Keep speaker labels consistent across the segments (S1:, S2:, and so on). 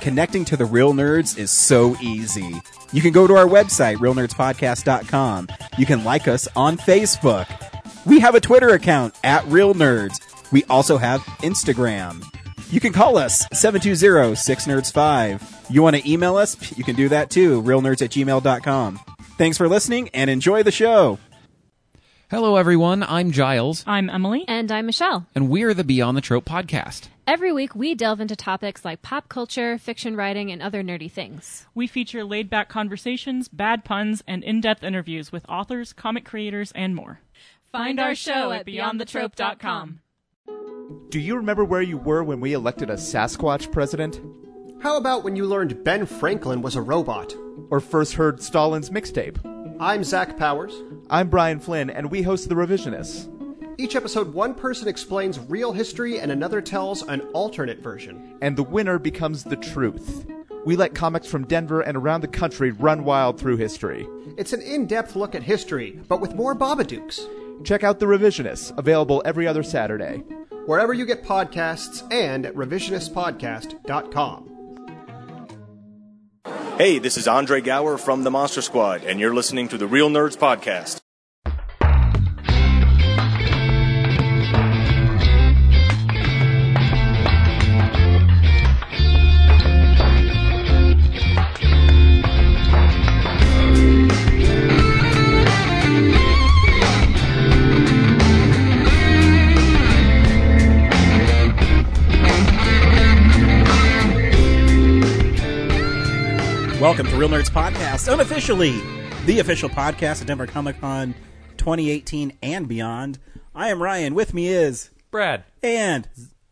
S1: connecting to the real nerds is so easy. You can go to our website, realnerdspodcast.com. You can like us on Facebook. We have a Twitter account at Real Nerds. We also have Instagram. You can call us 720-6nerds5. You want to email us? You can do that too, realnerds at gmail.com. Thanks for listening and enjoy the show.
S2: Hello, everyone. I'm Giles,
S3: I'm Emily.
S4: And I'm Michelle.
S2: and we're the Beyond the Trope podcast.
S4: Every week, we delve into topics like pop culture, fiction writing, and other nerdy things.
S3: We feature laid back conversations, bad puns, and in depth interviews with authors, comic creators, and more. Find our show at beyondthetrope.com.
S5: Do you remember where you were when we elected a Sasquatch president?
S6: How about when you learned Ben Franklin was a robot?
S5: Or first heard Stalin's mixtape?
S6: I'm Zach Powers.
S5: I'm Brian Flynn, and we host The Revisionists.
S6: Each episode, one person explains real history and another tells an alternate version.
S5: And the winner becomes the truth. We let comics from Denver and around the country run wild through history.
S6: It's an in depth look at history, but with more Babadooks,
S5: Check out The Revisionists, available every other Saturday.
S6: wherever you get podcasts and at revisionistpodcast.com.
S7: Hey, this is Andre Gower from the Monster Squad, and you're listening to the Real Nerds Podcast.
S1: Welcome to Real Nerds Podcast, unofficially the official podcast of Denver Comic Con 2018 and beyond. I am Ryan. With me is
S8: Brad.
S1: and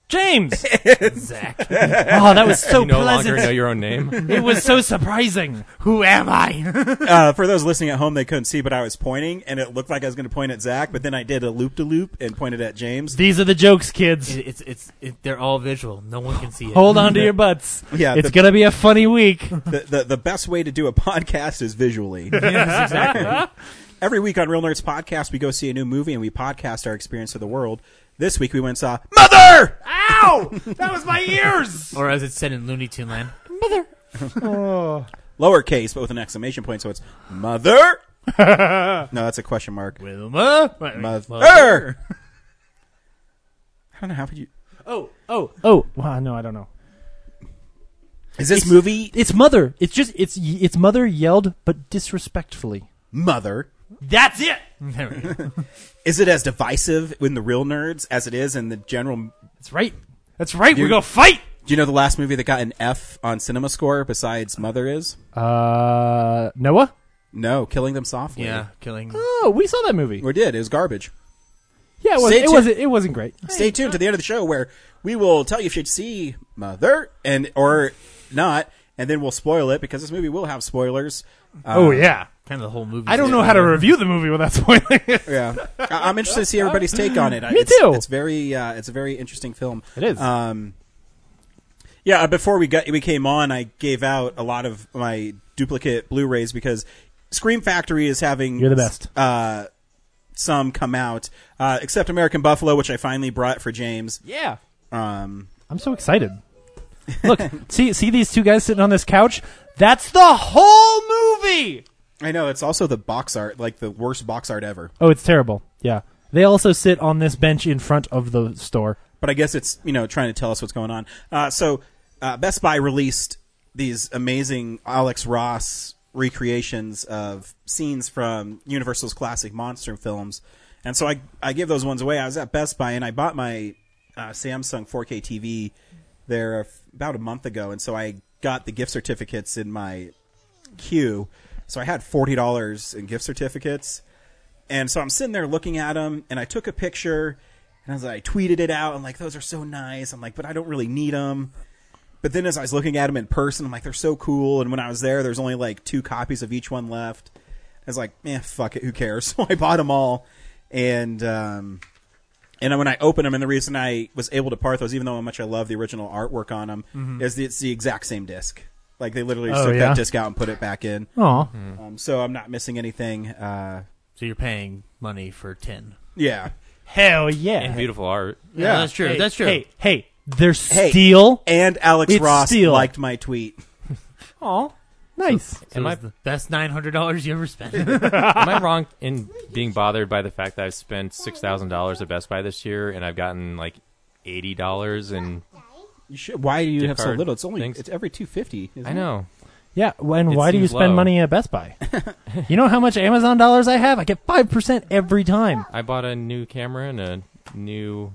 S8: James.
S1: Zach.
S8: Oh, that was so
S9: no
S8: pleasant.
S9: longer know your own name.
S8: it was so surprising. Who am I?
S1: Uh, for those listening at home, they couldn't see, but I was pointing, and it looked like I was going to point at Zach, but then I did a loop de loop and pointed at James.
S8: These are the jokes, kids.
S10: It, it's it's it, they're all visual. No one can see it.
S8: Hold on to your butts.
S1: Yeah,
S8: it's
S1: the-
S8: gonna be a funny week.
S1: The, the, the best way to do a podcast is visually.
S8: yes, exactly.
S1: Every week on Real Nerds Podcast, we go see a new movie and we podcast our experience of the world. This week we went and saw Mother!
S8: Ow! That was my ears.
S10: Or as it's said in Looney Tune Land,
S1: Lowercase, but with an exclamation point, so it's Mother? no, that's a question mark.
S10: Wilma. Wait, wait,
S1: Mother! I don't know, how could you...
S10: Oh oh.
S8: Oh, wow, no, I don't know.
S1: Is this movie
S11: It's mother. It's just it's it's mother yelled but disrespectfully.
S1: Mother?
S10: That's it. There we go.
S1: Is it as divisive in the real nerds as it is in the general
S8: That's right.
S10: That's right.
S1: You-
S10: We're gonna fight.
S1: Do you know the last movie that got an F on Cinema Score besides Mother is?
S8: Uh, Noah.
S1: No, Killing Them Softly.
S10: Yeah, killing.
S8: Oh, we saw that movie.
S1: We did. It was garbage.
S8: Yeah, it, was,
S1: Stay
S8: it
S1: tuned.
S8: wasn't. It wasn't great.
S1: Stay tuned to the end of the show where we will tell you if you should see Mother and or not, and then we'll spoil it because this movie will have spoilers.
S8: oh yeah.
S10: Kind of the whole movie.
S8: I don't know how to review the movie without spoiling it.
S1: Yeah, I- I'm interested to see everybody's take on it.
S8: Me
S1: it's,
S8: too.
S1: It's very, uh, it's a very interesting film.
S8: It is.
S1: Um, yeah, uh, before we got we came on, I gave out a lot of my duplicate Blu-rays because Scream Factory is having
S8: You're the best.
S1: Uh, some come out, uh, except American Buffalo, which I finally brought for James.
S8: yeah.
S1: Um,
S8: I'm so excited. Look, see see these two guys sitting on this couch? That's the whole movie.
S1: I know it's also the box art, like the worst box art ever.
S11: Oh, it's terrible. Yeah. They also sit on this bench in front of the store.
S1: but I guess it's you know trying to tell us what's going on. Uh, so uh, Best Buy released these amazing Alex Ross recreations of scenes from Universal's classic monster films, and so I I give those ones away. I was at Best Buy and I bought my uh, Samsung 4K TV there a f- about a month ago, and so I got the gift certificates in my queue. So I had forty dollars in gift certificates, and so I'm sitting there looking at them, and I took a picture, and as I tweeted it out, I'm like, "Those are so nice." I'm like, "But I don't really need them." But then as I was looking at them in person, I'm like, "They're so cool." And when I was there, there's only like two copies of each one left. I was like, "Eh, fuck it, who cares?" So I bought them all, and um, and then when I opened them, and the reason I was able to part those, even though how much I love the original artwork on them, is the, it's the exact same disc. Like they literally just
S8: Mm-hmm. Oh,
S1: took
S8: yeah?
S1: that disc out and put it back in.
S8: Oh,
S1: Um, so I'm not missing anything. Uh,
S10: Mm-hmm. So you're paying money for ten.
S1: yeah.
S8: hell yeah.
S9: Beautiful art.
S10: Yeah, that's true.
S8: Hey,
S10: that's true.
S8: Hey, hey,
S11: There's
S1: Hey,
S11: steel.
S1: and Alex
S11: It's
S1: Ross
S11: steel.
S1: liked my tweet.
S11: Oh, nice.
S10: So it's the best nine hundred dollars you ever spent.
S9: Am I wrong in being bothered by the fact that I've spent six thousand dollars at Best Buy this year and I've gotten like eighty dollars and
S1: You should, why do you
S9: Gift
S1: have so
S9: card
S1: little? It's only
S9: things.
S1: it's every two fifty.
S9: I know.
S11: Yeah, and
S9: It
S11: why do you
S9: seems
S11: spend
S9: low.
S11: money at Best Buy? you know how much Amazon dollars I have? I get 5% every time.
S9: I bought a new camera and a new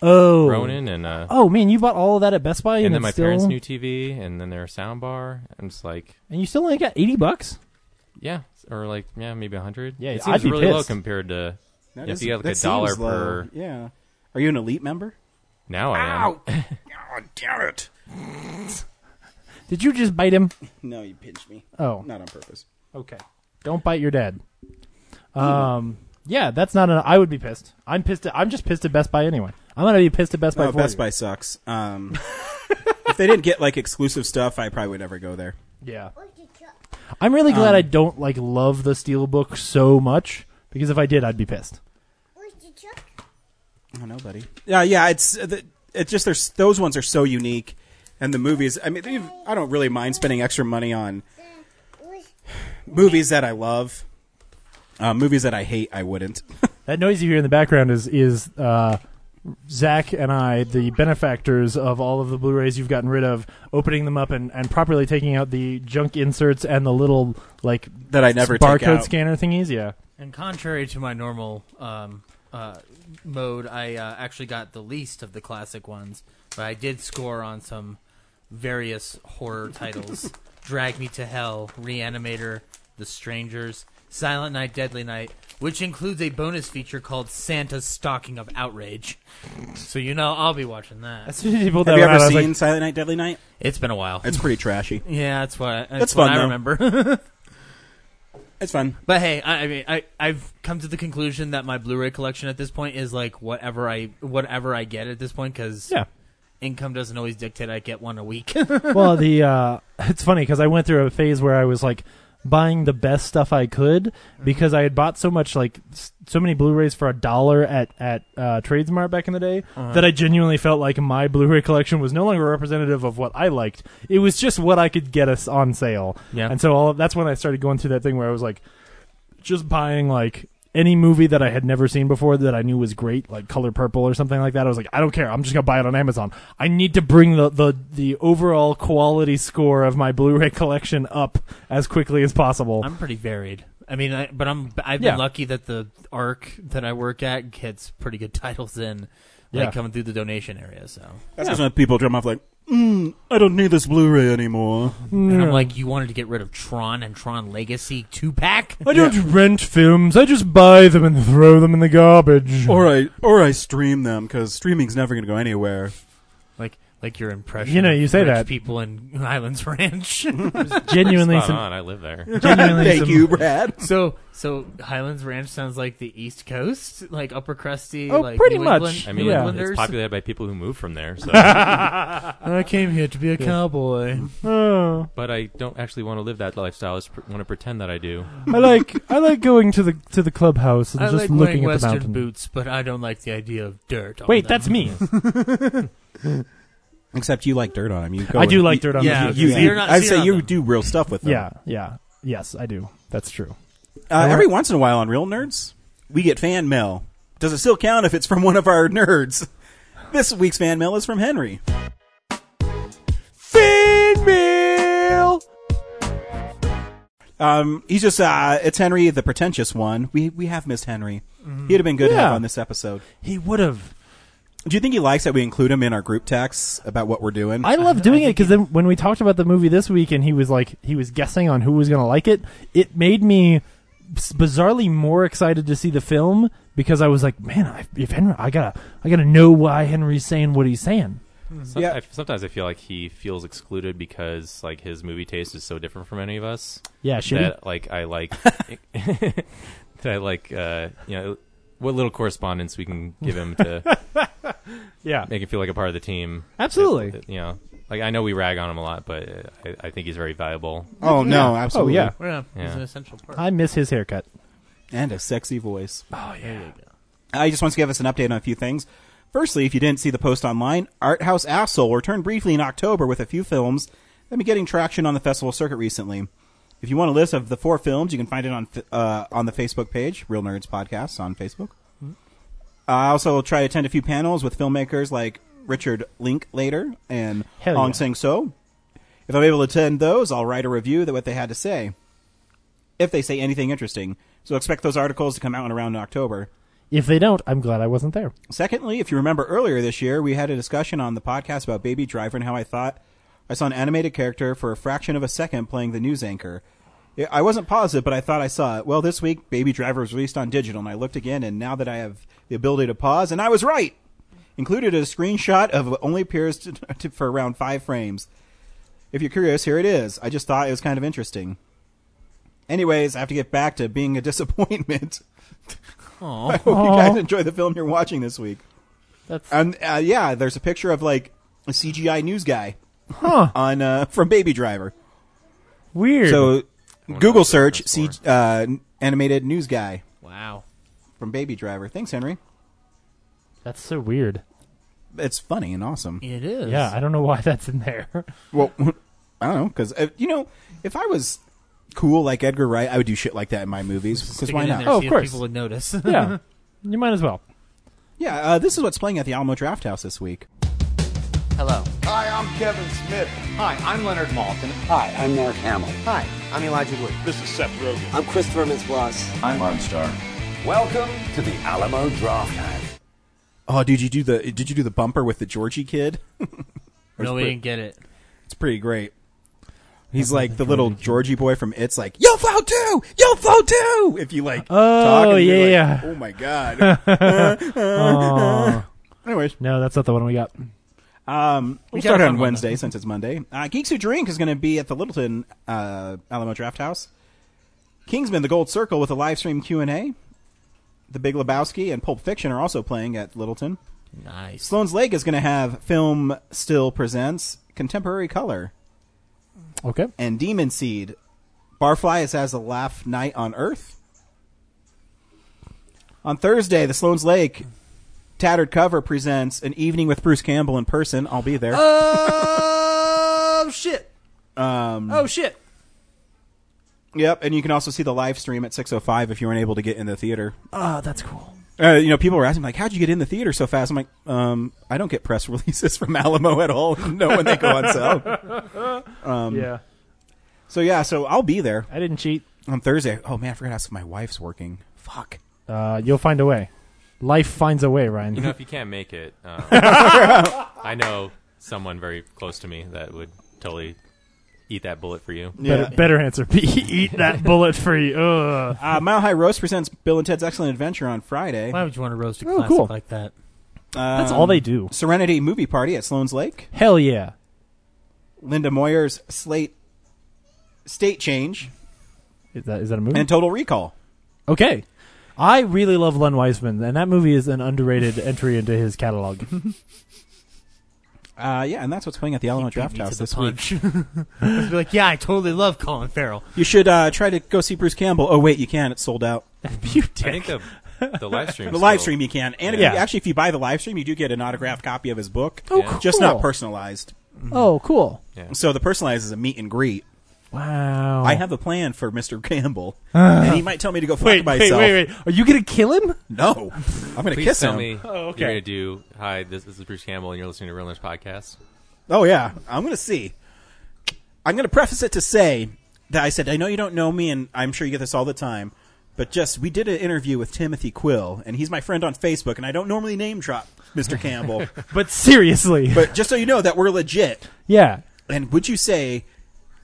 S11: Oh.
S9: Ronin and a
S11: Oh, man, you bought all of that at Best Buy?
S9: and then
S11: it's
S9: my
S11: still,
S9: parents' new TV and then their sound bar. I'm just like,
S11: And you still only got 80 bucks?
S9: yeah, or like yeah, maybe a hundred.
S11: Yeah,
S9: it
S11: I'd
S9: seems
S11: be
S9: really low
S11: pissed.
S9: compared to
S1: That
S9: if
S1: is-
S9: you got
S1: that
S9: like a
S1: seems
S9: dollar
S1: low.
S9: per.
S1: Yeah. Are you an elite member?
S9: Now I am.
S1: Ow! God damn it!
S11: Did you just bite him?
S1: No, you pinched me.
S11: Oh.
S1: Not on purpose.
S11: Okay. Don't bite your dad.
S9: Hmm.
S11: Um, yeah, that's not an. I would be pissed. I'm pissed. At, I'm just pissed at Best Buy anyway. I'm gonna be pissed at Best Buy.
S1: No,
S11: for
S1: Oh, Best
S11: you.
S1: Buy sucks. Um, if they didn't get like exclusive stuff, I probably would never go there.
S11: Yeah. I'm really
S1: Um,
S11: glad I don't like love the Steelbook so much because if I did, I'd be pissed.
S1: I don't know, buddy. Yeah, yeah. It's uh, the- it's just there's those ones are so unique, and the movies. I mean, they- I don't really mind spending extra money on movies that I love. Uh, movies that I hate, I wouldn't.
S11: That noise you hear in the background is is uh, Zach and I, the benefactors of all of the Blu-rays you've gotten rid of, opening them up and, and properly taking out the junk inserts and the little like
S1: That I never take
S11: barcode
S1: out.
S11: scanner thingies. Yeah.
S10: and contrary to my normal um, uh, mode, I uh, actually got the least of the classic ones, but I did score on some various horror titles: Drag Me to Hell, Reanimator, The Strangers, Silent Night, Deadly Night, which includes a bonus feature called Santa's Stocking of Outrage. So you know I'll be watching that.
S11: As soon as you pulled
S1: Have
S11: that
S1: you
S11: one out,
S1: ever
S11: I was
S1: seen
S11: like,
S1: Silent Night, Deadly Night?
S10: It's been a while.
S1: It's pretty trashy.
S10: yeah, that's what I, that's
S1: It's
S10: what
S1: fun,
S10: I
S1: though.
S10: remember.
S1: It's fun.
S10: But hey, I, I mean, I I've come to the conclusion that my Blu-ray collection at this point is like whatever I whatever I get at this point because
S11: Yeah.
S10: income doesn't always dictate I get one a week.
S11: well, the uh, it's funny because I went through a phase where I was like buying the best stuff I could because I had bought so much like s- so many Blu-rays for a dollar at at uh, Tradesmart back in the day that I genuinely felt like my Blu-ray collection was no longer representative of what I liked. It was just what I could get us on sale.
S10: Yeah.
S11: and so all that's when I started going through that thing where I was like just buying like. Any movie that I had never seen before that I knew was great, like Color Purple or something like that, I was like, I don't care. I'm just gonna buy it on Amazon. I need to bring the the, the overall quality score of my Blu-ray collection up as quickly as possible.
S10: I'm pretty varied. I mean, I, but I'm I've
S11: Yeah.
S10: been lucky that the arc that I work at gets pretty good titles in, like
S11: Yeah.
S10: coming through the donation area. So
S1: That's just when people drum off like, mm, I don't need this Blu-ray anymore.
S10: and
S11: Mm.
S10: I'm like, you wanted to get rid of Tron and Tron Legacy two pack.
S11: I don't rent films. I just buy them and throw them in the garbage.
S1: Or I or I stream them because streaming's never gonna go anywhere.
S10: Like like your impression.
S11: You know,
S10: of
S11: you say
S10: rich
S11: that.
S10: people in Islands Ranch.
S11: genuinely,
S9: Spot
S11: some,
S9: on. I live there.
S11: genuinely
S1: Thank
S11: some-
S1: you, Brad.
S10: So, so Highlands Ranch sounds like the East Coast, like upper crusty.
S11: Oh,
S10: like
S11: pretty
S10: New
S11: much.
S10: England-
S9: I mean,
S10: New
S11: Yeah.
S9: it's
S10: Englanders.
S9: populated by people who move from there. So,
S10: I came here to be a cowboy.
S11: Oh,
S9: but I don't actually want to live that lifestyle. I just pr- want to pretend that I do.
S11: I like I like going to the to the clubhouse and
S10: I
S11: just
S10: like
S11: looking
S10: wearing
S11: at the
S10: Western
S11: mountain.
S10: boots, but I don't like the idea of dirt. on them.
S11: Wait, that's me.
S1: Except you like dirt on him. You go
S11: I do
S1: and-
S11: like dirt on
S10: yeah,
S11: the
S10: you-
S1: You,
S10: You're not
S1: I
S10: seen
S1: say
S10: on
S1: you
S10: them.
S1: do real stuff with them.
S11: Yeah, yeah, yes, I do. That's true.
S1: Uh, every once in a while on Real Nerds, we get fan mail. Does it still count if it's from one of our nerds? This week's fan mail is from Henry. Fan mail. Um, he's just uh, it's Henry, the pretentious one. We we have missed Henry. He'd have been good to have
S11: Yeah.
S1: on this episode.
S11: He would have.
S1: Do you think he likes that we include him in our group texts about what we're doing?
S11: I love doing it because then when we talked about the movie this week and he was like he was guessing on who was going to like it, it made me s- bizarrely more excited to see the film because I was like, man, I, if Henry, I gotta, I gotta know why Henry's saying what he's saying.
S9: Some,
S1: Yeah.
S9: I, sometimes I feel like he feels excluded because like his movie taste is so different from any of us.
S11: Yeah, should he?
S9: that like I like that I like uh, you know what little correspondence we can give him to
S11: Yeah,
S9: make him feel like a part of the team.
S11: absolutely.
S9: It- you know, like I know we rag on him a lot, but uh, I, I think he's very valuable.
S1: oh no, absolutely.
S11: Oh yeah,
S10: yeah,
S9: Yeah.
S10: It's an essential part.
S11: I miss his haircut.
S1: and a sexy voice.
S11: Oh yeah.
S1: I just wants to give us an update on a few things. Firstly, if you didn't see the post online, Art House Asshole returned briefly in October with a few films that have been getting traction on the festival circuit recently. If you want a list of the four films, you can find it on f- uh, on the Facebook page, Real Nerds Podcast on Facebook.
S11: Mm-hmm.
S1: I also will try to attend a few panels with filmmakers like Richard Linklater and
S11: Hell
S1: Hong
S11: yeah.
S1: Sang So. If I'm able to attend those, I'll write a review that what they had to say. If they say anything interesting, so expect those articles to come out in around October.
S11: If they don't, I'm glad I wasn't there.
S1: Secondly, if you remember earlier this year, we had a discussion on the podcast about Baby Driver and how I thought I saw an animated character for a fraction of a second playing the news anchor. I- I wasn't positive, but I thought I saw it. Well, this week, Baby Driver was released on digital, and I looked again, and now that I have the ability to pause, and I was right! Included a screenshot of what only appears to, to, for around five frames. If you're curious, here it is. I just thought it was kind of interesting. Anyways, I have to get back to being a disappointment.
S10: Aw.
S1: I hope you guys enjoy the film you're watching this week.
S10: That's-
S1: and uh, yeah, there's a picture of like a CGI news guy on uh, from Baby Driver.
S11: Weird.
S1: So Google search C- uh, animated news guy
S10: Wow.
S1: from Baby Driver. Thanks, Henry.
S11: That's so weird.
S1: It's funny and awesome.
S10: It is.
S11: Yeah, I don't know why that's in there.
S1: Well, I don't know because uh, you know if I was cool like Edgar Wright, I would do shit like that in my movies because
S10: Stick
S1: why
S10: it in
S1: not? Oh,
S10: there, see if People would notice.
S11: yeah, you might as well.
S1: Yeah, uh, this is what's playing at the Alamo Draft House this week.
S12: Hello. Hi, I'm Kevin Smith. Hi, I'm Leonard Maltin. Hi, I'm Mark Hamill. Hi, I'm Elijah Wood. This is Seth Rogen. I'm Christopher Mintz-Plasse. I'm Armstar. Welcome to the Alamo Draft House.
S1: Oh, did you do the did you do the bumper with the Georgie kid?
S10: No, we didn't get it.
S1: It's pretty great. He's like the little Georgie boy from It's like, yo, flow too! Yo, flow too! If you like talk
S11: Oh
S1: and you're like,
S11: yeah.
S1: oh my God.
S11: Aw.
S1: Anyways.
S11: no, that's not the one we got.
S1: Um,
S11: We
S1: we
S11: got a
S1: start
S11: fun
S1: on
S11: one,
S1: Wednesday since it's Monday. Uh, Geeks Who Drink is going to be at the Littleton uh, Alamo Draft House. Kingsman: The Gold Circle with a live stream Q and A. The Big Lebowski and Pulp Fiction are also playing at Littleton.
S10: Nice.
S1: Sloan's Lake is going to have Film Still Presents Contemporary Color.
S11: Okay.
S1: And Demon Seed. Barfly is as a laugh night on Earth. On Thursday, the Sloan's Lake Tattered Cover presents an evening with Bruce Campbell in person. I'll be there.
S10: Oh shit!
S1: Um,
S10: Oh shit!
S1: Yep, and you can also see the live stream at 6:05 if you weren't able to get in the theater.
S11: Oh, that's cool.
S1: Uh, you know, people were asking like, "How'd you get in the theater so fast?" I'm like, um, "I don't get press releases from Alamo at all. No when they go on sale." Um,
S11: Yeah.
S1: So yeah, so I'll be there.
S11: I didn't cheat
S1: on Thursday. Oh man, I forgot to ask if my wife's working. Fuck.
S11: Uh, you'll find a way. Life finds a way, Ryan.
S9: You know, if you can't make it, um, I know someone very close to me that would totally eat that bullet for you.
S11: better, better answer. Eat that bullet free. Ugh.
S1: Uh, Mile High Roast presents Bill and Ted's Excellent Adventure on Friday.
S10: Why would you want to roast a
S11: Oh,
S10: classic
S11: cool.
S10: like that?
S11: That's all they do.
S1: Serenity Movie Party at Sloan's Lake.
S11: Hell yeah.
S1: Linda Moyer's Slate State Change
S10: Mm-hmm.
S11: Is that is that a movie?
S1: and Total Recall.
S11: okay. I really love Len Wiseman, and that movie is an underrated entry into his catalog.
S1: Uh, yeah, and that's what's playing at the Alamo Draft
S10: me to
S1: House
S10: the
S1: this week.
S10: Just be like, yeah, I totally love Colin Farrell.
S1: You should uh, try to go see Bruce Campbell. Oh wait, you can. It's sold out.
S9: I think the the live stream.
S1: the live
S9: still-
S1: stream you can, and if
S11: Yeah.
S1: you, actually, if you buy the live stream, you do get an autographed copy of his book.
S11: Oh, Yeah.
S1: just
S11: cool.
S1: not personalized.
S11: oh, cool.
S1: So the personalized is a meet and greet.
S11: Wow.
S1: I have a plan for Mister Campbell,
S11: Oh. Ah.
S1: and he might tell me to go fuck
S11: wait, wait,
S1: myself.
S11: wait, wait. Are you going to kill him?
S1: No, I'm going to
S9: Please
S1: kiss
S9: tell
S1: him.
S9: me
S11: Oh, okay.
S9: you're going to do. Hi, this, this is Bruce Campbell, and you're listening to Real Nerds Podcast.
S1: Oh yeah, I'm gonna see. I'm gonna preface it to say that I said I know you don't know me, and I'm sure you get this all the time, but just we did an interview with Timothy Quill, and he's my friend on Facebook, and I don't normally name drop Mr. Campbell,
S11: But seriously.
S1: but just so you know that we're legit.
S11: yeah.
S1: And would you say?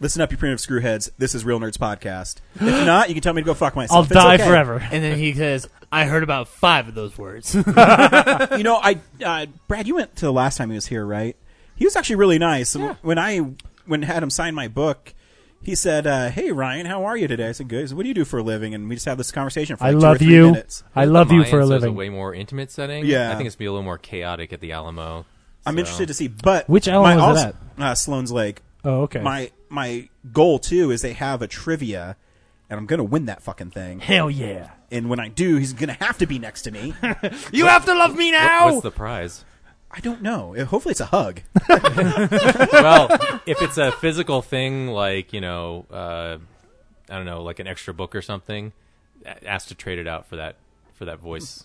S1: Listen up, you primitive screwheads. This is Real Nerds Podcast. If not, you can tell me to go fuck myself.
S11: I'll
S1: It's
S11: die
S1: okay.
S11: forever.
S10: And then he says, I heard about five of those words.
S1: you know, I uh, Brad, you went to the last time he was here, right? He was actually really nice. And When I when had him sign my book, he said, uh, "Hey Ryan, how are you today?" I said, "Good." He said, "What do you do for a living?" And we just had this conversation for
S11: I
S1: like
S11: love
S1: two or three
S11: you.
S1: minutes.
S11: I love you
S9: Mayan,
S11: for a
S9: so it's
S11: living.
S9: way more intimate setting.
S1: Yeah.
S9: I think it's gonna be a little more chaotic at the Alamo.
S1: I'm
S9: so.
S1: interested to see, but
S11: Which
S1: my
S11: Alamo is
S1: also- Uh, Sloan's Lake.
S11: Oh, okay.
S1: My my goal too is they have a trivia. and I'm gonna win that fucking thing.
S11: Hell yeah.
S1: And when I do, he's gonna have to be next to me.
S8: You have to love me now.
S9: What's the prize?
S1: I don't know. Uh, Hopefully, it's a hug.
S9: well, if it's a physical thing, like you know, uh, I don't know, like an extra book or something, a- ask to trade it out for that for that voice.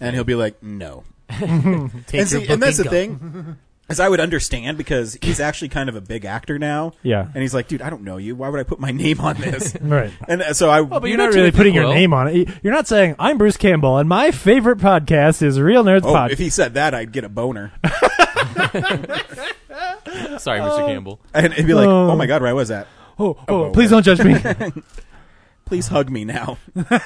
S1: and he'll be like, "No." and,
S9: your
S1: see,
S9: book
S1: and that's the
S9: and go.
S1: thing, is I would understand because he's actually kind of a big actor now.
S11: Yeah.
S1: and he's like, "Dude, I don't know you. Why would I put my name on this?"
S11: Right.
S1: And uh, so I,
S11: Well, but you're, not really putting your name on it. You're not saying I'm Bruce Campbell and my favorite podcast is Real Nerds
S1: Oh,
S11: Pod.
S1: if he said that, I'd get a boner.
S9: Sorry, Mr.
S11: Um,
S9: Campbell.
S1: And it'd be like,
S11: Oh.
S1: "Oh my god, where was that?" A
S11: Oh, oh,
S1: boner.
S11: please don't judge me.
S1: please hug me now.
S9: Can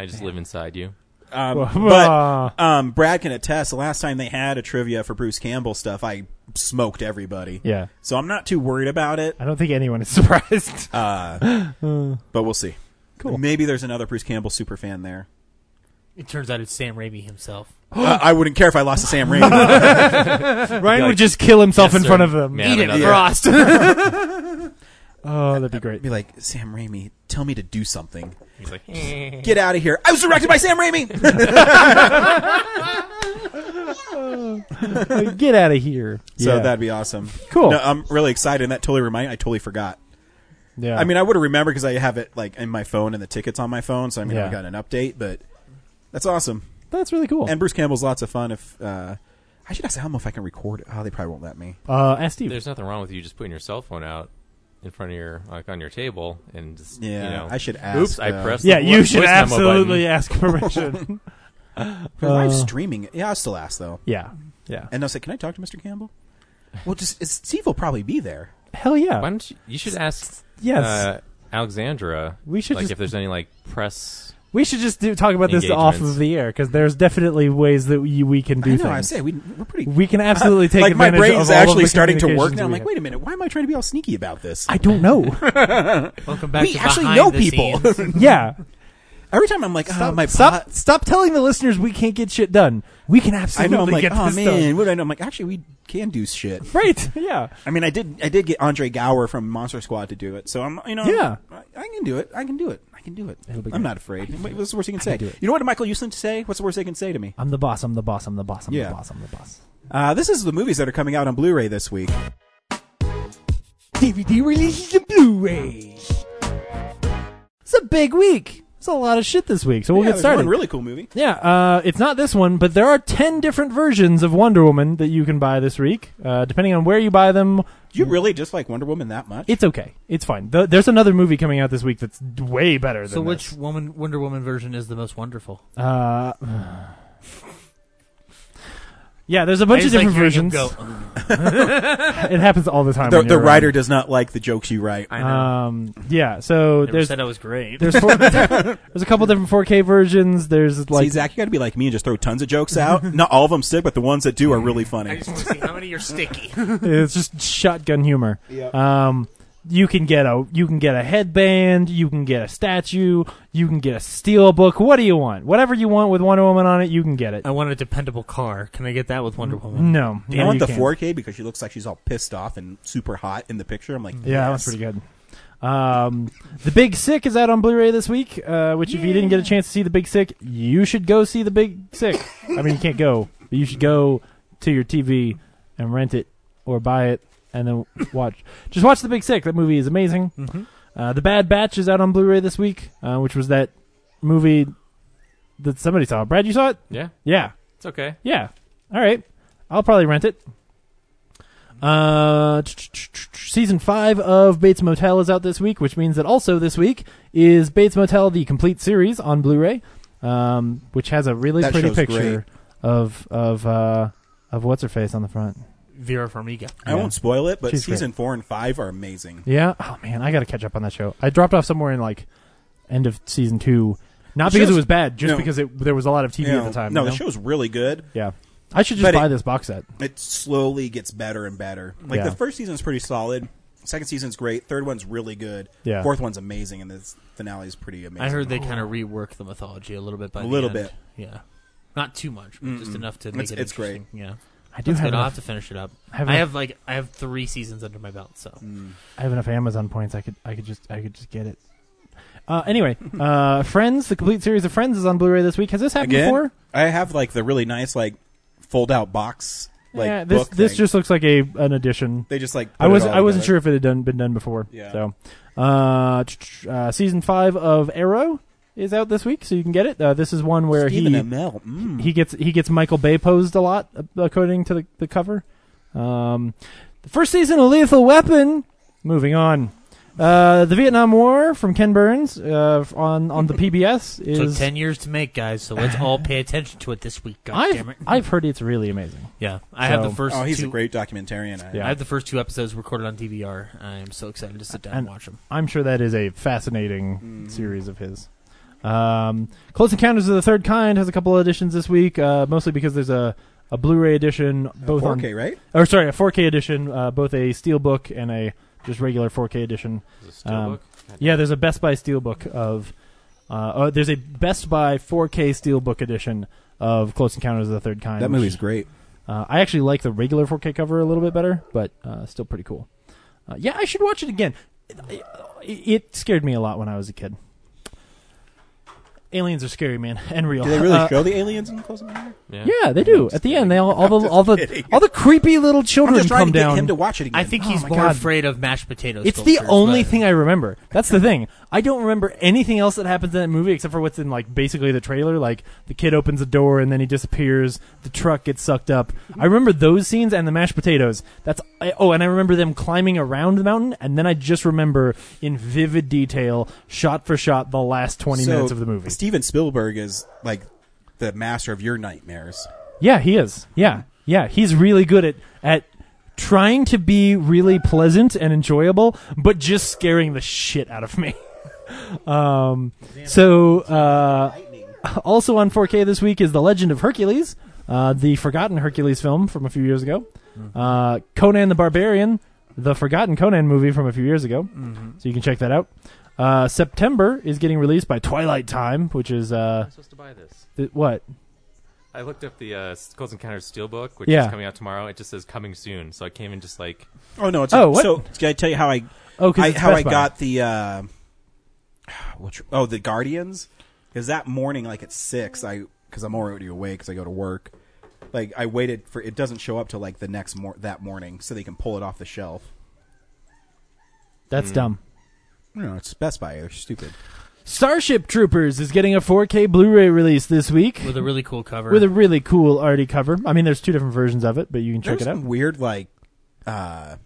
S9: I just live inside you?
S1: Um,
S9: Whoa.
S1: but um, Brad can attest. The last time they had a trivia for Bruce Campbell stuff, I smoked everybody.
S11: Yeah.
S1: So I'm not too worried about it.
S11: I don't think anyone is surprised.
S1: Uh,
S11: Uh.
S1: but we'll see.
S11: Cool.
S1: Maybe there's another Bruce Campbell super fan there.
S10: It turns out it's Sam Raimi himself.
S1: Uh, I wouldn't care if I lost to Sam Raimi.
S11: Ryan would just kill himself in front of them.
S1: Yeah.
S11: oh, that'd be great.
S1: Be like Sam Raimi. Tell me to do something.
S9: He's like,
S1: "Get out of here! I was directed by Sam Raimi."
S11: Get out of here.
S1: So
S11: Yeah.
S1: that'd be awesome.
S11: Cool.
S1: No, I'm really excited, and that totally reminded. I totally forgot.
S11: Yeah.
S1: I mean, I would have remembered because I have it like in my phone and the tickets on my phone, so I mean,
S11: Yeah.
S1: I've got an update. But that's awesome.
S11: That's really cool.
S1: And Bruce Campbell's lots of fun. If uh, I should ask them if I can record it. Oh, they probably won't let me.
S11: Uh, ask Steve.
S9: There's nothing wrong with you just putting your cell phone out in front of your like on your table and just
S1: Yeah,
S9: you know.
S1: I should ask,
S9: Oops, I
S1: uh,
S9: pressed.
S11: yeah,
S9: the
S11: you
S9: vo-
S11: should
S9: voice memo button."
S11: absolutely ask permission.
S1: For live
S11: Uh,
S1: streaming, yeah, I'll still ask though.
S11: Yeah. Yeah.
S1: And they'll say, "Can I talk to Mr. Campbell?" Well, just it's- Steve will probably be there.
S11: Hell yeah!
S9: Why don't you, you should ask?
S11: Yes.
S9: uh, Alexandra.
S11: We should
S9: like
S11: just-
S9: if there's any like press.
S11: we should just do, talk about this off
S9: Engagements.
S11: of the air because there's definitely ways that we, we can do
S1: I know.
S11: things.
S1: I say we, we're pretty.
S11: We can absolutely take
S1: like my
S11: advantage
S1: brain
S11: of
S1: is
S11: all of
S1: actually
S11: the
S1: starting to work
S11: communications
S1: now. I'm
S11: we
S1: like,
S11: have.
S1: wait a minute, why am I trying to be all sneaky about this?
S11: I don't know.
S10: Welcome back
S1: We
S10: to
S1: actually
S10: Behind
S1: know
S10: the
S1: people.
S10: Scenes.
S11: yeah.
S1: Every time I'm like, oh,
S11: Stop,
S1: my
S11: stop,
S1: pot-
S11: stop telling the listeners we can't get shit done. We can
S1: I
S11: absolutely
S1: know. I'm like,
S11: get
S1: oh
S11: this
S1: man,
S11: done.
S1: what do I know? I'm like, actually, we can do shit.
S11: Right. Yeah.
S1: I mean, I did. I did get Andre Gower from Monster Squad to do it. So I'm, you know,
S11: Yeah.
S1: I, I can do it. I can do it. I can do it.
S11: be
S1: I'm
S11: great.
S1: not afraid. What- What's the worst he can
S11: I can
S1: say?
S11: do it.
S1: You know what did Michael Uslan say? What's the worst they can say to me?
S11: I'm the boss. I'm the boss. I'm the boss. I'm
S1: Yeah.
S11: the boss. I'm the boss.
S1: Uh, this is the movies that are coming out on Blu-ray this week.
S11: DVD releases and Blu-rays. It's a big week. It's a lot of shit this week, so we'll
S1: yeah,
S11: get
S1: there's
S11: started.
S1: One really cool movie.
S11: Yeah, uh, it's not this one, but there are ten different versions of Wonder Woman that you can buy this week, uh, depending on where you buy them.
S1: Do you really dislike Wonder Woman that much?
S11: It's okay. It's fine. Th- there's another movie coming out this week that's d- way better than
S10: So which
S11: this.
S10: woman Wonder Woman version is the most wonderful?
S11: Uh, yeah, there's a bunch
S10: I
S11: of
S10: just like
S11: different
S10: hearing
S11: versions.
S10: you go,
S11: it happens all the time.
S1: The,
S11: when
S1: the
S11: you're
S1: writer
S11: around.
S1: does not like the jokes you write.
S11: Um, yeah, so
S10: Never
S11: there's
S10: said I was great.
S11: There's four, there's a couple different 4K versions. There's like
S1: See, Zach, you got to be like me and just throw tons of jokes out. Not all of them stick, but the ones that do are really funny.
S10: want to see how many are sticky.
S11: it's just shotgun humor.
S10: Yep.
S11: Um, you can get a you can get a headband, you can get a statue, you can get a steel book. What do you want? Whatever you want with Wonder Woman on it, you can get it.
S10: I want a dependable car. Can I get that with Wonder Woman?
S11: No,
S1: Do
S11: no,
S1: you want
S11: you
S1: the
S11: can't.
S1: 4K because she looks like she's all pissed off and super hot in the picture? I'm like,
S11: Yeah, that
S1: yes.
S11: one's pretty good. Um, the Big Sick is out on Blu-ray this week. Uh, which, if you didn't get a chance to see the Big Sick, you should go see the Big Sick. I mean, you can't go, but you should go to your TV and rent it or buy it and then watch. Just watch the Big Sick. That movie is amazing.
S10: Mhm.
S11: Uh, the Bad Batch is out on Blu-ray this week, uh, which was that movie that somebody saw. Brad, you saw it?
S9: Yeah.
S11: Yeah.
S9: It's okay.
S11: Yeah. All right. I'll probably rent it. Uh, t- t- t- t- season five of Bates Motel is out this week, which means that also this week is Bates Motel: The Complete Series on Blu-ray, um, which has a really
S1: That
S11: pretty
S1: show's
S11: picture
S1: great.
S11: of of uh, of what's her face on the front.
S10: Vera Farmiga.
S1: I won't spoil it, but
S11: She's great.
S1: season four and five are amazing.
S11: Yeah. Oh man, I got to catch up on that show. I dropped off somewhere in like end of season two, not
S1: The
S11: because it
S1: show's-
S11: was bad, just
S1: no.
S11: because it there was a lot of TV
S1: You
S11: at
S1: know,
S11: the time.
S1: No,
S11: you
S1: the
S11: know?
S1: show's really good.
S11: Yeah, I should just
S1: But
S11: buy
S1: it-
S11: this box set.
S1: It slowly gets better and better. Like
S11: Yeah.
S1: the first season's pretty solid. Second season's great. Third one's really good.
S11: Yeah.
S1: Fourth one's amazing, and the finale is pretty amazing.
S10: I heard they kind of rework the mythology a little bit by
S1: A
S10: the
S1: little
S10: end.
S1: bit.
S10: Yeah, not too much, but just
S1: Mm-mm.
S10: enough to
S1: It's-
S10: make it.
S1: it's great.
S10: interesting. Yeah,
S11: I do
S10: That's
S11: have
S10: good. I'll
S11: enough-
S10: have to finish it up.
S11: I
S10: I
S11: have
S10: have,
S11: enough-
S10: like I have three seasons under my belt, so
S11: I have enough Amazon points. I could I could just I could just get it. Uh, anyway, uh, Friends, the complete series of Friends is on Blu-ray this week. Has this happened
S1: Again,
S11: before?
S1: I have like the really nice like fold out box. Like
S11: yeah, this
S1: book
S11: this
S1: thing.
S11: just looks like a an addition.
S1: They just, like, put
S11: I
S1: it
S11: was
S1: all
S11: I wasn't
S1: together.
S11: sure if it had done been done before.
S1: Yeah.
S11: So, uh, tch, tch, uh, season five of Arrow is out this week, so you can get it. Uh, this is one where
S1: Stephen
S11: he
S1: Amell, mm.
S11: he gets he gets Michael Bay posed a lot uh, according to the the cover. Um, the first season of Lethal Weapon. Moving on. Uh, the Vietnam War from Ken Burns uh, on on the PBS is
S10: Took ten years to make, guys. So let's all pay attention to it this week. God damn
S11: I've,
S10: it!
S11: I've heard it's really amazing.
S10: Yeah, I have the
S11: So-
S1: Oh,
S10: first. two-
S1: documentarian. I-
S10: I have the first two episodes recorded on DVR. I am so excited to sit down and, watch them.
S11: I'm sure that is a fascinating series of his. Um, Close Encounters of the Third Kind has a couple of editions this week, uh, mostly because there's a, a Blu-ray edition, both on
S1: 4K, right?
S11: Or sorry, a 4K edition, uh, both a steelbook and a just regular 4K edition. Um, yeah, there's a Best Buy steelbook of. Uh, oh, there's a Best Buy 4K steelbook edition of Close Encounters of the Third Kind.
S1: That
S11: which-
S1: movie's great.
S11: Uh, I actually like the regular 4K cover a little bit better, but uh, still pretty cool. Uh, yeah, I should watch it again. It, it scared me a lot when I was a kid. Aliens are scary, man, and real.
S1: Do they really
S11: Uh,
S1: show the aliens in Close Encounter?
S11: Yeah, they do. At the end, they all, all the all the all the creepy little children
S1: I'm just trying
S11: come
S1: to get
S11: down.
S1: him to watch it again.
S10: I think
S11: Oh
S10: he's
S11: my
S10: more
S11: God.
S10: afraid of mashed potatoes.
S11: It's the only thing I remember. That's the thing. I don't remember anything else that happens in that movie except for what's in like basically the trailer. Like the kid opens the door and then he disappears. The truck gets sucked up. I remember those scenes and the mashed potatoes. That's I, oh, and I remember them climbing around the mountain. And then I just remember in vivid detail, shot for shot, the last twenty
S1: So,
S11: minutes of the movie.
S1: Steven Spielberg is like the master of your nightmares.
S11: Yeah, he is. Yeah, yeah, he's really good at at trying to be really pleasant and enjoyable, but just scaring the shit out of me. um, so uh, also on 4K this week is The Legend of Hercules, uh, the Forgotten Hercules film from a few years ago,
S1: Mm-hmm.
S11: uh, Conan the Barbarian, the Forgotten Conan movie from a few years ago.
S1: Mm-hmm.
S11: So you can check that out. Uh, September is getting released by Twilight Time, which is uh,
S9: I'm supposed to buy this.
S11: th- what
S9: I looked up the uh, Close Encounters Steelbook, which
S11: Yeah.
S9: is coming out tomorrow. It just says coming soon, so I came in just like.
S1: Oh no! It's
S11: Oh, what?
S1: so did I tell you how I?
S11: Oh, 'cause
S1: I-
S11: it's
S1: how
S11: Best
S1: I
S11: Buy.
S1: got the. Uh, which, oh, the Guardians. Because that morning, like at six, I because I'm already awake because I go to work. Like I waited for it doesn't show up till like the next mor- that morning, so they can pull it off the shelf.
S11: That's
S1: Mm.
S11: dumb.
S1: No, it's Best Buy. They're stupid.
S11: Starship Troopers is getting a 4K Blu-ray release this week
S10: with a really cool cover.
S11: with a really cool arty cover. I mean, there's two different versions of it, but you can check
S1: There's
S11: it out.
S1: some weird like uh,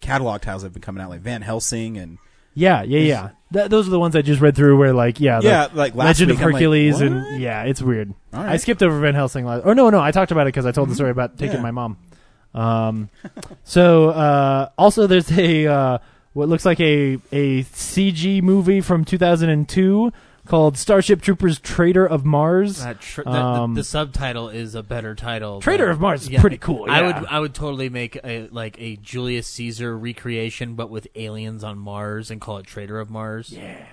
S1: catalog titles that have been coming out, like Van Helsing and
S11: Yeah, yeah, yeah. Th- those are the ones I just read through. Where like, yeah, the
S1: Yeah, like, last
S11: Legend
S1: week,
S11: of
S1: I'm like,
S11: Hercules,
S1: what?
S11: and yeah, it's weird.
S1: All right.
S11: I skipped over Van Helsing last. Or no, no, I talked about it because I told the story about taking
S1: Mm-hmm. Yeah.
S11: my mom. Um, so uh, also there's a uh, what looks like a a CG movie from 2002 called Starship Troopers: Traitor of Mars.
S10: That tr- the,
S11: Um,
S10: the, the subtitle is a better title.
S11: Traitor
S10: but-
S11: of Mars is pretty cool,
S10: I
S11: yeah.
S10: would I would totally make a like a Julius Caesar recreation, but with aliens on Mars, and call it Traitor of Mars. Yeah.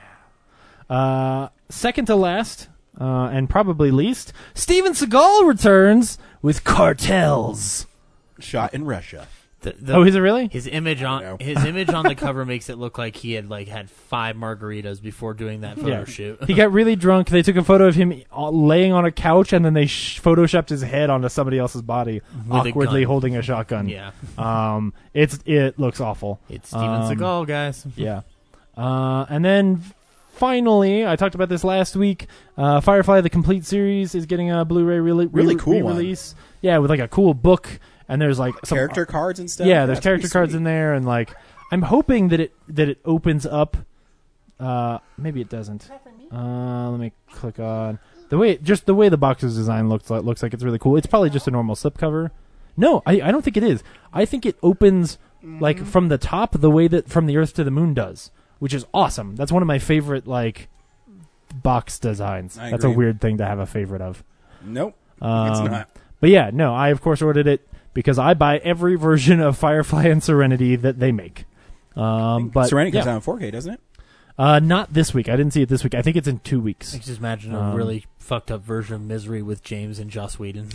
S11: Uh, second to last, uh, and probably least, Steven Seagal returns with Cartels.
S1: Shot in Russia.
S11: oh, is it really?
S10: His image on his image on the cover makes it look like he had like had five margaritas before doing that photo shoot.
S11: he got really drunk. They took a photo of him uh, laying on a couch, and then they sh- photoshopped his head onto somebody else's body,
S10: With a
S11: awkwardly
S10: gun.
S11: holding a shotgun.
S10: Yeah.
S11: Um, it's it looks awful. Um,
S10: It's Steven Seagal, guys.
S11: yeah. Uh, and then finally, I talked about this last week. Uh, Firefly: The Complete Series is getting a Blu-ray rele-
S1: Really cool one.
S11: release. Yeah, with like a cool book, and there's like some uh,
S1: Character cards and stuff?
S11: Yeah, there's
S1: That's
S11: character
S1: pretty
S11: cards
S1: sweet.
S11: in there, and like I'm hoping that it that it opens up. Uh, maybe it doesn't. Uh, let me click on the way just the way the box's design looks like looks like it's really cool. It's probably just a normal slipcover. No, I, I don't think it is. I think it opens like from the top the way that from the Earth to the Moon does, which is awesome. That's one of my favorite like box designs.
S1: I
S11: That's a
S1: agree.
S11: weird thing to have a favorite of.
S1: Nope,
S11: Um,
S1: it's not.
S11: But yeah, no, I of course ordered it because I buy every version of Firefly and Serenity that they make. Um, but
S1: Serenity comes
S11: yeah.
S1: out in 4K, doesn't it?
S11: Uh, not this week. I didn't see it this week. I think it's in two weeks.
S10: I just imagine a
S11: Um,
S10: really fucked up version of Misery with James and Joss Whedon.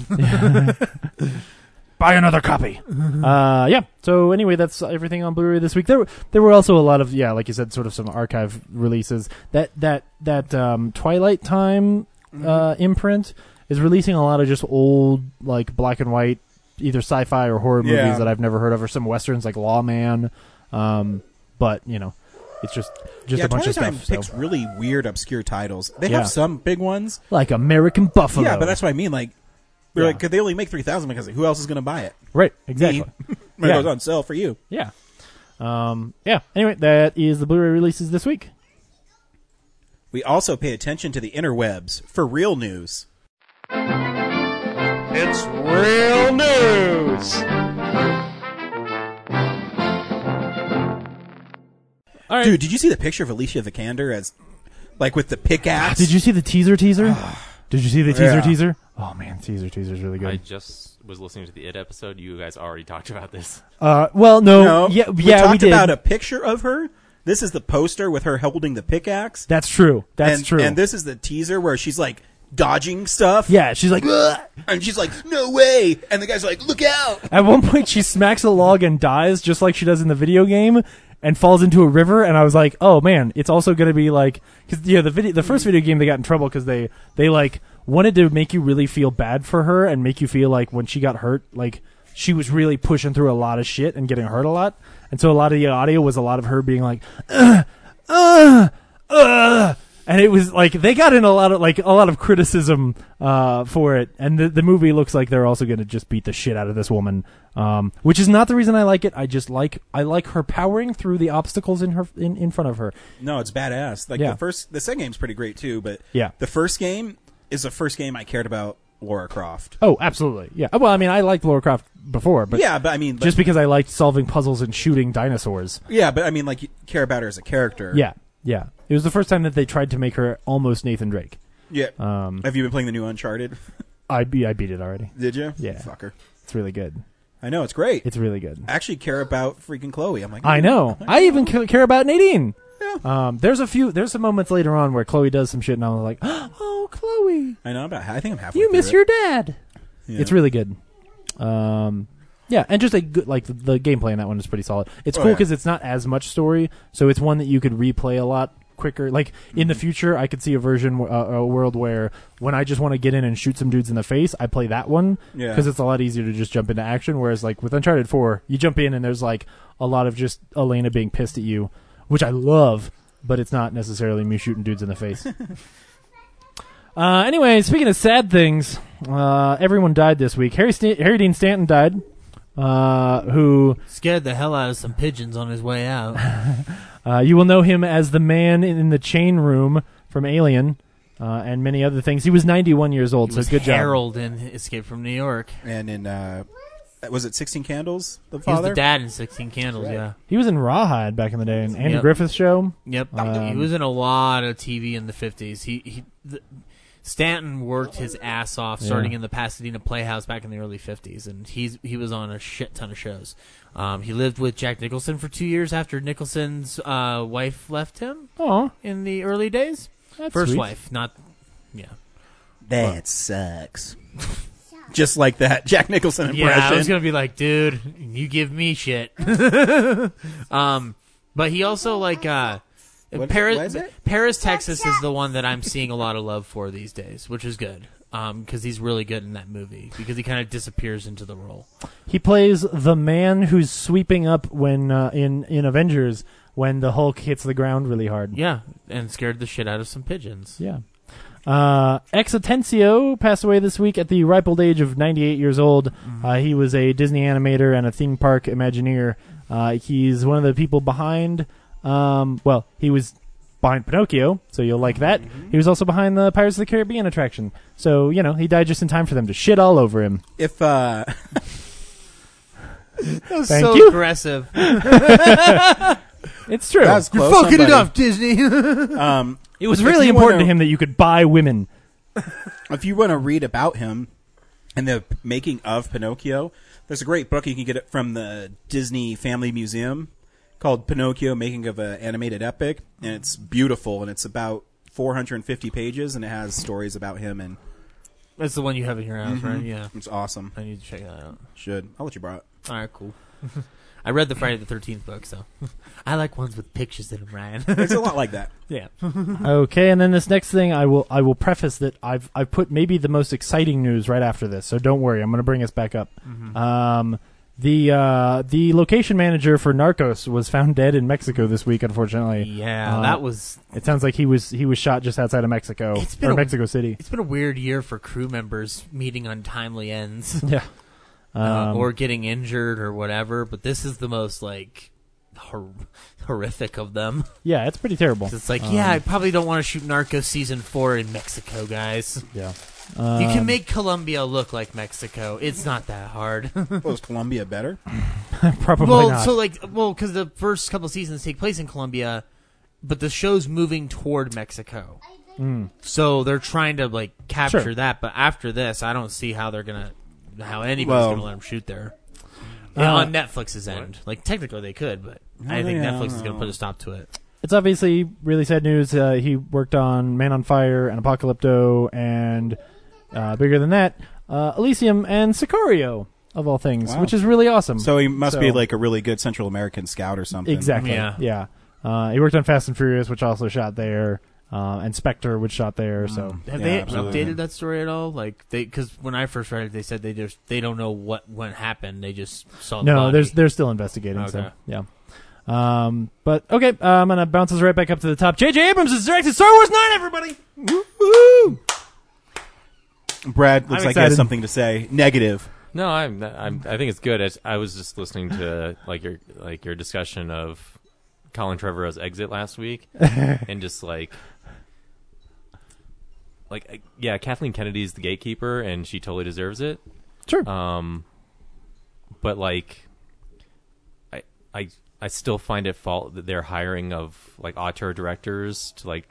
S11: buy another copy. uh, yeah. So anyway, that's everything on Blu-ray this week. There, were- there were also a lot of yeah, like you said, sort of some archive releases. That that that um, Twilight Time uh, imprint is releasing a lot of just old like black and white, either sci-fi or horror
S8: Yeah.
S11: movies that I've never heard of, or some westerns like Lawman. Um, but you know, it's just just
S1: yeah,
S11: a bunch
S1: Twilight
S11: of stuff.
S1: Time
S11: so.
S1: picks really weird, obscure titles. They
S11: Yeah.
S1: have some big ones.
S11: Like American Buffalo.
S1: Yeah, but that's what I mean. Like, we're
S11: Yeah.
S1: like, could they only make three thousand? Because who else is going to buy it?
S11: Right, exactly.
S1: Me. when
S11: Yeah.
S1: it goes on sale for you.
S11: Yeah. Um, yeah. Anyway, that is the Blu-ray releases this week.
S1: We also pay attention to the interwebs for real news.
S12: It's real news.
S1: Dude, did you see the picture of Alicia Vikander as, like, with the pickaxe?
S11: Did you see the teaser teaser? Did you see the teaser
S1: Yeah.
S11: teaser? Oh man, teaser teaser is really
S9: I
S11: good.
S9: just was listening to the It episode. You guys already talked about this.
S11: Uh, well, no, yeah,
S1: we
S11: yeah,
S1: talked
S11: we did.
S1: about a picture of her. This is the poster with her holding the pickaxe.
S11: That's true. That's
S1: and,
S11: true.
S1: And this is the teaser where she's like dodging stuff.
S11: Yeah, she's like, "Ugh."
S1: and she's like, no way. And the guy's like, look out.
S11: At one point, she smacks a log and dies, just like she does in the video game, and falls into a river. And I was like, oh man, it's also going to be like because you know the video, the first video game they got in trouble because they they like wanted to make you really feel bad for her and make you feel like when she got hurt, like she was really pushing through a lot of shit and getting hurt a lot. And so a lot of the audio was a lot of her being like, Ugh, uh, uh, and it was like they got in a lot of like a lot of criticism uh, for it, and the, the movie looks like they're also going to just beat the shit out of this woman, um, which is not the reason I like it. I just like I like her powering through the obstacles in her in, in front of her.
S1: No, it's badass. Like
S11: Yeah.
S1: the first, the second game's pretty great too, but
S11: Yeah.
S1: the first game is the first game I cared about Laura Croft.
S11: Oh, absolutely, yeah. Well, I mean, I liked Lara Croft before, but
S1: Yeah, but I mean, but-
S11: just because I liked solving puzzles and shooting dinosaurs.
S1: Yeah, but I mean, like you care about her as a character.
S11: Yeah, yeah. It was the first time that they tried to make her almost Nathan Drake.
S1: Yeah.
S11: Um,
S1: Have you been playing the new Uncharted?
S11: I be I beat it already.
S1: Did you?
S11: Yeah,
S1: Fucker.
S11: It's really good.
S1: I know it's great.
S11: It's really good.
S1: I actually care about freaking Chloe. I'm like,
S11: I know. I even ca- care about Nadine. Um, there's a few. There's some moments later on where Chloe does some shit, and I'm like, "Oh, Chloe,
S1: I know about. I think I'm halfway.
S11: you miss
S1: through
S11: your
S1: it.
S11: dad."
S1: Yeah.
S11: It's really good. Um, yeah, and just a good like the, the gameplay in that one is pretty solid. It's
S1: Oh,
S11: cool
S1: yeah.
S11: because it's not as much story, so it's one that you could replay a lot quicker. Like in the
S1: Mm-hmm.
S11: future, I could see a version, w- uh, a world where when I just want to get in and shoot some dudes in the face, I play that one
S1: Yeah.
S11: because it's a lot easier to just jump into action. Whereas like with Uncharted Four, you jump in and there's like a lot of just Elena being pissed at you, which I love, but it's not necessarily me shooting dudes in the face. Uh, anyway, speaking of sad things, uh, everyone died this week. Harry, Sta- Harry Dean Stanton died, uh, who
S10: Scared the hell out of some pigeons on his way out.
S11: uh, you will know him as the man in the chain room from Alien uh, and many other things. He was 91 years old,
S10: He
S11: so
S10: was
S11: good job.
S10: Harold in Escape from New York.
S1: And in uh, was it Sixteen Candles? The
S10: He was
S1: father.
S10: the dad in Sixteen Candles.
S1: Right.
S10: Yeah.
S11: He was in Rawhide back in the day, and Andy
S10: Yep.
S11: Griffith's show.
S10: Yep,
S11: Um,
S10: he was in a lot of TV in the fifties. He he, the, Stanton worked his ass off
S11: Yeah.
S10: starting in the Pasadena Playhouse back in the early fifties, and he's he was on a shit ton of shows. Um, he lived with Jack Nicholson for two years after Nicholson's uh, wife left him.
S11: Aw.
S10: in the early days,
S11: That's
S10: first
S11: sweet.
S10: wife, not yeah.
S1: That sucks. Just like that, Jack Nicholson
S10: Yeah,
S1: impression.
S10: I was gonna be like, dude, you give me shit. um, but he also like uh,
S1: What-
S10: Paris,
S1: what is it?
S10: Paris, Texas is the one that I'm seeing a lot of love for these days, which is good. Um, because he's really good in that movie because he kind of disappears into the role.
S11: He plays the man who's sweeping up when uh, in in Avengers when the Hulk hits the ground really hard.
S10: Yeah, and scared the shit out of some pigeons.
S11: Yeah. Uh, Exitencio passed away this week at the ripe old age of 98 years old.
S10: Mm-hmm.
S11: Uh, he was a Disney animator and a theme park Imagineer. Uh, he's one of the people behind, um, well, he was behind Pinocchio, so you'll like that.
S10: Mm-hmm.
S11: He was also behind the Pirates of the Caribbean attraction. So, you know, he died just in time for them to shit all over him.
S1: if uh,
S10: That was
S11: Thank
S10: so
S11: you.
S10: aggressive.
S11: it's true.
S1: That's
S10: You're
S1: close,
S10: fucking it
S1: somebody.
S10: up, Disney.
S1: um,
S11: it was
S1: if
S11: really
S1: you
S11: important
S1: wanna-
S11: to him that you could buy women.
S1: if you want to read about him and the making of Pinocchio, there's a great book you can get it from the Disney Family Museum called Pinocchio: Making of an Animated Epic, and it's beautiful and it's about 450 pages and it has stories about him and
S9: That's the one you have in your house,
S10: Mm-hmm.
S9: right?
S1: Mhm.
S9: Yeah.
S1: It's awesome.
S9: I need to check that out.
S1: Should. I'll let you borrow it.
S9: All right, cool. I read the Friday the Thirteenth book, so I like ones with pictures in them, Ryan.
S1: It's a lot like that.
S9: Yeah.
S11: okay, and then this next thing, I will I will preface that I've I've put maybe the most exciting news right after this, so don't worry, I'm going to bring us back up.
S9: Mm-hmm.
S11: Um, the uh, the location manager for Narcos was found dead in Mexico this week, unfortunately.
S9: Yeah,
S11: Uh,
S9: that was-
S11: It sounds like he was he was shot just outside of Mexico or
S9: a-
S11: Mexico City.
S9: It's been a weird year for crew members meeting untimely ends.
S11: Yeah.
S9: Uh,
S11: Um,
S9: or getting injured or whatever, but this is the most like hor- horrific of them.
S11: Yeah, it's pretty terrible.
S9: 'Cause It's like, yeah,
S11: Um,
S9: I probably don't want to shoot Narco season four in Mexico, guys.
S11: Yeah,
S9: you
S11: Um,
S9: can make Colombia look like Mexico. It's not that hard.
S1: was Colombia better?
S11: Mm-hmm. Probably
S9: well,
S11: not. Uh,
S9: so like, well, because the first couple seasons take place in Colombia, but the show's moving toward Mexico.
S11: Mm.
S9: So they're trying to like capture
S11: Sure.
S9: that, but after this, I don't see how they're gonna, how anybody's
S1: Well-
S9: gonna let them shoot there.
S11: Uh,
S9: Yeah, on Netflix's end, like technically they could, but
S1: No,
S9: I think
S1: they- I
S9: Netflix is
S1: don't
S9: gonna
S1: know.
S9: put a stop to it.
S11: It's obviously really sad news. Uh, he worked on Man on Fire and Apocalypto and uh, bigger than that, uh, Elysium and Sicario of all things,
S1: Wow.
S11: which is really awesome.
S1: So he must
S11: So-
S1: be like a really good Central American scout or something.
S11: exactly yeah. Uh, he worked on Fast and Furious, which also shot there, uh, and Spectre, which shot there. So
S9: Have they updated that story at all? Like they, because when I first read it, they said they just they don't know what what happened. They just saw. the
S11: no,
S9: body.
S11: there's they're still investigating. So
S9: Okay.
S11: yeah. Um, but okay, uh, I'm gonna bounce us right back up to the top. J.J. Abrams has directed Star Wars Nine. Everybody, woo!
S1: Brad looks
S11: I'm
S1: like he has
S11: excited.
S1: something to say. Negative.
S3: No, I'm, I'm. I think it's good. It's, I was just listening to like your like your discussion of Colin Trevorrow's exit last week, and just like, like I- yeah, Kathleen Kennedy's the gatekeeper, and she totally deserves it.
S11: Sure.
S3: Um, but like, I I I still find it fault that they're hiring of like auteur directors to like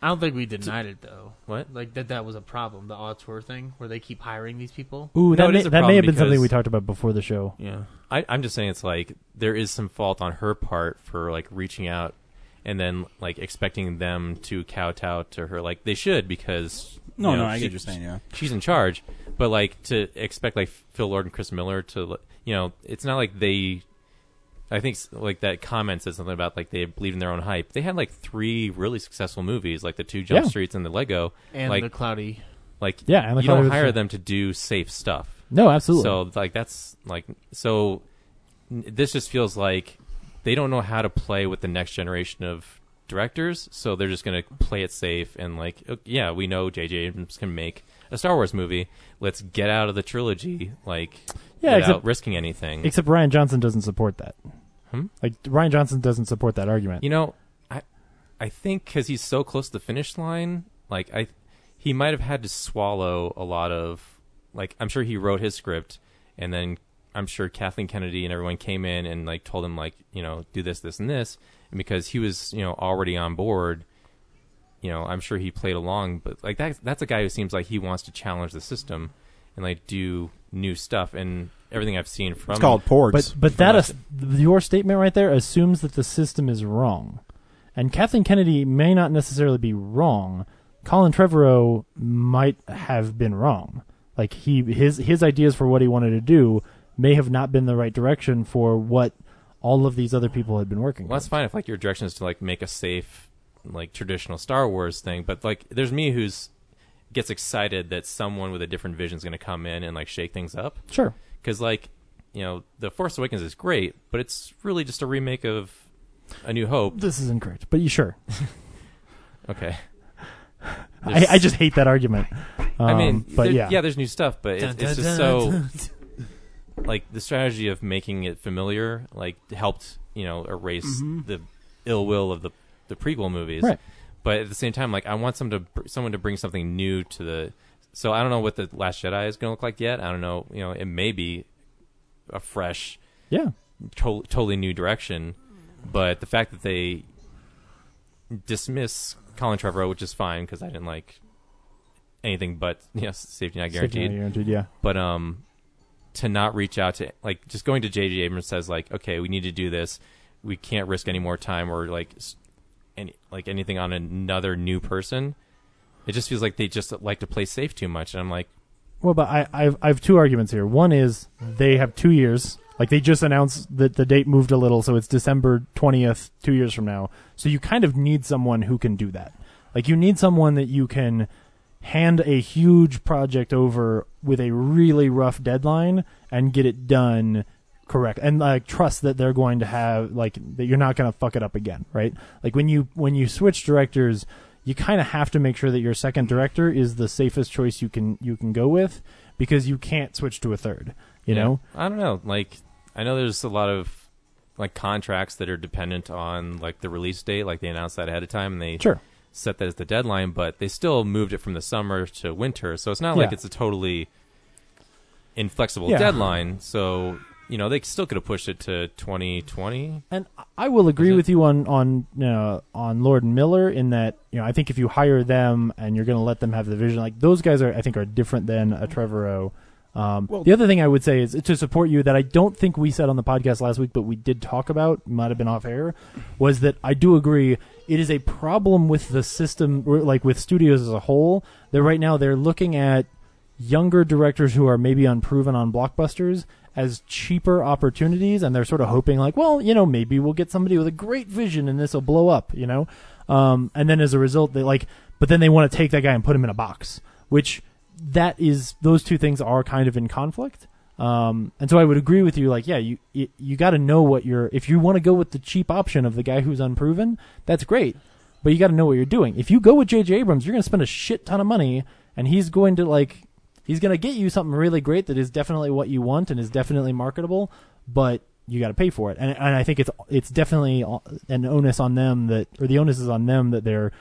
S9: I don't think we denied it though.
S3: What?
S9: Like that that was a problem. The auteur thing where they keep hiring these people.
S11: Ooh, that
S3: it
S11: may,
S3: is a
S11: that may
S3: problem
S11: have been something
S3: because-
S11: we talked about before the show.
S9: Yeah.
S3: I, I'm just saying it's like there is some fault on her part for like reaching out and then like expecting them to kowtow to her. Like they should because
S1: No,
S3: you know,
S1: no, I get
S3: she-
S1: what you're saying, yeah.
S3: she's in charge. But like to expect like Phil Lord and Chris Miller to like, you know it's not like they. I think like that comment said something about like they believe in their own hype. They had like three really successful movies, like the two Jump
S9: Yeah.
S3: Streets and the Lego,
S9: And
S3: like
S9: the Cloudy.
S3: Like
S11: Yeah, and the
S3: you
S11: Cloudy
S3: don't
S11: with-
S3: hire them to do safe stuff.
S11: No, absolutely.
S3: So like that's like so n- this just feels like they don't know how to play with the next generation of directors, so they're just going to play it safe and like o- yeah, we know JJ Abrams can make a Star Wars movie. Let's get out of the trilogy like
S11: Yeah,
S3: without
S11: except-
S3: risking anything.
S11: Except Ryan Johnson doesn't support that.
S3: Hmm?
S11: Like Ryan Johnson doesn't support that argument.
S3: You know, I I think because he's so close to the finish line, like I he might have had to swallow a lot of like I'm sure he wrote his script and then I'm sure Kathleen Kennedy and everyone came in and like told him like you know do this this and this and because he was you know already on board. You know, I'm sure he played along, but like that—that's a guy who seems like he wants to challenge the system and like do new stuff. And everything I've seen from
S11: But but that is, your statement right there assumes that the system is wrong, and Kathleen Kennedy may not necessarily be wrong. Colin Trevorrow might have been wrong. Like he his his ideas for what he wanted to do may have not been the right direction for what all of these other people had been working.
S3: Well, that's fine if like your direction is to like make a safe, like traditional Star Wars thing. But like, there's me who's gets excited that someone with a different vision is going to come in and like shake things up.
S11: Sure.
S3: Because like, you know, the Force Awakens is great, but it's really just a remake of A New Hope.
S11: This is incorrect, but you sure?
S3: Okay.
S11: I, I just hate that argument.
S3: I
S11: Um,
S3: mean,
S11: but
S3: there-
S11: yeah,
S3: there's new stuff, but it,
S9: Dun,
S3: it's
S9: dun,
S3: just
S9: dun,
S3: so like the strategy of making it familiar, like helped you know erase
S10: Mm-hmm.
S9: Mhm.
S3: the ill will of the the prequel movies.
S11: Right.
S3: But at the same time, like I want some to br- someone to bring something new to the. So I don't know what the Last Jedi is going to look like yet. I don't know. You know, it may be a fresh,
S11: Yeah.
S3: to- totally new direction. But the fact that they dismiss Colin Trevorrow, which is fine because I didn't like anything but you know, safety not
S11: Safety
S3: guaranteed.
S11: Not Guaranteed, yeah.
S3: But um, to not reach out to like just going to J.J. Abrams says like, okay, we need to do this. We can't risk any more time or like s- any like anything on another new person.
S9: It just feels like they just like to play safe too much, and I'm like,
S11: Well, but I, I've I've two arguments here. One is they have two years. Like they just announced that the date moved a little, so it's December twentieth, two years from now. So you kind of need someone who can do that. Like you need someone that you can hand a huge project over with a really rough deadline and get it done correct and like trust that they're going to have like that you're not going to fuck it up again right like when you when you switch directors you kind of have to make sure that your second director is the safest choice you can you can go with because you can't switch to a third you
S9: Yeah.
S11: know
S9: I don't know. Like, I know there's a lot of like contracts that are dependent on like the release date. Like they announced that ahead of time, and they
S11: Sure.
S9: set that as the deadline. But they still moved it from the summer to winter, so it's not like
S11: Yeah.
S9: it's a totally inflexible
S11: Yeah.
S9: deadline. So you know they still could have pushed it to 2020.
S11: And I will agree with you on on you know, on Lord and Miller in that you know I think if you hire them and you're going to let them have the vision, like those guys are I think are different than a Trevorrow. Um, the other thing I would say is to support you that I don't think we said on the podcast last week, but we did talk about might have been off air, was that I do agree it is a problem with the system, or, like with studios as a whole, that right now they're looking at younger directors who are maybe unproven on blockbusters as cheaper opportunities and they're sort of hoping like well you know maybe we'll get somebody with a great vision and this will blow up you know um, and then as a result they like but then they want to take that guy and put him in a box which that is those two things are kind of in conflict um, and so I would agree with you. Like, yeah, you you, you got to know what you're. If you want to go with the cheap option of the guy who's unproven, that's great. But you got to know what you're doing. If you go with J.J. Abrams, you're going to spend a shit ton of money, and he's going to like, he's going to get you something really great that is definitely what you want and is definitely marketable. But you got to pay for it, and and I think it's it's definitely an onus on them that, or the onus is on them that they're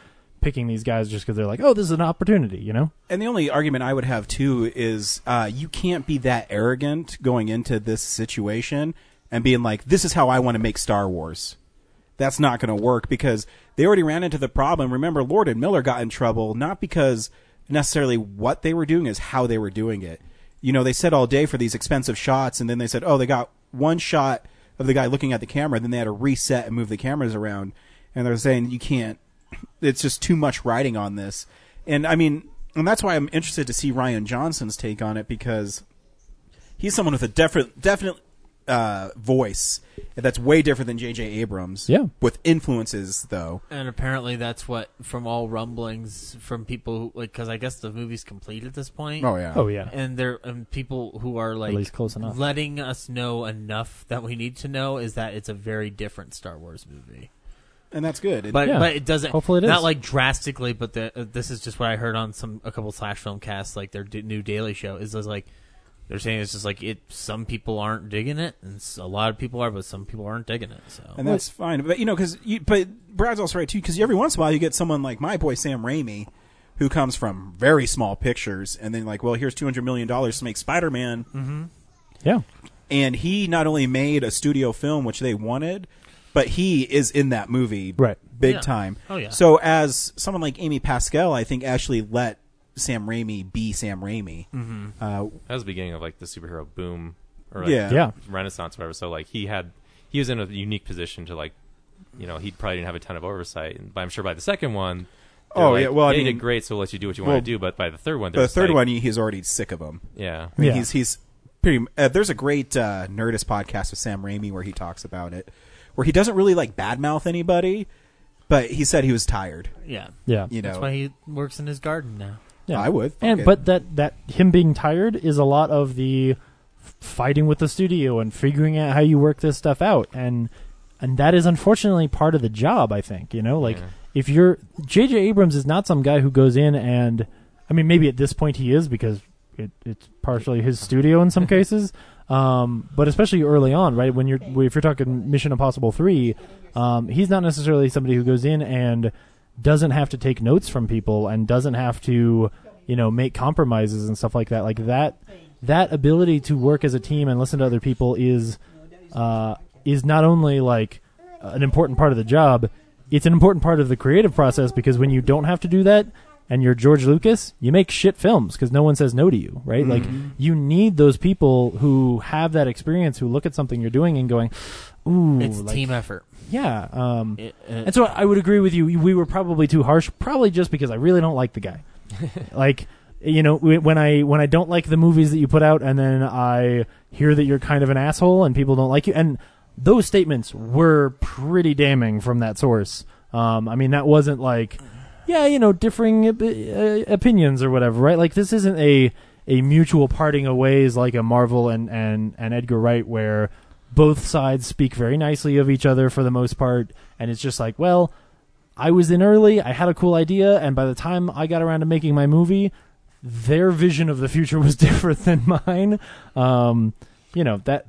S11: picking these guys just because they're like, oh, this is an opportunity, you know.
S1: And the only argument I would have too is uh, you can't be that arrogant going into this situation and being like, "This is how I want to make Star Wars." That's not going to work because they already ran into the problem. Remember, Lord and Miller got in trouble not because necessarily what they were doing is how they were doing it. You know, they said all day for these expensive shots, and then they said, "Oh, they got one shot of the guy looking at the camera." Then they had to reset and move the cameras around, and they're saying you can't it's just too much writing on this. And I mean, and that's why I'm interested to see Ryan Johnson's take on it because he's someone with a definite, definite uh, voice that's way different than J.J. Abrams.
S11: Yeah.
S1: With influences, though.
S10: And apparently, that's what from all rumblings from people who, like, because I guess the movie's complete at this point.
S1: Oh, yeah. Oh, yeah.
S10: And there, and people who are like,
S11: least close enough.
S10: letting us know enough that we need to know is that it's a very different Star Wars movie.
S1: And that's good.
S10: But but it doesn't.
S11: Hopefully it
S10: not
S11: is.
S10: like drastically, but the, uh, this is just what I heard on some a couple slash film casts, like their d- new Daily Show is just like they're saying it's just like it. Some people aren't digging it, and s- a lot of people are, but some people aren't digging it. So
S1: And that's fine. But, you know, because, but Brad's also right, too, because every once in a while you get someone like my boy Sam Raimi who comes from very small pictures and then, like, well, here's $200 million to make Spider Man.
S10: Mm-hmm.
S11: Yeah.
S1: And he not only made a studio film, which they wanted, but he is in that movie
S11: Right.
S1: big
S10: Yeah.
S1: time.
S10: Oh, yeah.
S1: So as someone like Amy Pascal, I think actually let Sam Raimi be Sam Raimi.
S10: Mm-hmm.
S9: Mhm.
S1: Uh,
S9: That was the beginning of like the superhero boom or like,
S1: Yeah. Yeah.
S9: renaissance, whatever. So like he had he was in a unique position to like you know he probably didn't have a ton of oversight, and but I'm sure by the second one. they're
S1: Oh,
S9: like,
S1: yeah, well, I
S9: "Yeah, you
S1: mean-
S9: did great, so we'll let you do what you
S1: well,
S9: want to do. But by the third one,
S1: the third one, he's already sick of him.
S9: Yeah.
S1: I mean,
S9: Yeah.
S1: he's he's pretty. Uh, there's a great uh, Nerdist podcast with Sam Raimi where he talks about it, where he doesn't really like badmouth anybody, but he said he was tired.
S10: yeah,
S1: you know
S10: that's why he works in his garden now.
S1: I would. Fuck
S11: And
S1: it.
S11: but that that him being tired is a lot of the f- fighting with the studio and figuring out how you work this stuff out and and that is unfortunately part of the job I think, you know? Like if you're JJ Abrams is not some guy who goes in and I mean maybe at this point he is because it, it's partially his studio in some cases. Um, but especially early on, right? When you're if you're talking Mission Impossible 3, um, he's not necessarily somebody who goes in and doesn't have to take notes from people and doesn't have to you know make compromises and stuff like that like that that ability to work as a team and listen to other people is uh, is not only like an important part of the job it's an important part of the creative process because when you don't have to do that and you're George Lucas, you make shit films because no one says no to you, right? Like
S10: Mm-hmm.
S8: Mhm.
S11: you need those people who have that experience who look at something you're doing and going, "Ooh,
S10: It's a
S11: like-
S10: team effort.
S11: Yeah, um,
S10: It- uh,
S11: and so I would agree with you. We were probably too harsh, probably just because I really don't like the guy. like you know, wh- when I when I don't like the movies that you put out, and then I hear that you're kind of an asshole and people don't like you, and those statements were pretty damning from that source. Um, I mean, that wasn't like, yeah, you know, differing op- uh, opinions or whatever, right? Like this isn't a a mutual parting of ways like a Marvel and and and Edgar Wright where both sides speak very nicely of each other for the most part and it's just like well i was in early i had a cool idea and by the time i got around to making my movie their vision of the future was different than mine um you know that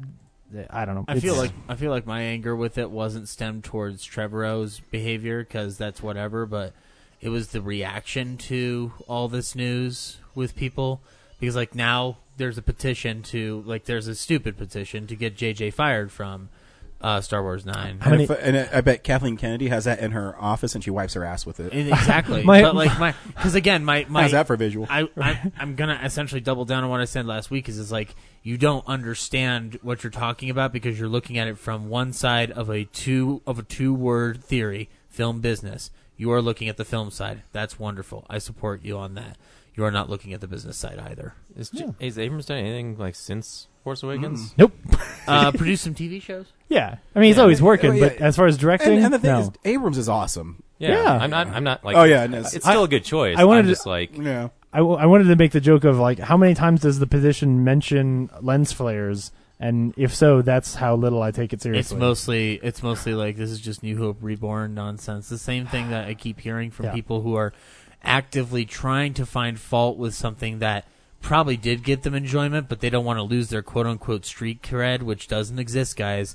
S11: i don't know
S10: I feel
S11: It's-
S10: like I feel like my anger with it wasn't stemmed towards Trevorrow's behavior because that's whatever, but it was the reaction to all this news with people because like now there's a petition to like there's a stupid petition to get JJ fired from uh, Star Wars Nine.
S1: And, if, and I- I bet Kathleen Kennedy has that in her office, and she wipes her ass with it.
S10: And exactly. but like my because again my my
S1: how's that for visual?
S10: I, I I'm gonna essentially double down on what I said last week. Is it's like you don't understand what you're talking about because you're looking at it from one side of a two of a two word theory film business. You are looking at the film side. That's wonderful. I support you on that. You are not looking at the business side either.
S9: Is, J- has Abrams done anything like since Force Awakens?
S11: Nope.
S10: Uh, produced some TV shows.
S11: Yeah. I mean, he's always working, but as far as directing,
S1: and, and the thing
S11: no.
S1: is, Abrams is awesome.
S9: Yeah, I'm not. I'm not like.
S1: Oh yeah, no,
S9: it's still a good choice.
S11: I wanted
S9: am
S11: to-
S9: just like.
S1: Yeah.
S11: I, w- I wanted to make the joke of like how many times does the position mention lens flares and if so that's how little i take it seriously
S10: It's mostly it's mostly like this is just New Hope Reborn nonsense. The same thing that I keep hearing from
S11: Yeah.
S10: people who are actively trying to find fault with something that probably did get them enjoyment, but they don't want to lose their quote unquote street cred, which doesn't exist, guys.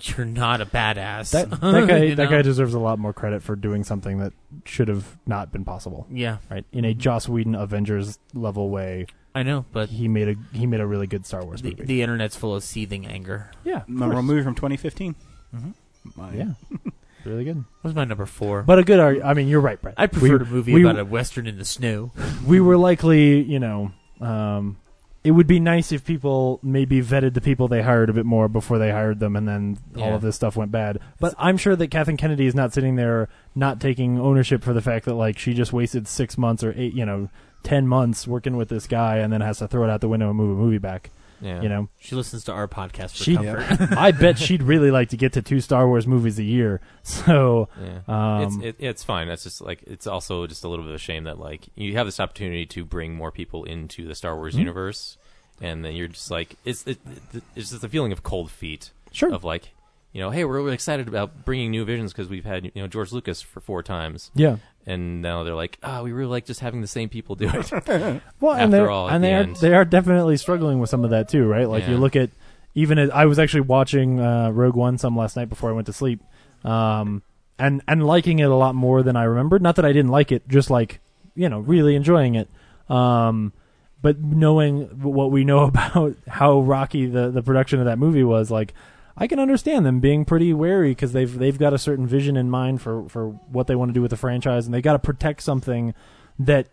S10: You're not a badass.
S11: that, that guy
S10: You
S11: that
S10: know?
S11: guy deserves a lot more credit for doing something that should have not been possible.
S10: Yeah.
S11: right. In a Joss Whedon Avengers level way.
S10: I know, but
S11: he made a he made a really good Star Wars
S10: the,
S11: movie.
S10: the internet's full of seething anger.
S11: yeah,
S1: memorable movie from 2015.
S11: Yeah. really good.
S10: What's my number four?
S11: But a good arg- I mean, you're right, Brett.
S10: I preferred
S11: We-
S10: a movie
S11: we-
S10: about a western in the snow.
S11: we were likely, you know, um, it would be nice if people maybe vetted the people they hired a bit more before they hired them, and then all
S10: Yeah.
S11: of this stuff went bad. But I'm sure that Kathleen Kennedy is not sitting there not taking ownership for the fact that like she just wasted six months or eight, you know, ten months working with this guy, and then has to throw it out the window and move a movie back.
S10: Yeah.
S11: You know,
S10: She listens to our podcast for
S11: she,
S10: comfort.
S11: I bet she'd really like to get to two Star Wars movies a year. So,
S9: Yeah.
S11: um,
S9: it's it, it's fine. That's just like it's also just a little bit of a shame that like you have this opportunity to bring more people into the Star Wars
S11: Mhm.
S9: universe, and then you're just like it's it, it, it's just the feeling of cold feet.
S11: Sure.
S9: Of like, you know, hey, we're really excited about bringing new visions because we've had you know George Lucas for four times.
S11: Yeah.
S9: And now they're like, ah, we really like just having the same people do it.
S11: Well, and
S9: After
S11: they're
S9: all, at
S11: and
S9: the
S11: they are
S9: end.
S11: they are definitely struggling with some of that too, right? Like you
S9: Yeah.
S11: look at even at, I was actually watching uh, Rogue One some last night before I went to sleep, um, and and liking it a lot more than I remembered. Not that I didn't like it, just like you know, really enjoying it. Um, but knowing what we know about how rocky the, the production of that movie was, like I can understand them being pretty wary because they've they've got a certain vision in mind for for what they want to do with the franchise, and they got to protect something that,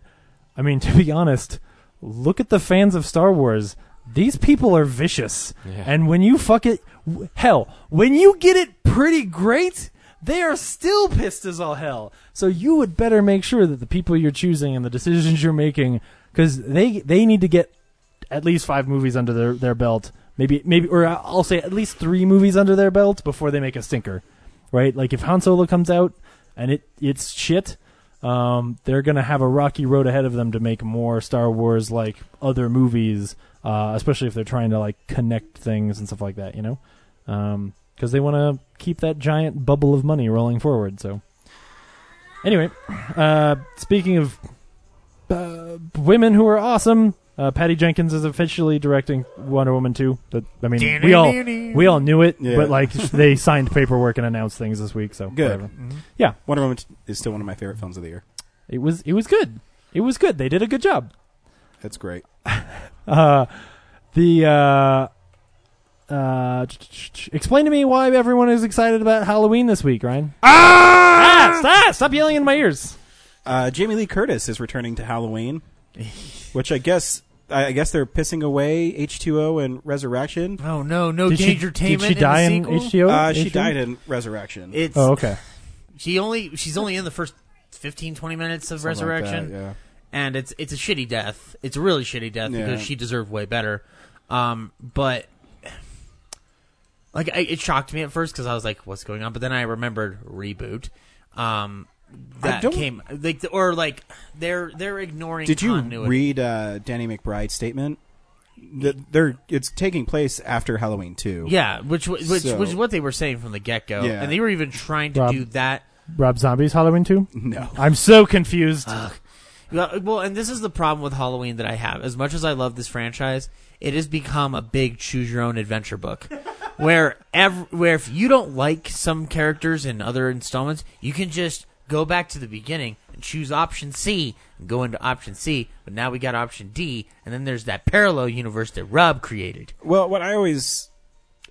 S11: I mean, to be honest, look at the fans of Star Wars. These people are vicious,
S9: Yeah.
S11: and when you fuck it, w- hell, when you get it pretty great. They are still pissed as all hell. So you would better make sure that the people you're choosing and the decisions you're making, because they they need to get at least five movies under their, their belt. Maybe maybe or I'll say at least three movies under their belt before they make a stinker, right? Like if Han Solo comes out and it it's shit, um, they're gonna have a rocky road ahead of them to make more Star Wars like other movies, uh, especially if they're trying to like connect things and stuff like that, you know, because they want to keep that giant bubble of money rolling forward. So anyway, uh, speaking of uh, women who are awesome. Uh, Patty Jenkins is officially directing Wonder Woman 2. That I mean, we all we all knew it,
S1: Yeah.
S11: but like they signed paperwork and announced things this week, so
S1: Good. Mm-hmm.
S11: whatever. Yeah,
S1: Wonder Woman is still one of my favorite films of the year.
S11: it was it was good. It was good. They did a good job.
S1: That's great.
S11: Uh, the uh, uh, ch- ch- ch- explain to me why Ah, everyone is excited about Halloween this week, Ryan. Ah! Stop, stop yelling in my ears.
S1: Uh, Jamie Lee Curtis is returning to Halloween, which I guess I I guess they're pissing away H2O and Resurrection.
S9: Oh no, no
S1: Did she-
S9: danger
S1: did she die in H2O? Uh, she died in Resurrection.
S9: It's
S1: Oh, okay.
S9: She only she's only in the first 15, 20 minutes of
S1: Something like that,
S9: Resurrection.
S1: yeah.
S9: And it's it's a shitty death. It's a really shitty death because
S1: Yeah.
S9: she deserved way better. Um, but like I, it shocked me at first because I was like, "What's going on?" But then I remembered reboot. Um, that
S1: don't-
S9: came like or like they're they're ignoring.
S1: Did you
S9: continuity.
S1: read uh, Danny McBride's statement? Th- They're, it's taking place after Halloween too.
S9: Yeah, which wa- which
S1: So-
S9: which is what they were saying from the get go,
S1: Yeah.
S9: and they were even trying to
S11: Rob-
S9: do that.
S11: Rob Zombie's Halloween too?
S1: No.
S11: I'm so confused.
S9: Ugh. Well, well, and this is the problem with Halloween that I have. As much as I love this franchise, it has become a big choose your own adventure book, where ev- where if you don't like some characters in other installments, you can just go back to the beginning and choose option C and go into option C. But now we got option D, and then there's that parallel universe that Rob created.
S1: Well, what I always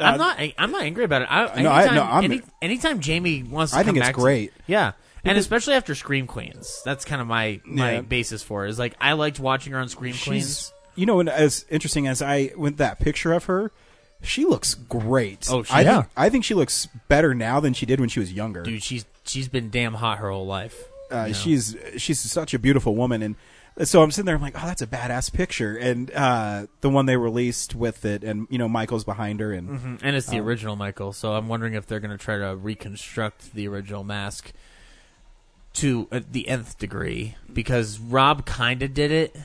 S9: I'm
S1: uh,
S9: not. I- I'm not angry about it. I,
S1: No, I-
S9: anytime,
S1: no, I'm-
S9: any, anytime Jamie wants, to
S1: I think
S9: come
S1: it's
S9: back to-
S1: great.
S9: yeah, and
S1: Because-
S9: especially after Scream Queens, that's kind of my my
S1: Yeah.
S9: basis for it. Is like I liked watching her on Scream Queens.
S1: she's you know and as interesting as I with that picture of her, she looks great.
S9: Oh, she-
S1: I
S9: Yeah.
S1: think, I think she looks better now than she did when she was younger.
S9: Dude, she's she's been damn hot her whole life.
S1: Uh,
S9: You know?
S1: She's she's such a beautiful woman, and so I'm sitting there. I'm like, oh, that's a badass picture, and uh, the one they released with it, and you know, Michael's behind her, and
S9: Mhm. and it's the
S1: uh,
S9: original Michael. So I'm wondering if they're going to try to reconstruct the original mask to uh, the nth degree because Rob kind of did it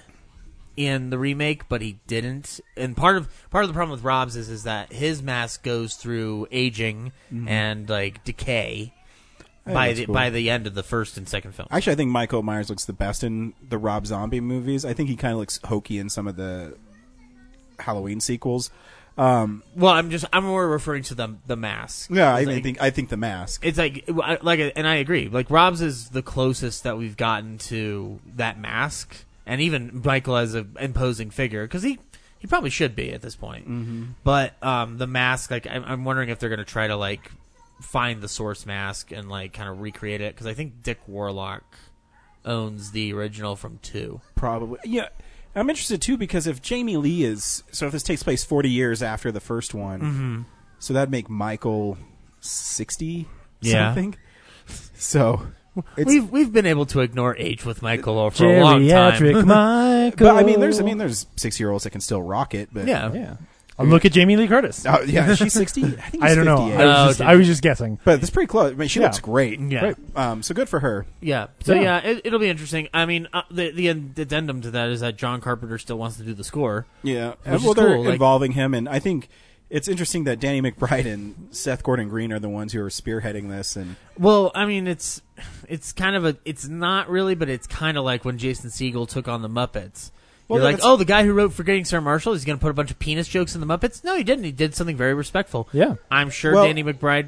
S9: in the remake, but he didn't. And part of part of the problem with Rob's is is that his mask goes through aging
S1: Mhm.
S9: and like decay
S1: Hey,
S9: by
S1: that's
S9: the
S1: cool.
S9: by the end of the first and second film.
S1: Actually, I think Michael Myers looks the best in the Rob Zombie movies. I think he kind of looks hokey in some of the Halloween sequels. Um,
S9: Well, I'm just I'm more referring to the the mask.
S1: yeah, I
S9: It's
S1: even
S9: like-
S1: think I think the mask.
S9: It's like I- like, and I agree. Like Rob's is the closest that we've gotten to that mask, and even Michael as a imposing figure because he he probably should be at this point.
S1: Mhm.
S9: But um, the mask, like I'm, I'm wondering if they're gonna try to like find the source mask and like kind of recreate it because I think Dick Warlock owns the original from two.
S1: Probably, yeah. I'm interested too because if Jamie Lee is so, if this takes place 40 years after the first one,
S9: Mhm.
S1: so that'd make Michael 60
S9: Yeah.
S1: something. So it's-
S9: we've we've been able to ignore age with Michael for a long
S11: Geriatric
S9: time.
S11: Michael.
S1: But I mean, there's I mean, there's six year olds that can still rock it. But
S9: Yeah.
S1: yeah.
S11: And Oh, look at Jamie Lee Curtis.
S1: Oh, yeah, she's 60. I think
S11: I
S1: he's
S11: don't know.
S1: 58.
S11: I was, just, I was just guessing.
S1: But it's pretty close. I mean, she
S11: Yeah.
S1: looks great.
S9: Yeah.
S1: Great. Um, so good for her.
S9: Yeah. So yeah,
S11: Yeah.
S9: it, it'll be interesting. I mean, uh, the the end- addendum to that is that John Carpenter still wants to do the score.
S1: Yeah.
S9: Which
S1: well,
S9: is
S1: they're
S9: cool. Like,
S1: involving him, and I think it's interesting that Danny McBride and Seth Gordon Green are the ones who are spearheading this. And
S9: well, I mean, it's it's kind of a it's not really, but it's kind of like when Jason Siegel took on the Muppets.
S1: Well,
S9: You're like,
S1: that's-
S9: oh, the guy who wrote Forgetting Sarah Marshall is going to put a bunch of penis jokes in the Muppets. No, he didn't. He did something very respectful.
S11: Yeah.
S9: I'm sure
S1: Well-
S9: Danny McBride.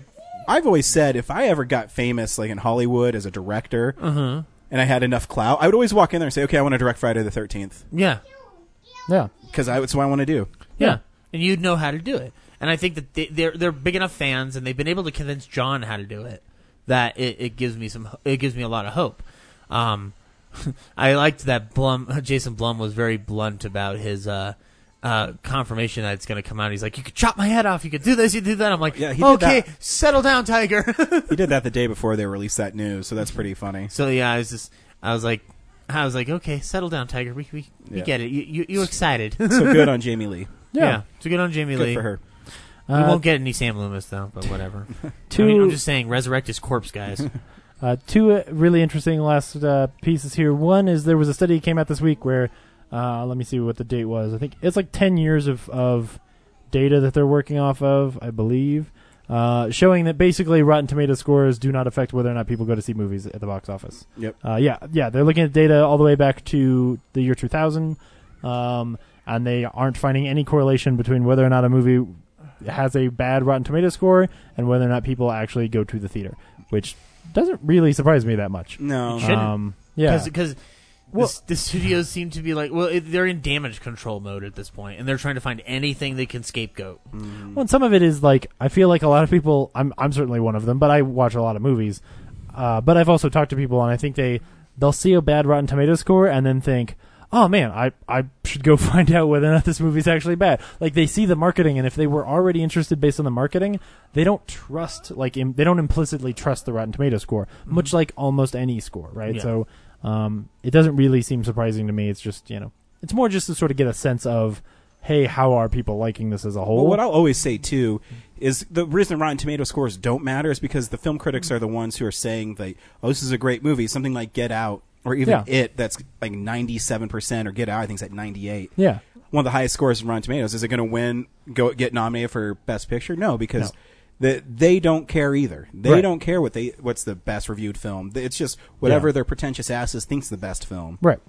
S1: I've always said if I ever got famous, like in Hollywood as a director,
S9: Uh-huh.
S1: and I had enough clout, I would always walk in there and say, "Okay, I want to direct Friday the 13th,"
S9: Yeah.
S11: Yeah.
S1: because that's what I want to do.
S9: Yeah. And you'd know how to do it. And I think that they, they're they're big enough fans, and they've been able to convince John how to do it. That it, it gives me some it gives me a lot of hope. Um, I liked that Blum Jason Blum was very blunt about his uh, uh, confirmation that it's going to come out. He's like, "You could chop my head off. You could do this. You could do that." I'm like,
S1: Yeah, he did
S9: "Okay,
S1: that.
S9: settle down, Tiger."
S1: he did that the day before they released that news, so that's pretty funny.
S9: so yeah, I was just I was like I was like, "Okay, settle down, Tiger. We we, we
S1: Yeah.
S9: get it. You you you excited?"
S1: so good on Jamie Lee.
S9: Yeah.
S11: Yeah.
S9: So good on Jamie
S1: Good
S9: Lee.
S1: for her.
S9: We
S11: Uh,
S9: won't get any Sam Loomis though, but whatever.
S11: Two-
S9: I mean, I'm just saying, resurrect his corpse, guys.
S11: Uh, two uh, really interesting last uh, pieces here. One is there was a study that came out this week where, uh, let me see what the date was. I think it's like 10 years of, of data that they're working off of, I believe, uh, showing that basically Rotten Tomato scores do not affect whether or not people go to see movies at the box office.
S1: Yep.
S11: Uh, yeah, yeah, they're looking at data all the way back to the year 2000, um, and they aren't finding any correlation between whether or not a movie has a bad Rotten Tomato score and whether or not people actually go to the theater, which doesn't really surprise me that much.
S1: No.
S9: You shouldn't.
S11: Um, yeah.
S9: because the studios seem to be like, well, it, they're in damage control mode at this point, and they're trying to find anything they can scapegoat.
S11: Well, and some of it is like I feel like a lot of people. I'm I'm certainly one of them, but I watch a lot of movies. Uh, but I've also talked to people, and I think they they'll see a bad Rotten Tomato score and then think, "Oh man, I I should go find out whether or not this movie's actually bad." Like they see the marketing, and if they were already interested based on the marketing, they don't trust like Im- they don't implicitly trust the Rotten Tomato score,
S1: Mm-hmm.
S11: much like almost any score, right?
S13: Yeah.
S11: So um, it doesn't really seem surprising to me. It's just you know, it's more just to sort of get a sense of. Hey, how are people liking this as a whole?
S1: Well, what I'll always say too is the reason Rotten Tomato scores don't matter is because the film critics are the ones who are saying like, "Oh, this is a great movie." Something like Get Out or even
S11: Yeah.
S1: It that's like ninety seven percent, or Get Out I think's at ninety eight.
S11: Yeah.
S1: one of the highest scores in Rotten Tomatoes. Is it going to win? Go get nominated for Best Picture? No, because.
S11: No.
S1: the- they don't care either. They
S11: Right.
S1: don't care what they what's the best reviewed film. It's just whatever
S11: Yeah.
S1: their pretentious asses thinks the best film.
S11: Right.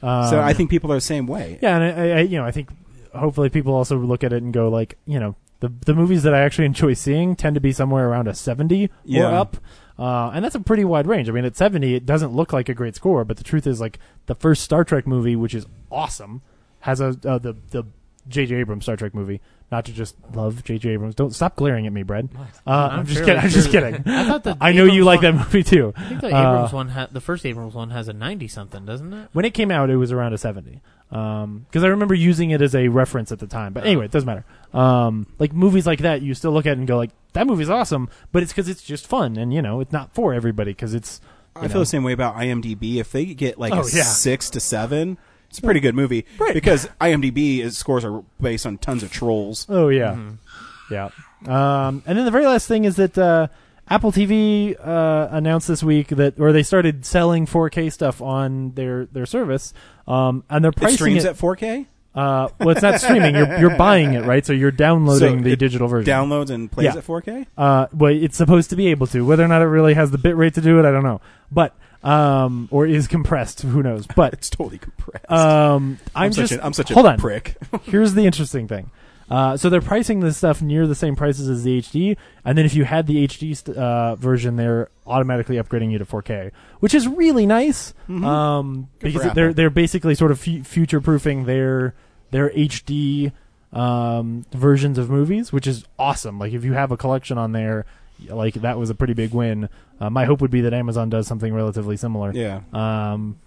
S1: so
S11: Um,
S1: I think people are the same way.
S11: Yeah, and I, I, I, you know, I think hopefully people also look at it and go like, you know, the the movies that I actually enjoy seeing tend to be somewhere around a seventy
S1: Yeah.
S11: or up, uh, and that's a pretty wide range. I mean, at seventy, it doesn't look like a great score, but the truth is, like, the first Star Trek movie, which is awesome, has a uh, the the J.J. Abrams Star Trek movie. Not to just love J.J. Abrams. Don't stop glaring at me, Brad. Uh, I'm, just
S9: fairly
S11: kidding. I'm just
S9: sure-
S11: kidding.
S9: I thought the
S11: I know you
S9: Abrams
S11: like that
S9: one-
S11: movie too.
S9: I think the
S11: Uh,
S9: Abrams one, ha- the first Abrams one, has a ninety something, doesn't it?
S11: when it came out, it was around a 70. Because I remember using it as a reference at the time. But anyway, it doesn't matter. Um, like movies like that, you still look at it and go like, that movie's awesome. But it's because it's just fun. And, you know, it's not for everybody because it's.
S1: I
S11: you
S1: feel
S11: know-
S1: the same way about IMDb. If they get like
S11: Oh,
S1: a
S11: yeah.
S1: six to seven, it's a pretty good movie because IMDb is, scores are based on tons of trolls.
S11: Oh yeah,
S1: Mm-hmm.
S11: yeah. Um, and then the very last thing is that uh, Apple TV uh, announced this week that, or they started selling 4K stuff on their their service, um, and they're
S1: It
S11: pricing
S1: streams
S11: it-
S1: at 4K.
S11: Uh, well, it's not streaming. You're, you're buying it, right? So you're downloading
S1: So
S11: the
S1: it
S11: digital version.
S1: downloads and plays
S11: Yeah.
S1: at 4K?
S11: Uh, well, it's supposed to be able to. Whether or not it really has the bit rate to do it, I don't know. But um, or is compressed? Who knows? But
S1: it's totally compressed.
S11: Um, I'm,
S1: I'm such
S11: just
S1: a- I'm such a
S11: hold on.
S1: prick.
S11: Here's the interesting thing. Uh, so they're pricing this stuff near the same prices as the HD, and then if you had the HD st- uh, version, they're automatically upgrading you to 4K, which is really nice
S13: Mhm.
S11: um,
S13: Good for
S11: because
S13: Apple.
S11: they're they're basically sort of f- future proofing their their HD um, versions of movies, which is awesome. Like if you have a collection on there, like that was a pretty big win. Uh, my hope would be that Amazon does something relatively similar.
S1: Yeah.
S11: Um,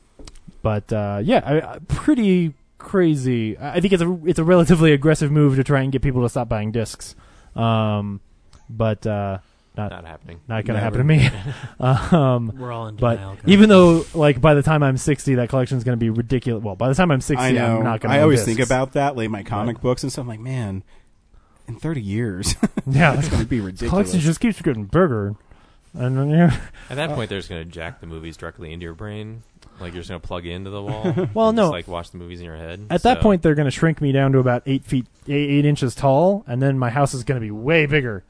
S11: but uh, yeah, I, I- pretty crazy. I I think it's a it's a relatively aggressive move to try and get people to stop buying discs. Um, but uh, not
S10: Not happening.
S11: Not gonna happen
S10: Never.
S11: to me. um,
S9: We're all in
S11: but
S9: denial, guys.
S11: even though, like, by the time I'm 60, that collection's going to be ridiculous. Well, by the time I'm 60,
S1: I know.
S11: I'm not going to.
S1: I always think about that, like my comic books and stuff. I'm like, man, in 30 years,
S11: Yeah,
S1: that's going to be
S11: This
S1: ridiculous.
S11: Collection just keeps getting bigger, and then yeah.
S10: At
S1: Uh,
S10: that point, they're just going to jack the movies directly into your brain. Like you're just going to plug it into the wall.
S11: Well,
S10: and
S11: no.
S10: just, like watch the movies in your head.
S11: At that
S10: So-
S11: point, they're going to shrink me down to about eight feet, eight, eight inches tall, and then my house is going to be way bigger.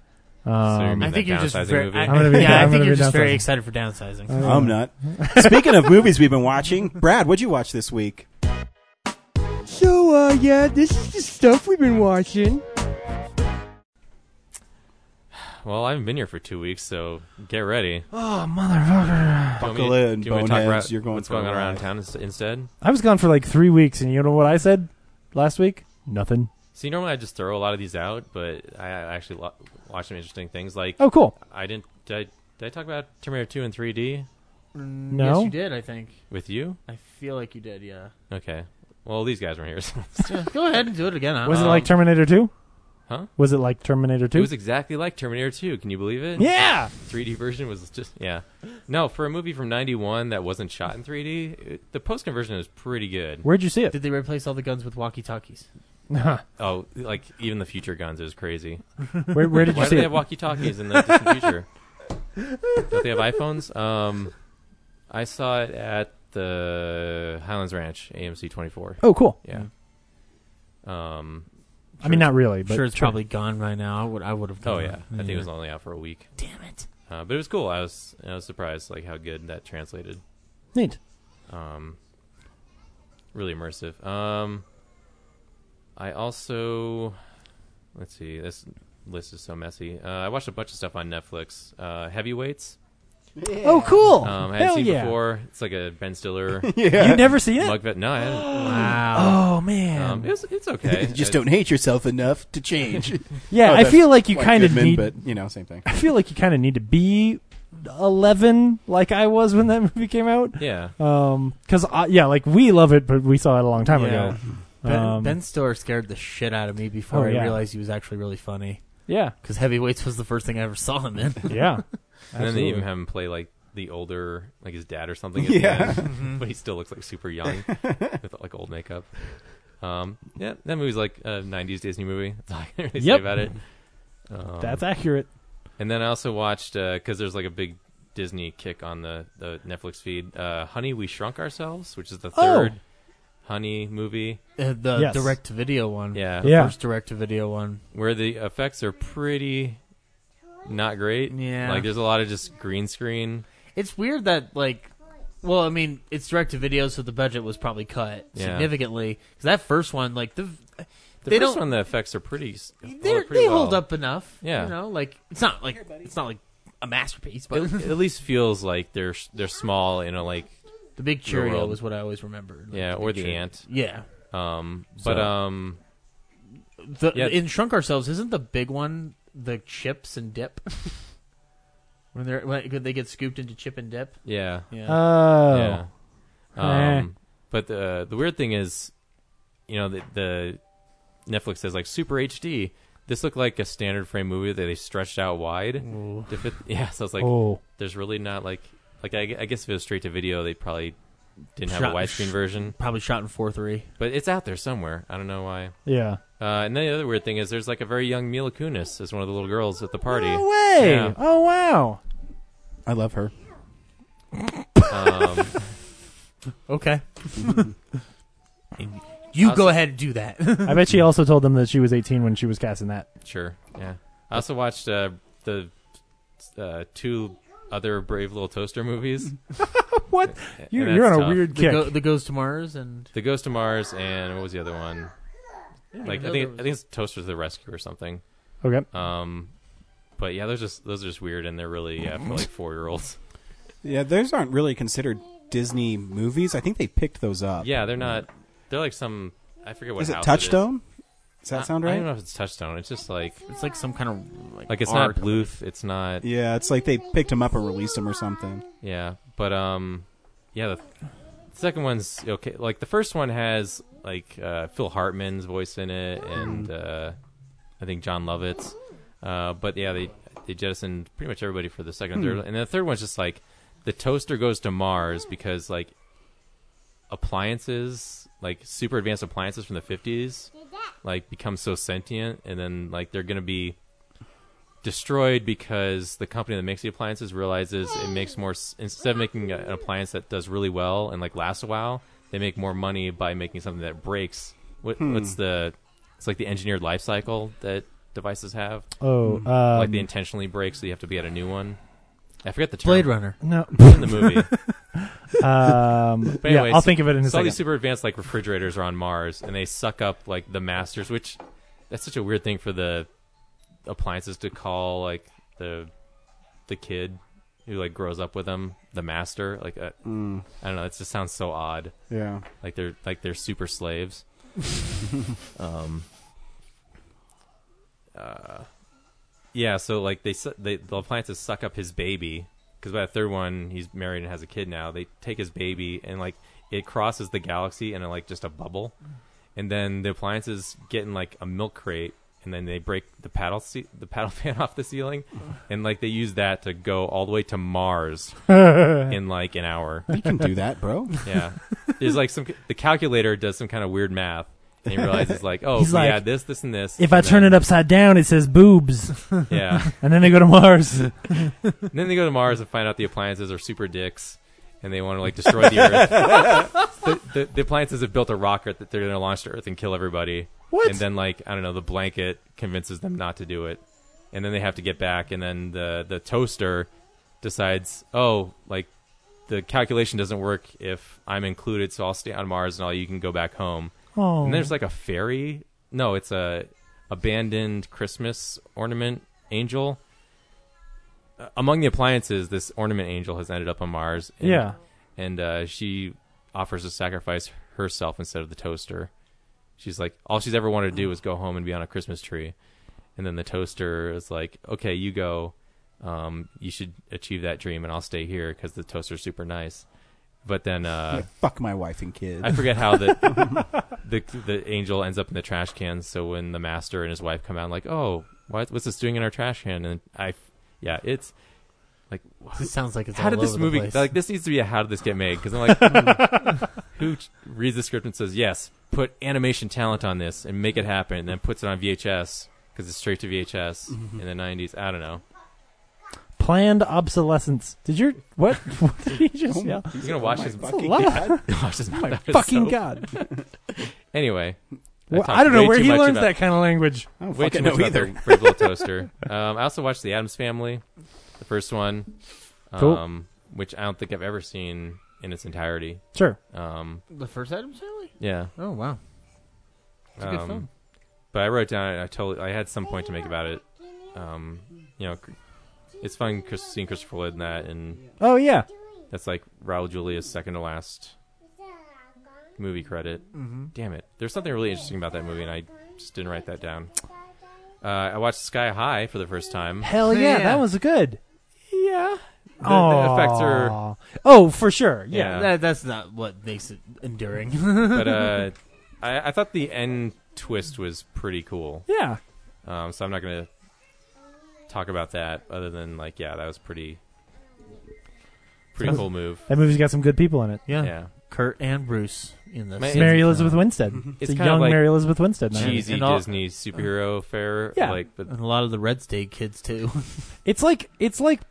S11: Um,
S9: I think you're just
S10: downsizing
S9: very.
S10: movie?
S9: I,
S11: I'm gonna be-
S9: yeah,
S11: I'm
S9: I
S11: gonna
S9: think you're
S11: be
S9: just very
S11: downsizing.
S9: excited for downsizing.
S1: I'm not. Speaking of movies we've been watching, Brad, what'd you watch this week?
S14: So, uh, yeah, this is the stuff we've been watching.
S10: Well, I haven't been here for two weeks, so get ready.
S11: Oh, motherfucker!
S10: Do you want me-
S1: Buckle in,
S10: do you want me to talk
S1: boneheads,
S10: about
S1: you're going
S10: what's
S1: for
S10: going
S1: a
S10: on around
S1: ride.
S10: town inst- instead?
S11: I was gone for like three weeks, and you know what I said last week? Nothing.
S10: See, normally I just throw a lot of these out, but I I actually lo- watched some interesting things. Like,
S11: Oh, cool.
S10: I didn't. Did I, did I talk about Terminator 2 and 3D
S11: No.
S9: Mm, Yes, you did. I think.
S10: with you?
S9: I feel like you did. Yeah.
S10: Okay. Well, these guys weren't here. So
S9: Yeah, Go ahead and do it again. I-
S11: Was it
S9: um,
S11: like Terminator Two?
S10: Huh?
S11: Was it like Terminator
S10: It
S11: Two?
S10: was exactly like Terminator 2. Can you believe it?
S11: Yeah!
S10: 3D version was just yeah. No, for a movie from '91 that wasn't shot in 3D, it, the post conversion is pretty good.
S11: Where'd you see it?
S9: Did they replace all the guns with walkie talkies?
S10: Oh, like even the future guns is crazy.
S11: Where- where did you
S10: Why
S11: see
S10: do they
S11: it?
S10: have walkie talkies in the distant future? Don't they have iPhones? Um, I saw it at the Highlands Ranch AMC 24.
S11: Oh, cool.
S10: Yeah. Um,
S11: I mean, not really,
S9: I'm
S11: but
S9: Mm. sure, it's
S11: sure.
S9: probably gone by now. I would. I would have.
S10: Oh
S9: done
S10: yeah,
S9: that.
S10: I think it was only out for a week.
S9: Damn it!
S10: Uh, but it was cool. I was I was surprised like how good that translated.
S11: Neat.
S10: Um, really immersive. Um, I also let's see. This list is so messy. Uh, I watched a bunch of stuff on Netflix. Uh, Heavyweights.
S11: Oh, cool.
S10: Um, I
S11: Hell
S10: hadn't seen
S11: yeah.
S10: before. It's like a Ben Stiller.
S11: Yeah. You've never seen it?
S10: Mug vet- No, I haven't.
S11: Wow. Oh, man.
S10: Um, it was- it's okay.
S1: you just
S10: I-
S1: don't hate yourself enough to change.
S11: Yeah,
S1: Oh,
S11: I
S1: that's
S11: feel like you
S1: White
S11: kind of
S1: Goodman,
S11: need,
S1: but you know, same thing.
S11: I feel like you kind of need to be 11 like I was when that movie came out.
S9: Yeah.
S11: Um cuz yeah, like we love it but we saw it a long time ago.
S10: Ben,
S11: Um,
S10: ben Stiller scared the shit out of me before
S11: Oh, yeah.
S10: I realized he was actually really funny.
S11: Yeah.
S10: because Heavyweights was the first thing I ever saw him in.
S11: Yeah.
S9: And then they even
S11: Absolutely.
S9: have him play like the older, like his dad or something.
S11: Yeah.
S9: Yeah,
S10: Mm-hmm.
S11: Mhm.
S9: but he still looks like super young with like old makeup. Um, yeah, that movie's like a '90s Disney movie. That's all I can really
S11: Yep.
S9: say about it. Um,
S11: That's accurate.
S9: And then I also watched because there's like a big Disney kick on the Uh, the Netflix feed. Uh, Honey, We Shrunk Ourselves, which is the
S10: Oh.
S9: third Honey movie.
S10: Uh, the
S9: Yes.
S10: direct to video one.
S9: Yeah.
S10: The
S9: Yeah.
S10: first direct to video one.
S9: where the effects are pretty not great.
S10: Yeah.
S9: like there's a lot of just green screen.
S10: It's weird that like, well, I mean, it's direct to video, so the budget was probably cut
S9: Yeah.
S10: significantly. Because that first one, like the,
S9: The
S10: they
S9: 1st
S10: don't
S9: one, the effects are pretty. s- hold up
S10: they're-
S9: pretty
S10: they hold
S9: well.
S10: up enough.
S9: Yeah,
S10: you know, like it's not like it's not like a masterpiece, but
S9: It, it at least feels like they're s- they're small in a like
S10: the big
S9: real
S10: Cheerio
S9: world.
S10: is what I always remember. like,
S9: yeah,
S10: the
S9: or
S10: big
S9: the
S10: Cheerio.
S9: ant.
S10: Yeah.
S9: Um, but
S10: So-
S9: um,
S10: The,
S9: Yeah.
S10: In Shrunk Ourselves, isn't the big one the chips and dip? when they're when they get scooped into chip and dip.
S9: yeah, Uh,
S10: Yeah.
S11: Oh.
S9: yeah.
S11: Eh.
S9: Um, but the the weird thing is, you know, the, the Netflix says like Super HD. This looked like a standard frame movie that they stretched out wide to fit. Yeah, so it's like
S11: Oh.
S9: there's really not like like I, gu- I guess if it was straight to video, they probably didn't have
S10: Shot-
S9: a widescreen
S10: sh-
S9: version.
S10: Probably shot in four three.
S9: But it's out there somewhere. I don't know why.
S11: Yeah.
S9: Uh, and then the other weird thing is there's like a very young Mila Kunis as one of the little girls at the party.
S11: No way.
S9: Yeah.
S11: Oh wow.
S1: I love her.
S9: Um,
S10: Okay. you
S9: Also-
S10: go ahead and do that.
S11: I bet she also told them that she was 18 when she was casting that.
S9: Sure. Yeah. I also watched uh, the uh, two other Brave Little Toaster movies.
S11: what?
S9: And
S11: You,
S9: that's
S11: you're on a
S9: tough.
S11: weird
S10: The,
S11: kick.
S10: go, the Goes to Mars and
S9: The Ghost of Mars and what was the other one?
S10: Yeah,
S9: like I
S10: another
S9: think
S10: one.
S9: I think it's Toasters to the Rescue or something.
S11: Okay.
S9: Um, but yeah, those just those are just weird and they're really yeah, for like four year olds.
S1: Yeah, those aren't really considered Disney movies. I think they picked those up.
S9: Yeah, they're not. They're like some. I forget what.
S1: Is it
S9: house
S1: Touchstone? Does
S9: I-
S1: that sound
S9: I
S1: right?
S9: don't know if it's Touchstone. It's just like
S10: it's like some kind of like,
S9: it's
S10: art.
S9: not Bluth. It's not.
S1: Yeah, it's like they picked him up and released him or something.
S9: Yeah, but um, yeah, the, the second one's okay. Like the first one has like uh, Phil Hartman's voice in it, and uh, I think John Lovitz. Uh, but yeah, they they jettisoned pretty much everybody for the second and
S15: Hmm.
S9: third, and the third one's just like the toaster goes to Mars because like appliances, like super advanced appliances from the fifties, like become so sentient, and then like they're gonna be destroyed because the company that makes the appliances realizes it makes more s- instead of making a- an appliance that does really well and like lasts a while they make more money by making something that breaks what,
S11: Hmm.
S9: what's the it's like the engineered life cycle that devices have
S11: Oh, Hmm.
S9: like
S11: um,
S9: they intentionally break so you have to be at a new one i forget the term.
S10: Blade Runner.
S11: No.
S9: It's in the movie
S11: Um,
S9: but
S11: yeah,
S9: anyway,
S11: I'll
S9: so-
S11: think of it in a
S9: so all these
S11: second.
S9: super advanced like refrigerators are on Mars, and they suck up like the masters, which that's such a weird thing for the appliances to call like the the kid who like grows up with them the master. Like uh,
S1: Mm.
S9: I don't know, it just sounds so odd.
S1: Yeah.
S9: like they're like they're super slaves. um. Uh, yeah, so like they su- they the appliances suck up his baby because by the third one he's married and has a kid now. They take his baby and like it crosses the galaxy in a, like just a bubble, and then the appliances get in like a milk crate. And then they break the paddle ce- the paddle pan off the ceiling, and like they use that to go all the way to Mars in like an hour.
S1: You can do that, bro.
S9: Yeah, there's like some the calculator does some kind of weird math, and he realizes like, oh,
S11: He's
S9: if we
S11: like,
S9: add this, this, and this.
S11: If I
S9: and
S11: turn it upside down, it says boobs.
S9: Yeah.
S11: and then they go to Mars.
S9: And then they go to Mars and find out the appliances are super dicks, and they want to like destroy the Earth. the, the, the appliances have built a rocket that they're going to launch to Earth and kill everybody.
S11: What?
S9: And then like I don't know, the blanket convinces them not to do it, and then they have to get back, and then the the toaster decides, oh, like the calculation doesn't work if I'm included, so I'll stay on Mars and all you can go back home.
S11: Oh.
S9: And there's like a fairy. No, it's a abandoned Christmas ornament angel uh, among the appliances, this ornament angel has ended up on Mars. And,
S11: Yeah.
S9: and uh, she offers to sacrifice herself instead of the toaster. She's like, all she's ever wanted to do is go home and be on a Christmas tree. And then the toaster is like, okay, you go, um, you should achieve that dream, and I'll stay here because the toaster's super nice. But then, uh,
S1: fuck my wife and kid.
S9: I forget how the, the the angel ends up in the trash can. So when the master and his wife come out, like, oh, what, what's this doing in our trash can? And I, yeah, it's like
S10: This sounds like it's
S9: how
S10: all
S9: did this
S10: over the
S9: movie
S10: place.
S9: like this needs to be a how did this get made? Because I'm like, hmm, who ch- reads the script and says yes, put animation talent on this and make it happen, and then puts it on VHS because it's straight to VHS
S11: Mm-hmm.
S9: in the '90s. I don't know.
S11: Planned obsolescence. Did your what? What did he
S1: Oh
S11: just yell?
S9: He's gonna wash his
S11: That's a lot.
S9: Wash his
S11: Oh
S9: mouth
S11: my
S9: out of
S11: fucking
S9: soap.
S11: god.
S9: anyway,
S11: Well,
S9: talked
S11: I don't know
S9: way
S11: where
S9: too
S11: he
S9: much
S11: learns
S9: about-
S11: that kind of language. I don't
S9: way
S11: fucking
S9: too much
S11: know
S9: about the
S11: either.
S9: Brave Little Toaster. Um, I also watched The Adams Family, the first one, um,
S11: Cool.
S9: which I don't think I've ever seen in its entirety.
S11: Sure.
S9: Um,
S10: The first Adams Family?
S9: yeah. Um,
S10: Oh wow. It's a good film.
S9: But I wrote down. I told. I had some point to make about it. Um, you know, cr- it's fun Chris, seeing Christopher Lloyd in that, and
S11: Oh yeah.
S9: that's like Raul Julia's second to last movie credit.
S10: Mhm.
S9: Damn it! There's something really interesting about that movie, and I just didn't write that down. Uh, I watched Sky High for the first time.
S11: Hell yeah, that was good.
S10: Yeah.
S9: The- the effects are-
S11: Aw. Oh, for sure. Yeah.
S9: Yeah.
S10: That, that's not what makes it enduring.
S9: but uh, I, I thought the end twist was pretty cool.
S11: Yeah.
S9: Um, so I'm not gonna talk about that, other than like, yeah, that was pretty, pretty
S11: Sounds-
S9: cool move.
S11: That movie's got some good people in it.
S10: yeah.
S9: Yeah. uh,
S10: Kurt and Bruce in this.
S9: Man,
S11: It's Mary Elizabeth Winstead. It's, a
S9: kind of
S11: young
S9: mm-hmm. like
S11: Mary Elizabeth Winstead. man.
S9: cheesy
S10: And all-
S9: Disney superhero fare.
S11: Yeah. Uh-huh.
S9: like, but
S10: and a lot of the Red State kids too.
S11: It's like it's like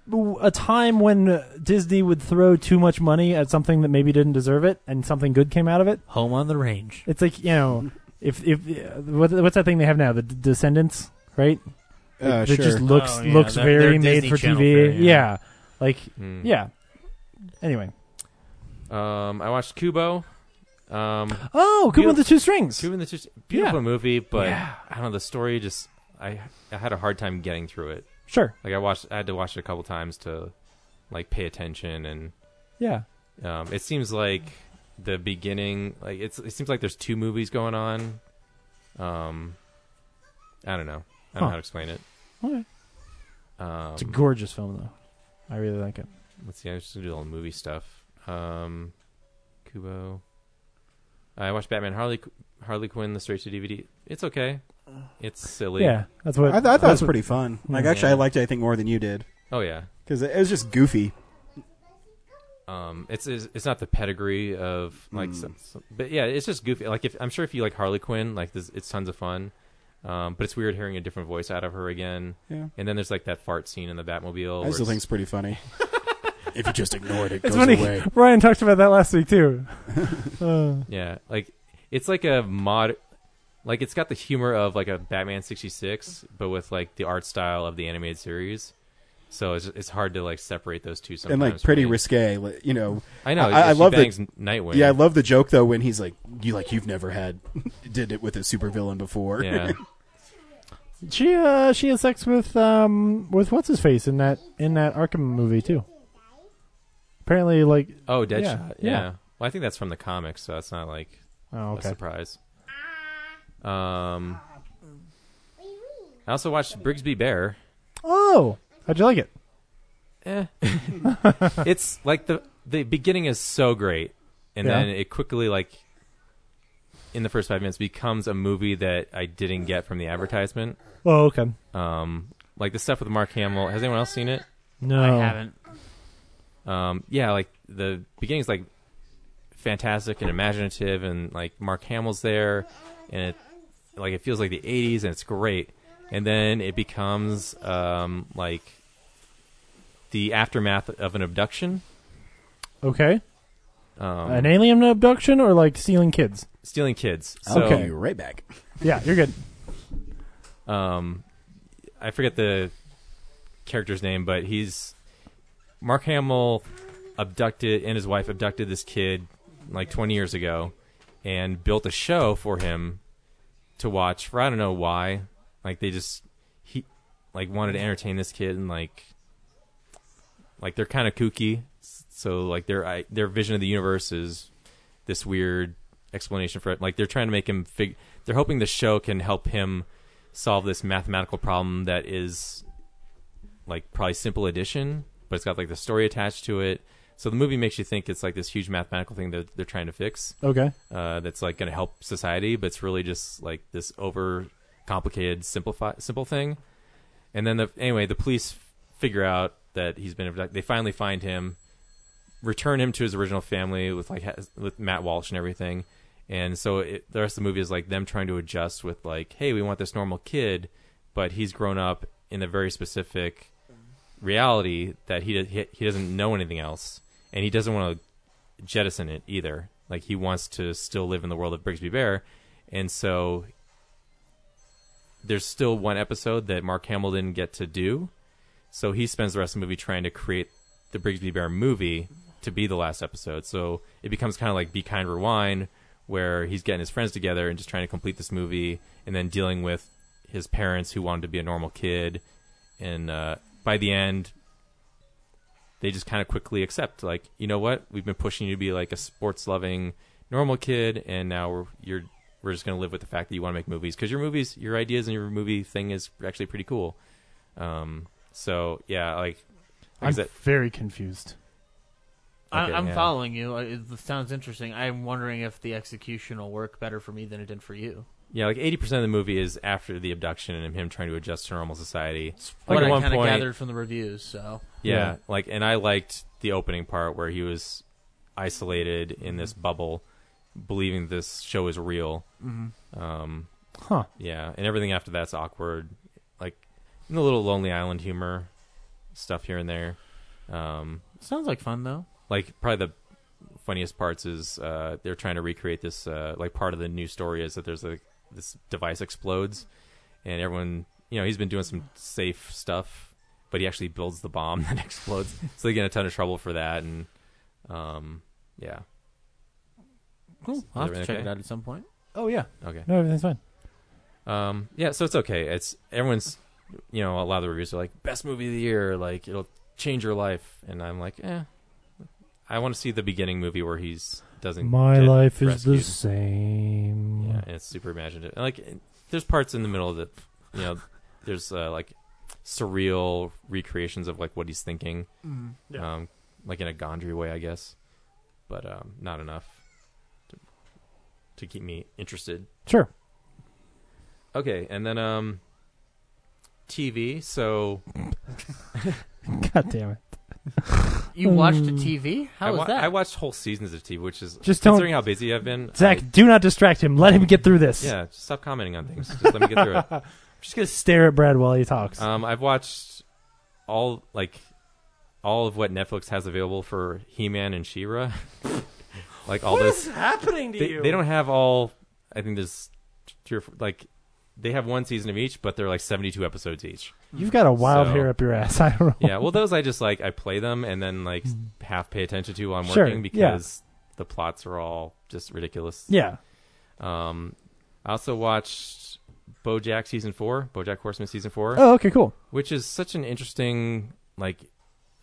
S11: a time when uh, Disney would throw too much money at something that maybe didn't deserve it, and something good came out of it.
S10: Home on the range.
S11: It's like you know, if if uh, what, what's that thing they have now, the D- Descendants, right?
S1: Uh,
S11: it,
S1: sure.
S11: just looks
S10: Oh, yeah,
S11: looks
S10: they're-
S11: very
S10: they're
S11: made
S10: Disney
S11: for
S10: Channel
S11: TV.
S10: fare,
S11: yeah.
S10: yeah. Hmm.
S11: like
S9: Mm.
S11: yeah. Anyway,
S9: um, I watched Kubo. Um,
S11: oh, Kubo
S9: beautiful-
S11: and the Two Strings.
S9: Kubo and the Two Strings. Beautiful
S11: Yeah.
S9: movie, but
S11: Yeah.
S9: I don't know. The story just, I, I had a hard time getting through it.
S11: Sure.
S9: Like I watched, I had to watch it a couple times to, like, pay attention and.
S11: Yeah.
S9: Um, it seems like the beginning, like it's, it seems like there's two movies going on. Um, I don't know. I don't know
S11: Huh.
S9: how to explain it.
S11: Okay.
S9: Um,
S11: It's a gorgeous film, though. I really like it.
S9: let's see. I'm just gonna do all the movie stuff. Um, Kubo. I watched Batman Harley Qu- Harley Quinn the straight to DVD. It's okay. It's silly.
S11: Yeah, that's what
S1: I, th- I thought it
S11: that's
S1: was
S11: what-
S1: pretty fun. Like
S9: Yeah.
S1: actually, I liked it. I think more than you did
S9: Oh yeah.
S1: because it, it was just goofy.
S9: Um, it's it's it's not the pedigree of like,
S1: Mm.
S9: some, some- but yeah, it's just goofy. Like if I'm sure if you like Harley Quinn, like this, it's tons of fun. Um, but it's weird hearing a different voice out of her again.
S1: Yeah.
S9: And then there's like that fart scene in the Batmobile.
S1: I
S9: where
S1: still
S9: it's-
S1: think it's pretty funny. if you just ignore it, it
S11: It's
S1: goes
S11: funny.
S1: away.
S11: Ryan talked about that last week too. Uh,
S9: Yeah, like it's like a mod, like it's got the humor of like a Batman '66, but with like the art style of the animated series. So it's it's hard to like separate those two. Sometimes
S1: and like pretty
S9: for me.
S1: risque, like, you know.
S9: I know,
S1: I, I
S9: she
S1: love
S9: bangs
S1: the
S9: Nightwing.
S1: Yeah, I love the joke though when he's like, "You like you've never had did it with a supervillain before."
S9: Yeah.
S11: she uh, she had sex with um with what's his face in that in that Arkham movie too. Apparently, like
S9: Oh,
S11: yeah,
S9: Deadshot. Yeah. Well, I think that's from the comics, so that's not like
S11: Oh,
S9: a
S11: okay.
S9: surprise. Um, I also watched Brigsby Bear.
S11: Oh, how'd you like it?
S9: Eh. it's like the the beginning is so great, and
S11: Yeah.
S9: then it quickly like in the first five minutes becomes a movie that I didn't get from the advertisement.
S11: Oh, okay.
S9: Um, like the stuff with Mark Hamill. Has anyone else seen it?
S11: No,
S10: I haven't.
S9: um, yeah, like the beginning's like fantastic and imaginative, and like Mark Hamill's there, and it like it feels like the '80s, and it's great. And then it becomes um, like the aftermath of an abduction,
S11: Okay,
S9: um,
S11: an alien abduction or like stealing kids?
S9: stealing kids.
S1: I'll
S9: So,
S1: call you right back.
S11: Yeah, you're good.
S9: um, I forget the character's name, but he's Mark Hamill abducted and his wife abducted this kid like 20 years ago and built a show for him to watch for I don't know why. Like they just he like wanted to entertain this kid and like like they're kind of kooky, s- so like their I, their vision of the universe is this weird explanation for it. Like they're trying to make him fig. They're hoping the show can help him solve this mathematical problem that is like probably simple addition, but it's got like the story attached to it. So the movie makes you think it's like this huge mathematical thing that they're trying to fix.
S11: Okay.
S9: Uh, that's like going to help society, but it's really just like this over complicated simplify simple thing. And then the anyway, the police figure out that he's been abducted. They finally find him, return him to his original family with like ha- with Matt Walsh and everything. And so it, the rest of the movie is like them trying to adjust with like, hey, we want this normal kid, but he's grown up in a very specific reality that he he, he doesn't know anything else, and he doesn't want to jettison it either. Like he wants to still live in the world of Brigsby Bear, and so there's still one episode that Mark Hamill didn't get to do, so he spends the rest of the movie trying to create the Brigsby Bear movie to be the last episode. So it becomes kind of like Be Kind Rewind, where he's getting his friends together and just trying to complete this movie, and then dealing with his parents who wanted to be a normal kid, and uh, by the end, they just kind of quickly accept, like, you know what, we've been pushing you to be like a sports loving normal kid, and now we're you're we're just going to live with the fact that you want to make movies because your movies, your ideas, and your movie thing is actually pretty cool. Um, so yeah, like, like I
S11: I'm
S9: said-
S11: very confused.
S10: I,
S9: Okay,
S10: I'm
S9: yeah.
S10: following you. I- It sounds interesting. I'm wondering if the execution will work better for me than it did for you.
S9: yeah, like eighty percent of the movie is after the abduction and him trying to adjust to normal society.
S10: What
S9: Like, at
S10: I
S9: one
S10: kind of
S9: point-
S10: gathered from the reviews. So
S9: Yeah,
S10: Yeah.
S9: like and I liked the opening part where he was isolated in this bubble, believing this show is real.
S11: Mhm.
S10: Mm-hmm.
S9: Um,
S11: Huh.
S9: Yeah, and everything after that's awkward, like and a little Lonely Island humor stuff here and there. Um,
S10: sounds like fun though.
S9: like probably the funniest parts is uh, they're trying to recreate this uh, like part of the new story is that there's like this device explodes and everyone you know he's been doing some safe stuff but he actually builds the bomb that explodes so they get in a ton of trouble for that and um, yeah
S10: Cool. I'll have to
S9: Everything
S10: check
S9: okay?
S10: it out at some point.
S11: Oh yeah.
S9: Okay.
S11: No, everything's fine.
S9: Um, yeah, so it's okay. It's everyone's, you know, a lot of the reviews are like best movie of the year, like it'll change your life, and I'm like, eh. I want to see the beginning movie where he's doesn't.
S11: My
S9: get
S11: life is the
S9: rescued.
S11: same.
S9: Yeah, and it's super imaginative. And, Like, it- there's parts in the middle that, you know, there's uh, like surreal recreations of like what he's thinking,
S11: Mhm.
S9: yeah. um, like in a Gondry way, I guess, but um, not enough to, to keep me interested.
S11: Sure.
S9: Okay, and then um, TV. So
S11: God damn it.
S10: You watched a TV? How
S9: I
S10: was
S9: wa-
S10: that?
S9: I watched whole seasons of TV, which is
S11: Just tell
S9: considering
S11: him-
S9: how busy I've been.
S11: Zach,
S9: I-
S11: do not distract him. Let him get through this.
S9: yeah, just stop commenting on things. Just let me get through it.
S11: I'm just gonna stare at Brad while he talks.
S9: Um, I've watched all like all of what Netflix has available for He-Man and She-Ra. like all
S8: What
S9: those
S8: is happening to
S9: they,
S8: you?
S9: They don't have all. I think there's three or four, like they have one season of each, but they're like 72 episodes each.
S11: You've got a wild
S9: So-
S11: hair up your ass. I don't know.
S9: Yeah, well, those I just like I play them and then like half pay attention to while I'm
S11: Hmm. Sure,
S9: working
S11: yeah.
S9: because the plots are all just ridiculous.
S11: Yeah.
S9: Um, I also watched BoJack season four, BoJack Horseman season four.
S11: Oh, okay, cool.
S9: Which is such an interesting like.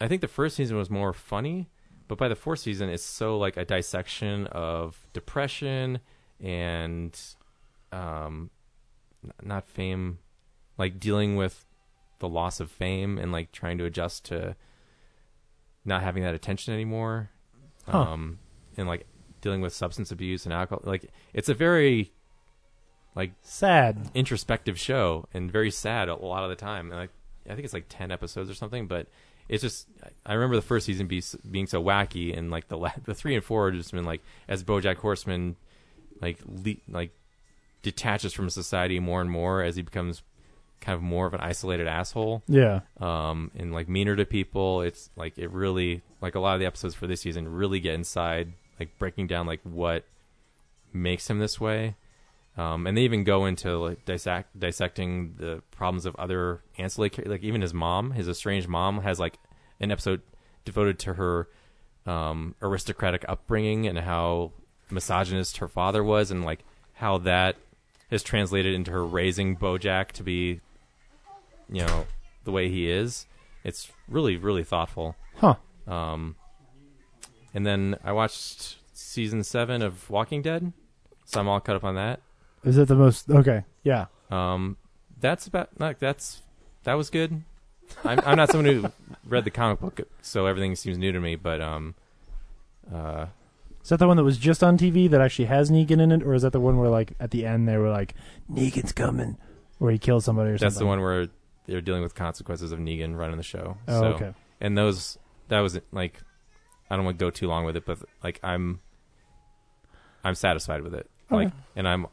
S9: I think the first season was more funny, but by the fourth season, it's so like a dissection of depression and um, n- not fame, like dealing with the loss of fame and like trying to adjust to not having that attention anymore.
S11: Huh.
S9: Um, and like dealing with substance abuse and alcohol. Like it's a very like
S11: sad
S9: introspective show and very sad a lot of the time. And like I think it's like 10 episodes or something, but it's just I remember the first season be, being so wacky and like the la- the 3 and 4 have just been like as BoJack Horseman like le- like detaches from society more and more as he becomes kind of more of an isolated asshole.
S11: Yeah.
S9: Um, and like meaner to people. It's like it really like a lot of the episodes for this season really get inside, like breaking down like what makes him this way. Um, and they even go into like dissect, dissecting the problems of other ancillary, char- like even his mom, his estranged mom, has like an episode devoted to her um, aristocratic upbringing and how misogynist her father was, and like how that is translated into her raising BoJack to be, you know, the way he is. It's really, really thoughtful.
S11: Huh.
S9: Um, and then I watched season seven of Walking Dead, so I'm all caught up on that.
S11: Is it the most okay? Yeah.
S9: Um, that's about like that's that was good. I'm, I'm not someone who read the comic book, so everything seems new to me. But um, uh,
S11: Is that the one that was just on TV that actually has Negan in it, or is that the one where like at the end they were like Negan's coming, where he kills somebody or
S9: that's the
S11: something?
S9: one where they're dealing with consequences of Negan running the show.
S11: Oh,
S9: so,
S11: okay.
S9: And those that was like, I don't want to go too long with it, but like I'm, I'm satisfied with it.
S11: Okay.
S9: Like, and I'm,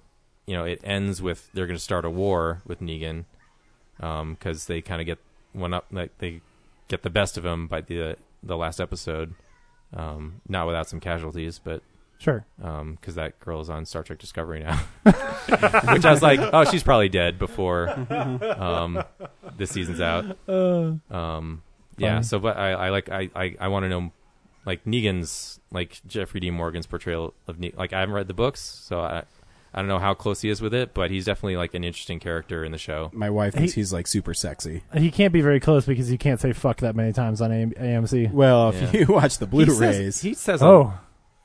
S9: you know, it ends with they're going to start a war with Negan, um, because they kind of get one up, like they get the best of him by the the last episode, um, not without some casualties, but.
S11: Sure.
S9: because um, that girl is on Star Trek Discovery now, which I was like, oh, she's probably dead before um, this season's out.
S11: Uh,
S9: um, yeah.
S11: Funny.
S9: So, but I, I like I I, I want to know like Negan's like Jeffrey Dean Morgan's portrayal of ne- like I haven't read the books, so I I don't know how close he is with it, but he's definitely like an interesting character in the show.
S1: My wife thinks
S11: He-
S1: he's like super sexy.
S11: He can't be very close because you can't say fuck that many times on AM- AMC.
S1: Well, if you watch the Blu-rays,
S9: He says, he says
S11: "Oh,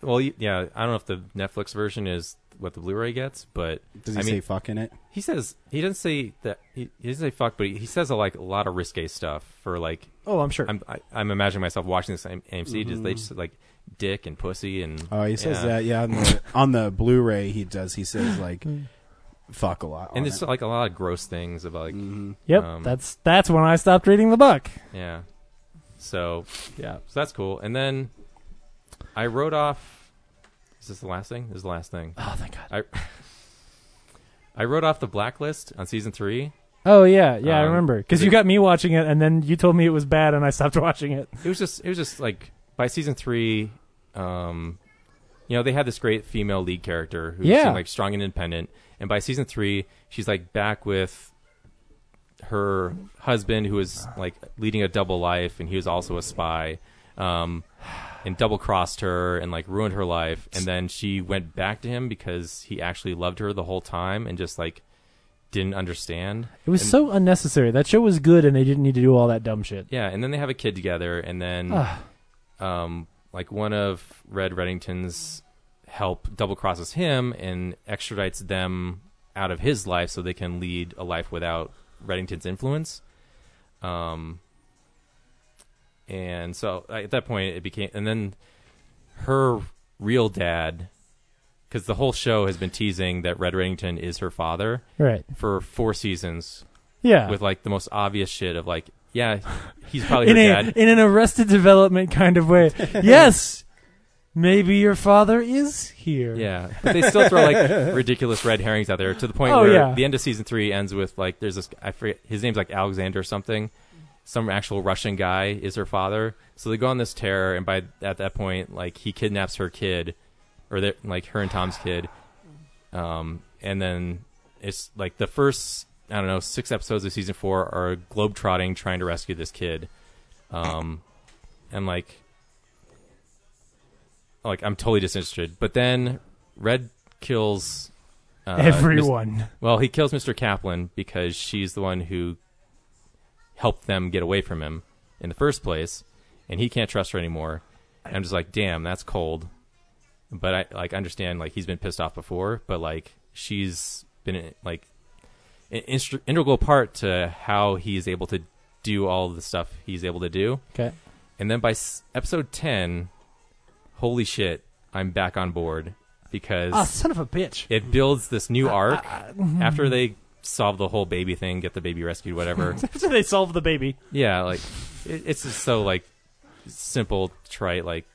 S9: well, y- yeah. I don't know if the Netflix version is what the Blu-ray gets, but
S1: Does he
S9: I mean,
S1: say fuck in it?
S9: He says he doesn't say that. He, he doesn't say fuck, but he, he says a, like a lot of risque stuff for like.
S11: Oh, I'm sure.
S9: I'm I, I'm imagining myself watching this AMC. Does
S1: Mhm.
S9: they just like dick and pussy and?
S1: oh, he says that. Yeah, on the, on the Blu-ray, he does. He says like fuck a lot. on
S9: And there's
S1: it.
S9: like a lot of gross things about like.
S1: Mm-hmm.
S11: Yep,
S9: um,
S11: that's that's when I stopped reading the book.
S9: Yeah. So yeah, so that's cool. And then I wrote off. Is this the last thing? This is the last thing.
S11: Oh thank God.
S9: I I wrote off the blacklist on season three.
S11: Oh yeah, yeah, I
S9: Um,
S11: remember because you
S9: it-
S11: got me watching it, and then you told me it was bad, and I stopped watching it.
S9: It was just it was just like by season three, um, you know they had this great female lead character who
S11: Yeah.
S9: seemed like strong and independent, and by season three she's like back with her husband who was like leading a double life and he was also a spy, um, and double crossed her and like ruined her life, and then she went back to him because he actually loved her the whole time and just like didn't understand.
S11: It was so unnecessary. That show was good, and they didn't need to do all that dumb shit.
S9: Yeah, and then they have a kid together, and then,
S11: Ah.
S9: um, like one of Red Reddington's help double crosses him and extradites them out of his life so they can lead a life without Reddington's influence. Um, and so at that point it became, and then her real dad, because the whole show has been teasing that Red Reddington is her father,
S11: Right.
S9: For four seasons,
S11: Yeah.
S9: with like the most obvious shit of like, yeah, he's probably
S11: in
S9: her
S11: a,
S9: dad.
S11: in an Arrested Development kind of way. yes, maybe your father is here.
S9: Yeah, but they still throw like ridiculous red herrings out there to the point
S11: Oh,
S9: where
S11: yeah.
S9: the end of season three ends with like there's this I forget his name's like Alexander or something, some actual Russian guy is her father. So they go on this terror, and by at that point like he kidnaps her kid, or their- like her and Tom's kid, um, and then it's like the first I don't know six episodes of season four are globetrotting trying to rescue this kid, um, and like like I'm totally disinterested. But then Red kills uh,
S11: Everyone.
S9: Mis- well, he kills Mr. Kaplan because she's the one who helped them get away from him in the first place, and he can't trust her anymore. And I'm just like, damn, that's cold. But I like understand like he's been pissed off before, but like she's been like an instru- integral part to how he is able to do all the stuff he's able to do.
S11: Okay.
S9: And then by s- episode 10, holy shit, I'm back on board because
S8: Ah, son of a bitch.
S9: It builds this new arc
S8: mhm.
S9: after they solve the whole baby thing, get the baby rescued, whatever.
S11: After they solve the baby.
S9: yeah, like it, it's just so like simple, trite, like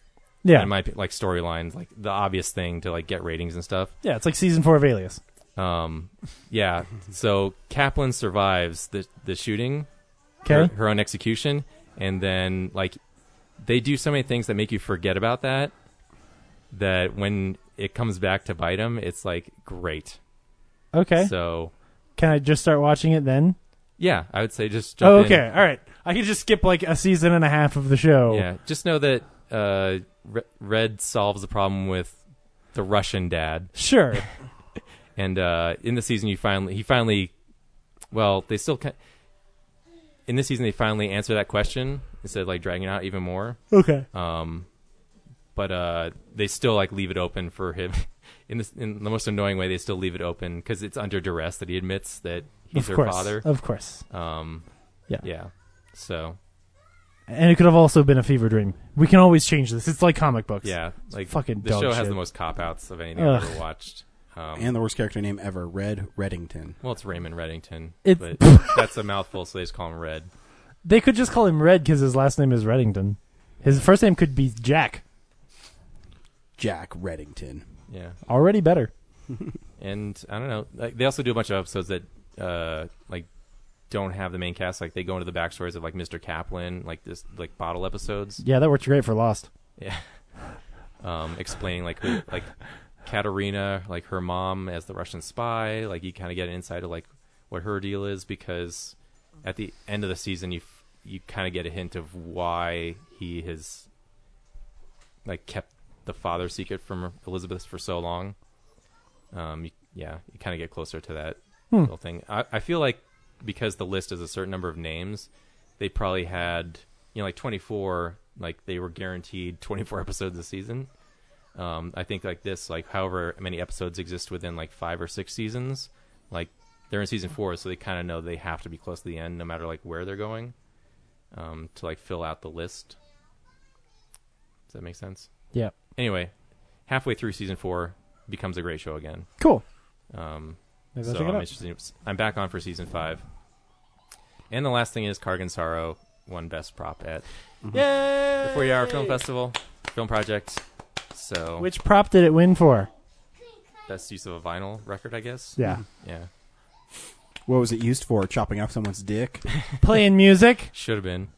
S11: Yeah.
S9: in my opi- like storylines, like the obvious thing to like get ratings and stuff.
S11: Yeah, it's like season four of Alias.
S9: Um, yeah. So Kaplan survives the the shooting, her,
S11: 'Kay.
S9: her own execution, and then like they do so many things that make you forget about that. That when it comes back to bite him, it's like great.
S11: Okay.
S9: So
S11: Can I just start watching it then?
S9: yeah, I would say just jump
S11: Oh,
S9: in.
S11: okay. All right. I could just skip like a season and a half of the show.
S9: Yeah, just know that uh, Re- Red solves the problem with the Russian dad.
S11: Sure.
S9: and uh, in the season, you finally he finally, well, they still ki in this season they finally answer that question instead of like dragging it out even more.
S11: Okay.
S9: Um, but uh, they still like leave it open for him. In, this, in the most annoying way, they still leave it open because it's under duress that he admits that
S8: Uh,
S9: he's
S11: Of
S9: her
S11: course,
S9: father.
S11: of course.
S9: Um,
S11: Yeah.
S9: Uh, yeah. So
S11: And
S8: it could have also been a fever dream. We can always change this. It's like comic books.
S9: yeah,
S8: It's
S9: like
S8: fucking
S9: the
S8: dog
S9: show
S8: shit.
S9: has the most cop outs of anything I've
S8: Ugh.
S9: ever watched. Um,
S1: and the worst character name ever, Red Reddington.
S9: well, it's Raymond Reddington,
S8: It-
S9: but that's a mouthful, so they just call him Red.
S8: They could just call him Red because his last name is Reddington. His first name could be Jack.
S1: Jack Reddington.
S9: Yeah.
S8: Already better.
S9: and I don't know. Like, they also do a bunch of episodes that uh, like don't have the main cast. Like they go into the backstories of like Mr. Kaplan, like this like bottle episodes.
S8: Yeah, that worked great for Lost.
S9: Yeah. Um, explaining like who, like Katerina, like her mom as the Russian spy. Like you kind of get an insight of like what her deal is because at the end of the season you f- you kind of get a hint of why he has like kept the father secret from Elizabeth for so long. Um, you- yeah, you kind of get closer to that
S8: Hmm.
S9: little thing. I, I feel like because the list is a certain number of names, they probably had you know like 24 like they were guaranteed 24 episodes a season um i think like this like however many episodes exist within like five or six seasons like they're in season four so they kind of know they have to be close to the end no matter like where they're going um to like fill out the list does that make sense
S8: Yeah.
S9: anyway halfway through season four becomes a great show again
S8: Cool.
S9: um
S8: Maybe I'll
S9: so
S8: check it
S9: i'm
S8: out.
S9: interested i'm back on for season five and the last thing is Cargan Sorrow won Best Prop at
S8: Mm-hmm.
S9: the 40 Hour Film Festival Film Project. So
S8: Which prop did it win for?
S9: best use of a vinyl record, I guess.
S8: Yeah.
S9: yeah.
S1: What was it used for? Chopping off someone's dick?
S8: Playing music.
S9: Should have been.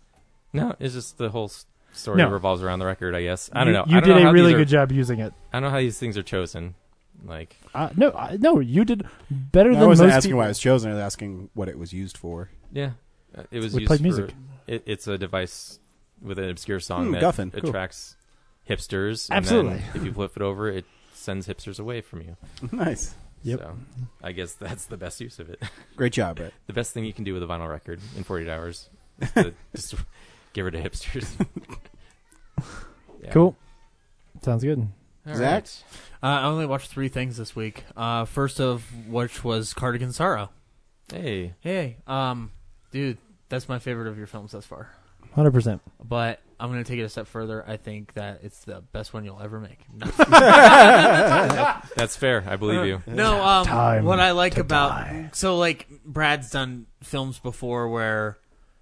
S9: No, it's just the whole s- story
S8: No.
S9: revolves around the record. I guess I
S8: You-
S9: don't know.
S8: you
S9: I don't
S8: did
S9: know
S8: a
S9: how
S8: really
S9: these are-
S8: good job using it.
S9: I don't know how these things are chosen. Like
S8: Uh, no, I, no, you did better
S1: I
S8: than most
S1: wasn't asking
S8: people.
S1: why it was chosen. I was asking what it was used for.
S9: Yeah, Uh, it was
S8: We
S9: used
S8: played
S9: for,
S8: music.
S9: It, it's a device with an obscure song
S1: Hmm,
S9: that
S1: guffin. Cool.
S9: attracts hipsters. And
S1: Absolutely.
S9: then if you flip it over, it sends hipsters away from you.
S1: Nice. Yep.
S9: So I guess that's the best use of it.
S1: Great job, Brett.
S9: the best thing you can do with a vinyl record in 48 hours is to just give her to hipsters. Yeah.
S8: Cool. Sounds good.
S10: All right. Uh, I only watched three things this week. Uh, first of which was Cardigan Sorrow.
S9: Hey.
S10: Hey. Um, dude, that's my favorite of your films thus far.
S8: 100%.
S10: But I'm going to take it a step further. I think that it's the best one you'll ever make.
S9: That's fair. I believe you.
S10: No, um,
S9: Time
S10: what I like
S9: to
S10: about so like Brad's done films before where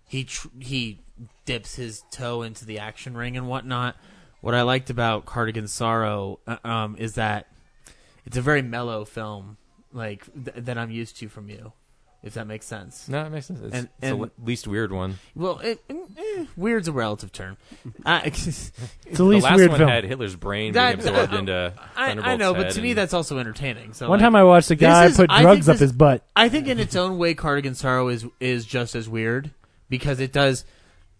S10: he tr- he dips his toe into the action ring and whatnot. What I liked about Cardigan Sorrow uh, um, is that it's a very mellow film, like th- that I'm used to from you, if that makes sense.
S9: No, it makes sense. It's,
S10: And-
S9: it's
S10: and-
S9: the le- least weird one.
S10: well, it, eh, weird's a relative term. I, it's
S8: the least
S9: last
S8: weird
S9: one
S8: film.
S9: had Hitler's brain being absorbed into
S10: I, I
S9: Thunderbolt's
S10: know, but
S9: head
S10: to me
S9: and-
S10: that's also entertaining. So
S8: One
S10: like,
S8: time I watched a
S10: this
S8: guy put
S10: I
S8: drugs
S10: think
S8: up his butt.
S10: I think in its own way, Cardigan Sorrow is is just as weird because it does.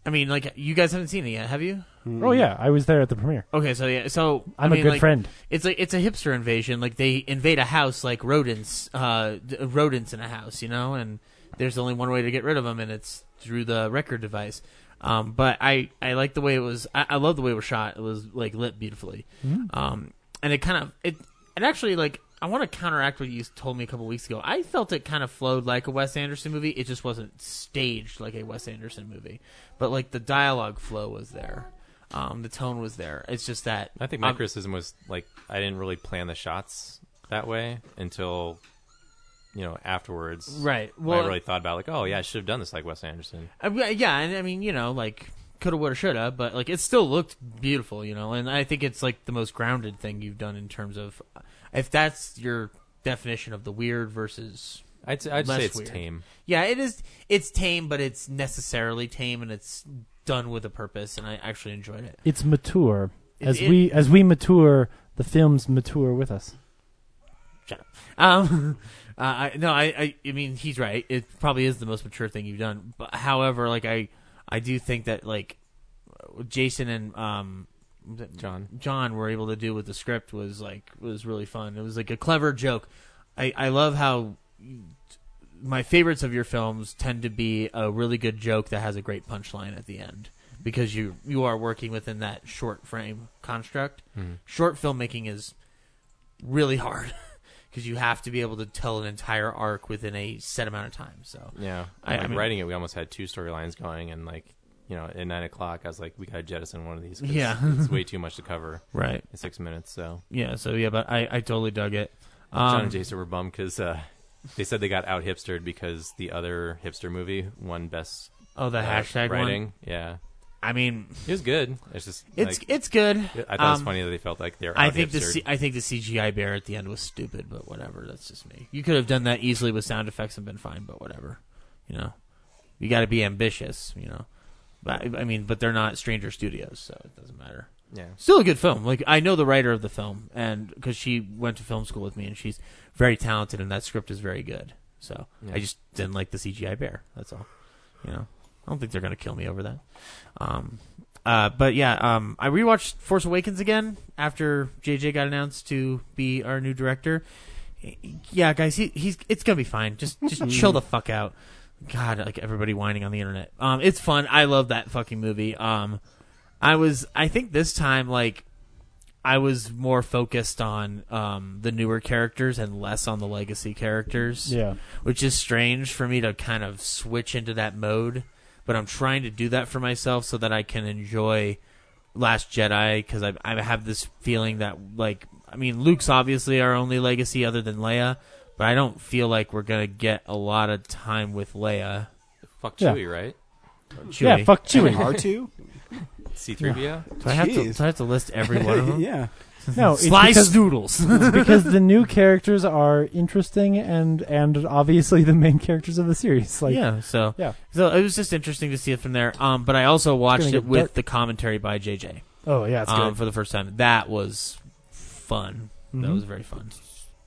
S10: I mean, like you guys haven't seen it yet, have you?
S8: Oh, yeah. I was there at the premiere.
S10: Okay, so yeah, so I
S8: I'm a
S10: mean,
S8: good
S10: like,
S8: friend.
S10: It's like it's a hipster invasion. Like they invade a house, like rodents, uh, d- rodents in a house, you know. And there's only one way to get rid of them, and it's through the record device. Um, but I I like the way it was. I, I love the way it was shot. It was like lit beautifully.
S8: Mm.
S10: Um, and it kind of it it actually like I want to counteract what you told me a couple weeks ago. I felt it kind of flowed like a Wes Anderson movie. It just wasn't staged like a Wes Anderson movie, but like the dialogue flow was there. Um, the tone was there. It's just that
S9: I think my
S10: um,
S9: criticism was like I didn't really plan the shots that way until you know afterwards.
S10: Right.
S9: when I
S10: Well-
S9: really thought about like, oh yeah, I should have done this like Wes Anderson.
S10: I mean, yeah, and I mean, you know, like coulda, woulda, shoulda, but like it still looked beautiful, you know. And I think it's like the most grounded thing you've done in terms of uh, if that's your definition of the weird versus.
S9: I'd say- I'd say
S10: less
S9: it's
S10: weird.
S9: tame.
S10: Yeah, it is. It's tame, but it's necessarily tame, and it's done with a purpose. And I actually enjoyed it.
S8: It's mature.
S10: It-
S8: As
S10: it-
S8: we as we mature, the films mature with us.
S10: Shut up. Um, uh, I, no, I, I, I mean, he's right. It probably is the most mature thing you've done. But however, like I, I do think that like Jason and um, was it
S9: John,
S10: John were able to do with the script was like was really fun. It was like a clever joke. I, I love how my favorites of your films tend to be a really good joke that has a great punchline at the end because you you are working within that short frame construct.
S9: Mhm.
S10: Short filmmaking is really hard because because you have to be able to tell an entire arc within a set amount of time. So
S9: Yeah,
S10: Oh. I,
S9: like
S10: I mean,
S9: writing it, we almost had two storylines going, and like you know, at nine o'clock, I was like, we gotta jettison one of these. 'cause
S10: Yeah.
S9: it's way too much to cover.
S10: Right.
S9: in six minutes. So
S10: Yeah, so yeah, but I, I totally dug it.
S9: John
S10: Um,
S9: and Jason were bummed because uh, they said they got out hipstered because the other hipster movie won best.
S10: Oh, the
S9: uh,
S10: hashtag one?
S9: writing. Yeah.
S10: I mean,
S9: it was good. It's just
S10: It's
S9: like-
S10: it's good.
S9: I thought it was
S10: Um,
S9: funny that they felt like they're.
S10: I
S9: out
S10: think the
S9: hipstered.
S10: C- I think the CGI bear at the end was stupid, but whatever. That's just me. You could have done that easily with sound effects and been fine, but whatever. You know, you got to be ambitious. You know, but I mean, but they're not Stranger Studios, so it doesn't matter.
S9: Yeah.
S10: still a good film. Like I know the writer of the film, and because she went to film school with me, and she's very talented, and that script is very good. So
S9: Yeah.
S10: I just didn't like the CGI bear. That's all. You know, I don't think they're gonna kill me over that. Um, uh, but yeah, um, I rewatched Force Awakens again after JJ got announced to be our new director. Yeah, guys, he, he's it's gonna be fine. Just just chill the fuck out. God, like everybody whining on the internet. Um, it's fun. I love that fucking movie. Um, I was I think this time like I was more focused on um, the newer characters and less on the legacy characters.
S11: Yeah.
S10: Which is strange for me to kind of switch into that mode, but I'm trying to do that for myself so that I can enjoy Last Jedi because I, I have this feeling that, like, I mean, Luke's obviously our only legacy other than Leia, but I don't feel like we're going to get a lot of time with Leia.
S9: Fuck
S10: Yeah.
S9: Chewie, right?
S10: Chewie.
S11: Yeah, fuck Chewie.
S9: C3PO?
S10: Do I have to? Do I have to list every one of them?
S11: No, it's
S10: slice
S11: because-
S10: noodles.
S11: it's because the new characters are interesting and and obviously the main characters of the series. Like
S10: yeah, so
S11: yeah.
S10: so it was just interesting to see it from there. Um, but I also watched
S11: gonna
S10: it
S11: get
S10: with
S11: dark.
S10: the commentary by JJ.
S11: Oh, yeah, it's
S10: um,
S11: good.
S10: for the first time. That was fun. That
S8: Mm-hmm.
S11: Mhm.
S10: was very fun.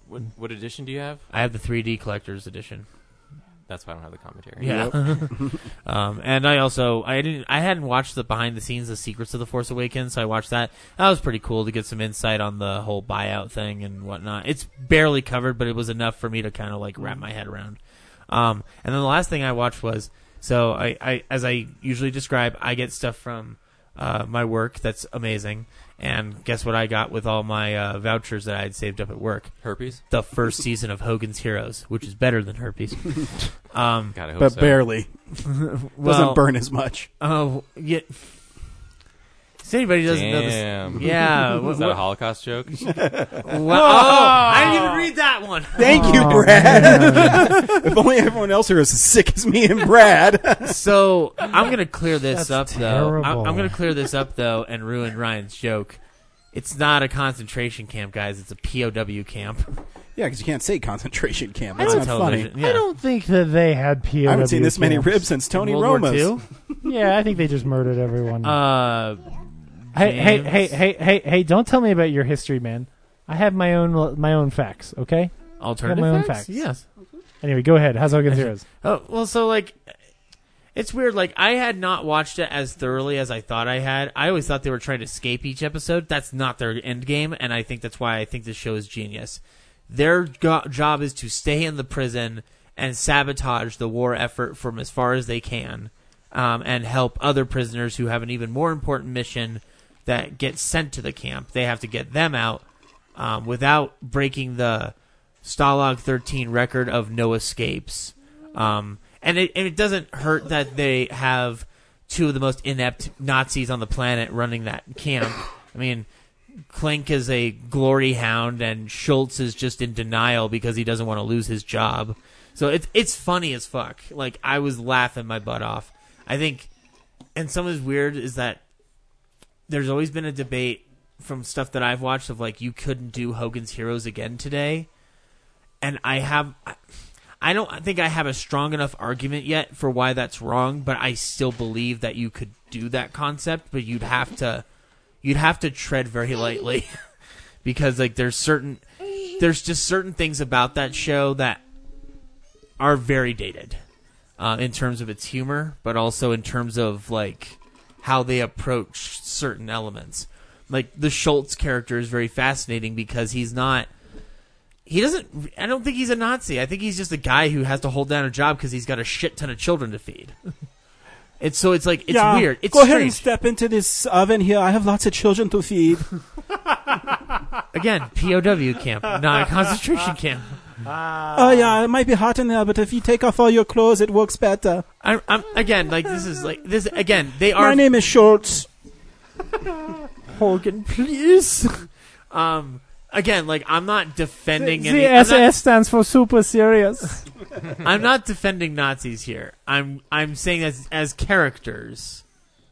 S9: What, what edition do you have?
S10: I have the 3D collector's edition.
S9: That's why I don't have the commentary.
S10: Yeah. um, and I also I didn't I hadn't watched the behind the scenes, the secrets of the Force Awakens. So I watched that. That was pretty cool to get some insight on the whole buyout thing and whatnot. It's barely covered, but it was enough for me to kind of like wrap my head around. Um, and then the last thing I watched was so I, I as I usually describe, I get stuff from uh, my work that's amazing. And guess what I got with all my uh, vouchers that I had saved up at work?
S9: Herpes?
S10: The first season of Hogan's Heroes, which is better than herpes. Um,
S9: God, I
S1: But barely. Doesn't burn as much.
S10: Oh, yeah. If anybody doesn't know
S9: Damn.
S10: this, yeah.
S9: Is that a Holocaust joke?
S10: wow. Oh, I didn't even read that one.
S1: Thank you, Brad. Oh, if only everyone else here was as sick as me and Brad.
S10: so I'm gonna clear this up
S1: That's
S10: though. I'm,
S1: terrible.
S10: I'm gonna clear this up though and ruin Ryan's joke. It's not a concentration camp, guys. It's a POW camp.
S1: Yeah, because you can't say concentration camp.
S10: I
S1: That's
S10: don't-
S1: not funny.
S10: television, yeah. I
S11: I don't think that they had POW.
S1: I haven't seen this many
S11: camps.
S1: ribs since Tony
S10: World War
S1: Roma's.
S11: yeah, I think they just murdered everyone.
S10: Uh,
S11: hey, hey,
S10: James?
S11: hey, hey, hey, hey! Don't tell me about your history, man. I have my own my own facts. Okay.
S10: Alternative
S11: I have my
S10: facts?
S11: own
S10: Yes.
S11: facts. Anyway, go ahead. How's Hogan's Heroes?
S10: Oh well, so like, it's weird. Like I had not watched it as thoroughly as I thought I had. I always thought they were trying to escape each episode. That's not their end game, and I think that's why I think this show is genius. Their go- job is to stay in the prison and sabotage the war effort from as far as they can, um, and help other prisoners who have an even more important mission that get sent to the camp. They have to get them out um, without breaking the Stalag 13 record of no escapes. Um, and it and it doesn't hurt that they have two of the most inept Nazis on the planet running that camp. I mean, Klink is a glory hound, and Schultz is just in denial because he doesn't want to lose his job. So it's it's funny as fuck. Like I was laughing my butt off. I think, and some is weird is that there's always been a debate from stuff that I've watched of like you couldn't do Hogan's Heroes again today, and I have, I- I don't think I have a strong enough argument yet for why that's wrong, but I still believe that you could do that concept, but you'd have to, you'd have to tread very lightly, because like there's certain, there's just certain things about that show that are very dated uh, in terms of its humor, but also in terms of like how they approach certain elements. Like the Schultz character is very fascinating because he's not. He doesn't. I don't think he's a Nazi. I think he's just a guy who has to hold down a job because he's got a shit ton of children to feed. It's so it's like it's
S1: Yeah,
S10: weird. It's
S1: Go ahead
S10: strange.
S1: and step into this oven here. I have lots of children to feed.
S10: Again, POW camp, not a concentration camp.
S1: oh yeah, it might be hot in there, but if you take off all your clothes, it works better.
S10: I'm, I'm again like this is like this again. They are
S1: My name is Schultz.
S10: Hogan, please. Um, again, like I'm not defending any.
S11: The
S10: I'm not-
S11: SS stands for super serious.
S10: I'm not defending Nazis here. I'm I'm saying as as characters,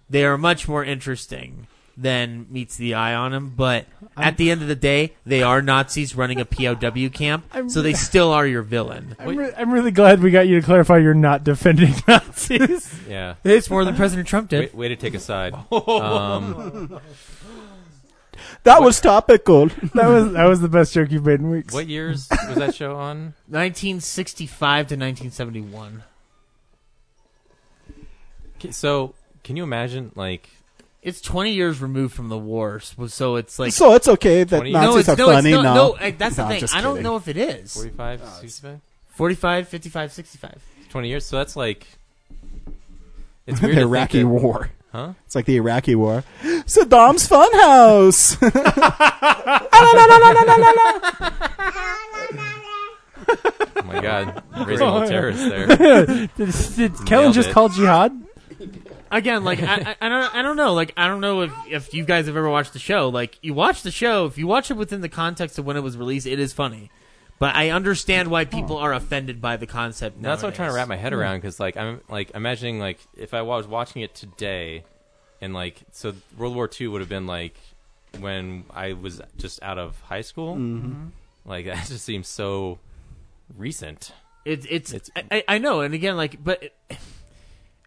S10: they are much more interesting than meets the eye on them. But at the end of the day, they are Nazis running a POW camp,
S11: I'm-
S10: so they still are your villain.
S11: I'm, re- I'm really glad we got you to clarify you're not defending Nazis.
S9: Yeah.
S10: It's more than President Trump did.
S9: Way, way to take a side. Um,
S1: That was topical.
S11: that was that was the best joke you've made in weeks.
S9: what years was that show on?
S10: 1965 to 1971.
S9: K- So, can you imagine like
S10: It's 20 years removed from the war, so- so it's like
S1: So it's okay that 20 Nazis
S10: no, it's,
S1: are
S10: no, it's
S1: funny
S10: not-
S1: now.
S10: No, I- that's
S1: No, I'm
S10: the thing.
S1: just
S10: I don't
S1: kidding.
S10: know if it is.
S9: 45, 65?
S10: 45, 55, 65.
S9: 20 years? So that's like it's weird
S1: the
S9: to think
S1: Iraqi
S9: that-
S1: War.
S9: Huh?
S1: It's like the Iraqi War. Saddam's Funhouse.
S9: Oh my god, raising
S11: Oh,
S9: all
S11: yeah.
S9: terrorists there.
S11: did did Kellen
S9: Nailed
S11: just
S9: it.
S11: call jihad?
S10: Again, like I, I, I don't, I don't know. Like I don't know if, if you guys have ever watched the show. Like you watch the show, if you watch it within the context of when it was released, it is funny. But I understand why people are offended by the concept.
S9: Now that's what I'm trying to
S10: nowadays.
S9: wrap my head around because like I'm like imagining like if I was watching it today, and like so World War II would have been like when I was just out of high school.
S1: Mm-hmm.
S10: Mhm.
S9: Like that just seems so recent.
S10: It, it's, I, I I know, and again, like, but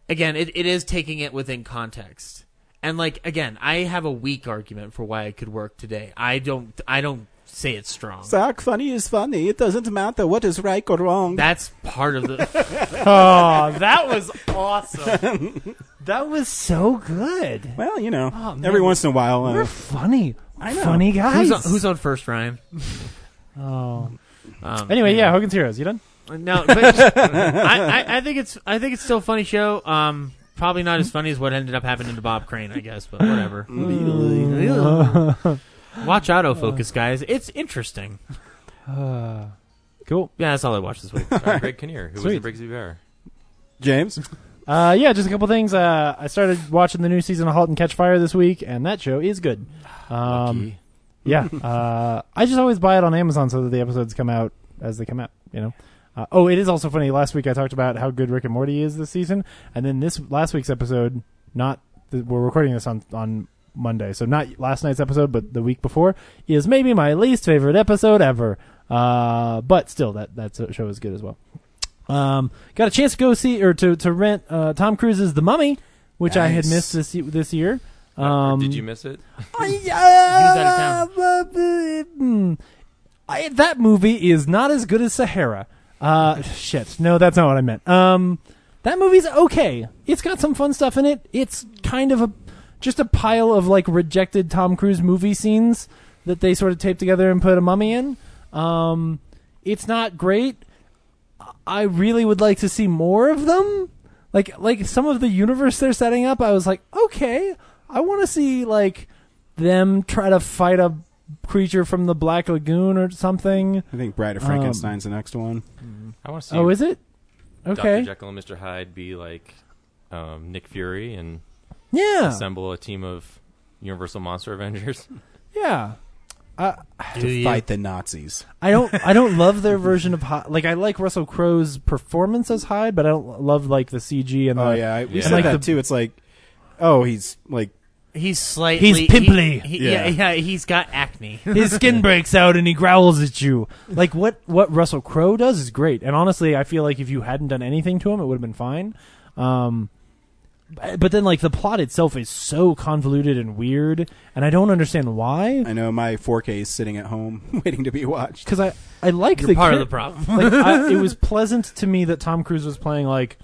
S10: again, it, it is taking it within context. And like again, I have a weak argument for why it could work today. I don't, I don't say it's strong.
S1: Zach, funny is funny. It doesn't matter what is right or wrong.
S10: That's part of the.
S11: oh, that was awesome. That was so good.
S1: Well, you know,
S11: Oh, man.
S1: every once in a while. Uh,
S11: We're funny.
S1: I know.
S11: Funny guys.
S10: Who's on, who's on first, Ryan?
S11: oh.
S10: Um,
S11: anyway, yeah, Hogan's Heroes. You done?
S10: No, but I, I, I think it's I think it's still a funny show. Um, probably not as funny as what ended up happening to Bob Crane, I guess, but whatever.
S1: Mm.
S10: Watch autofocus, guys. It's interesting.
S11: Uh, cool.
S10: Yeah, that's all I watched this week.
S9: Uh, Greg Kinnear, who
S11: Sweet.
S9: was the Brigsby Bear.
S1: James?
S11: Uh, yeah, just a couple things. Uh, I started watching the new season of *Halt and Catch Fire* this week, and that show is good. Um, yeah, uh, I just always buy it on Amazon so that the episodes come out as they come out. You know. Uh, oh, it is also funny. Last week I talked about how good Rick and Morty is this season, and then this last week's episode, not th- we're recording this on on Monday, so not last night's episode, but the week before is maybe my least favorite episode ever. Uh, but still, that that show is good as well. Um, got a chance to go see or to to rent uh, Tom Cruise's The Mummy, which I had
S9: Nice.
S11: missed this y- this year.
S9: Or
S11: Um,
S9: Did you miss it?
S10: out
S11: Hmm. I, that movie is not as good as Sahara. Uh, shit. No, that's not what I meant. Um, that movie's okay. It's got some fun stuff in it. It's kind of a just a pile of like rejected Tom Cruise movie scenes that they sort of taped together and put a mummy in. Um, it's not great. I really would like to see more of them. Like like some of the universe they're setting up, I was like, okay, I want to see like them try to fight a creature from the Black Lagoon or something.
S1: I think Bride of
S11: Um,
S1: Frankenstein's the next one.
S9: I want to see.
S11: Oh, is it?
S9: Dr.
S11: Okay.
S9: Jekyll and Mr. Hyde be like um, Nick Fury and
S11: Yeah.
S9: assemble a team of Universal Monster Avengers.
S11: Uh, Yeah. I
S1: to fight the Nazis.
S11: I don't I don't love their version of Hyde. Like I like Russell Crowe's performance as Hyde, but I don't love like the CG and the,
S1: Oh yeah, I- we
S11: and,
S1: said
S11: Uh, like
S1: that
S11: the
S1: too. It's like, oh, he's like,
S10: He's slightly.
S11: He's pimply.
S10: he- he- yeah. yeah, he's got acne.
S11: his skin breaks out and he growls at you. Like what what Russell Crowe does is great. And honestly, I feel like if you hadn't done anything to him, it would have been fine. Um, but but then like the plot itself is so convoluted and weird, and I don't understand why.
S1: I know my 4K is sitting at home waiting to be watched.
S11: Because I I like
S10: You're
S11: the
S10: part of
S11: char-
S10: the problem.
S11: like, I, it was pleasant to me that Tom Cruise was playing like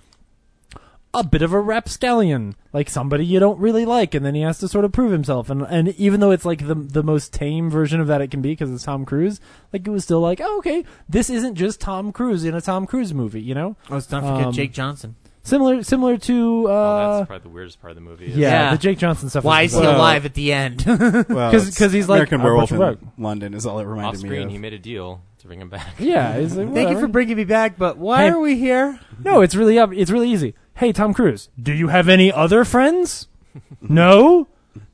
S11: a bit of a rapscallion, like somebody you don't really like, and then he has to sort of prove himself. And and even though it's like the the most tame version of that it can be because it's Tom Cruise, like it was still like, oh, okay, this isn't just Tom Cruise in a Tom Cruise movie, you know?
S10: Let's not forget
S11: Um,
S10: Jake Johnson.
S11: Similar, similar to. Uh,
S9: Oh, that's probably the weirdest part of the movie. is-
S11: Yeah, the Jake Johnson stuff.
S10: Oh, Why is he
S11: bizarre.
S10: alive at the end?
S1: Well,
S11: Because
S1: it's
S11: he's like
S1: American
S11: "I'm a
S1: Werewolf
S11: bunch of
S1: in
S11: rogue."
S1: London is all it reminded
S9: Off
S1: me
S9: screen,
S1: of.
S9: he made a deal to bring him back.
S11: Yeah, he's like,
S10: Thank you
S11: whatever.
S10: for bringing me back, but why
S11: Hey.
S10: are we here?
S11: No, it's really up. It's really easy. Hey, Tom Cruise, do you have any other friends? no,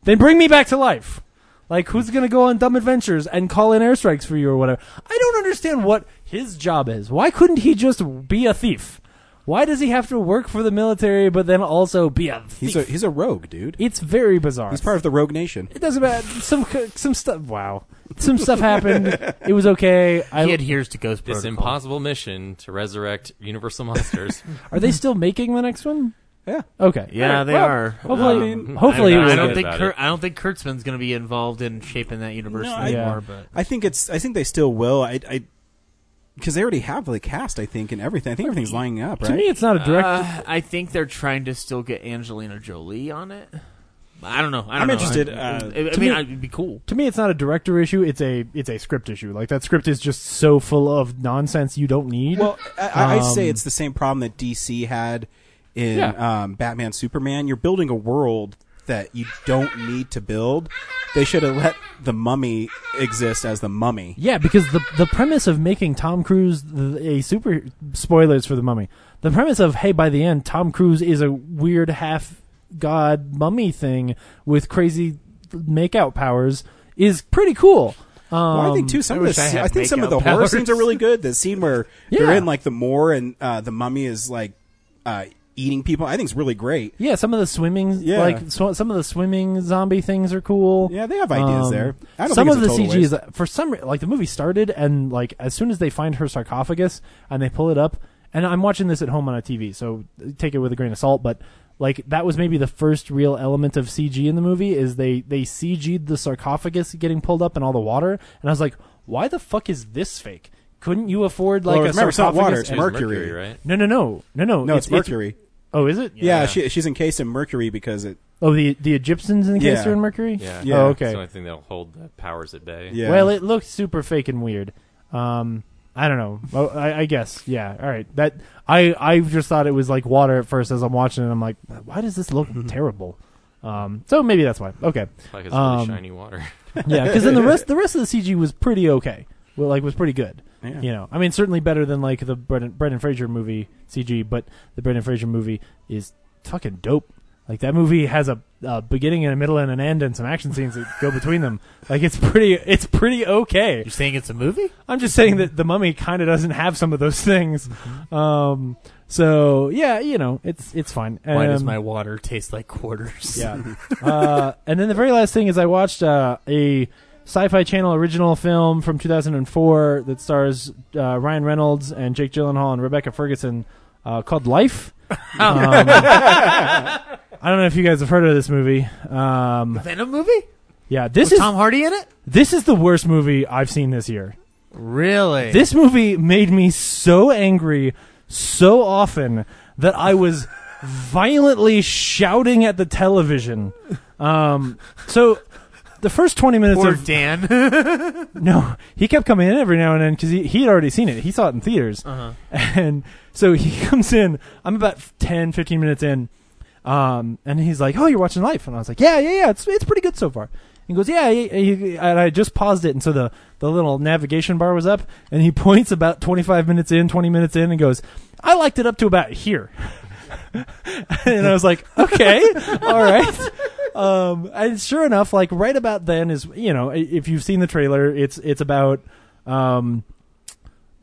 S11: then bring me back to life. Like, who's gonna go on dumb adventures and call in airstrikes for you or whatever? I don't understand what his job is. Why couldn't he just be a thief? Why does he have to work for the military but then also be a thief?
S1: He's a he's a rogue, dude.
S11: It's very bizarre.
S1: He's part of the Rogue Nation.
S11: It doesn't matter. Some some stuff. Wow, some stuff happened. It was okay. I,
S10: he adheres to Ghost
S9: This
S10: Protocol.
S9: impossible mission to resurrect Universal monsters.
S11: Are they still making the next one?
S1: Yeah.
S11: Okay.
S10: Yeah,
S11: Alright,
S10: they
S11: well,
S10: are.
S11: Hopefully,
S10: Um,
S11: hopefully,
S10: I don't,
S11: it was
S10: I don't
S11: good.
S10: think
S9: About
S10: Kurt, I don't think Kurtzman's going to be involved in shaping that universe
S1: No, I-
S10: anymore. But
S1: I think it's. I think they still will. I. I because they already have the cast, I think, and everything. I think everything's lining up, right?
S11: To me, it's not a direct.
S10: Uh, I think they're trying to still get Angelina Jolie on it. I don't know. I don't
S1: I'm
S10: know.
S1: interested,
S10: I,
S1: uh,
S10: I- I
S11: to
S10: mean,
S11: me-
S10: it'd be cool.
S11: to me, it's not a director issue. It's a it's a script issue. Like that script is just so full of nonsense you don't need.
S1: Well, I, I I'd say
S11: Um,
S1: it's the same problem that DC had in
S11: Yeah.
S1: um, Batman Superman. You're building a world that you don't need to build. They should have let the mummy exist as the mummy.
S11: Yeah, because the the premise of making Tom Cruise th- a super spoilers for the Mummy. The premise of hey, by the end, Tom Cruise is a weird half god mummy thing with crazy makeout powers is pretty cool. Um,
S1: Well, I think too. Some
S10: I
S1: of
S10: wish
S1: the,
S10: I
S1: I,
S10: had
S1: think some of the
S10: makeout
S1: horror
S10: powers.
S1: scenes are really good. The scene where
S11: Yeah.
S1: they're in like the moor and uh, the mummy is like uh, eating people. I think it's really great.
S11: Yeah, some of the swimming,
S1: Yeah.
S11: like sw- some of the swimming zombie things are cool. Um,
S1: Yeah, they have ideas there. I don't
S11: some
S1: think
S11: of
S1: it's a
S11: the
S1: total
S11: CG is
S1: waste.
S11: for some re- like the movie started and like as soon as they find her sarcophagus and they pull it up, and I'm watching this at home on a TV, so take it with a grain of salt. But like that was maybe the first real element of CG in the movie is they they CG'd the sarcophagus getting pulled up and all the water, and I was like, why the fuck is this fake? Couldn't you afford like
S1: Well,
S11: a
S1: remember, it's not
S11: sarcophagus
S1: water, it's
S11: and-
S1: mercury.
S9: right?
S11: No, no, no, no, no.
S1: No, it's, mercury.
S11: oh, is it?
S1: Yeah, She, she's encased in mercury because it.
S11: Oh, the the Egyptians in the case
S1: Yeah.
S11: they're in Mercury.
S9: Yeah.
S1: Yeah.
S11: Oh,
S9: It's the
S11: okay.
S9: only thing that'll hold the powers at bay.
S1: Yeah.
S11: Well, it looked super fake and weird. Um, I don't know. Oh, I, I guess. Yeah. All right. That I I just thought it was like water at first as I'm watching it. I'm like, why does this look terrible? Um, so maybe that's why. Okay.
S9: Like it's really
S11: um,
S9: shiny water.
S11: yeah, because then the rest the rest of the CG was pretty okay. Well, like was pretty good.
S1: Yeah.
S11: You know, I mean, certainly better than like the Brendan, Brendan Fraser movie CG, but the Brendan Fraser movie is fucking dope. Like that movie has a, a beginning and a middle and an end and some action scenes that go between them. Like it's pretty, it's pretty okay.
S10: You're saying it's a movie?
S11: I'm just saying that the Mummy kind of doesn't have some of those things.
S10: Mm-hmm.
S11: Um, so yeah, you know, it's it's fine.
S10: Why does
S11: Um,
S10: my water taste like quarters?
S11: yeah. Uh, and then the very last thing is I watched uh, a Sci-Fi Channel original film from 2004 that stars uh, Ryan Reynolds and Jake Gyllenhaal and Rebecca Ferguson uh, called Life.
S10: Oh.
S11: Um, I don't know if you guys have heard of this movie. Um,
S10: Venom movie?
S11: yeah, this
S10: With
S11: is
S10: Tom Hardy in it?
S11: this is the worst movie I've seen this year.
S10: Really?
S11: This movie made me so angry so often that I was violently shouting at the television. Um, so the first 20 minutes
S10: Poor
S11: of
S10: Dan.
S11: no, he kept coming in every now and then because he, he had already seen it. He saw it in theaters. And so he comes in. I'm about 10, 15 minutes in. Um, and he's like, Oh, you're watching Life. And I was like, Yeah, yeah, yeah. It's, it's pretty good so far. He goes, Yeah. yeah, yeah." and I just paused it. And so the, the little navigation bar was up. And he points about 25 minutes in, 20 minutes in, and goes, I liked it up to about here. and I was like, okay, all right. Um, and sure enough, like right about then is you know i- if you've seen the trailer, it's it's about um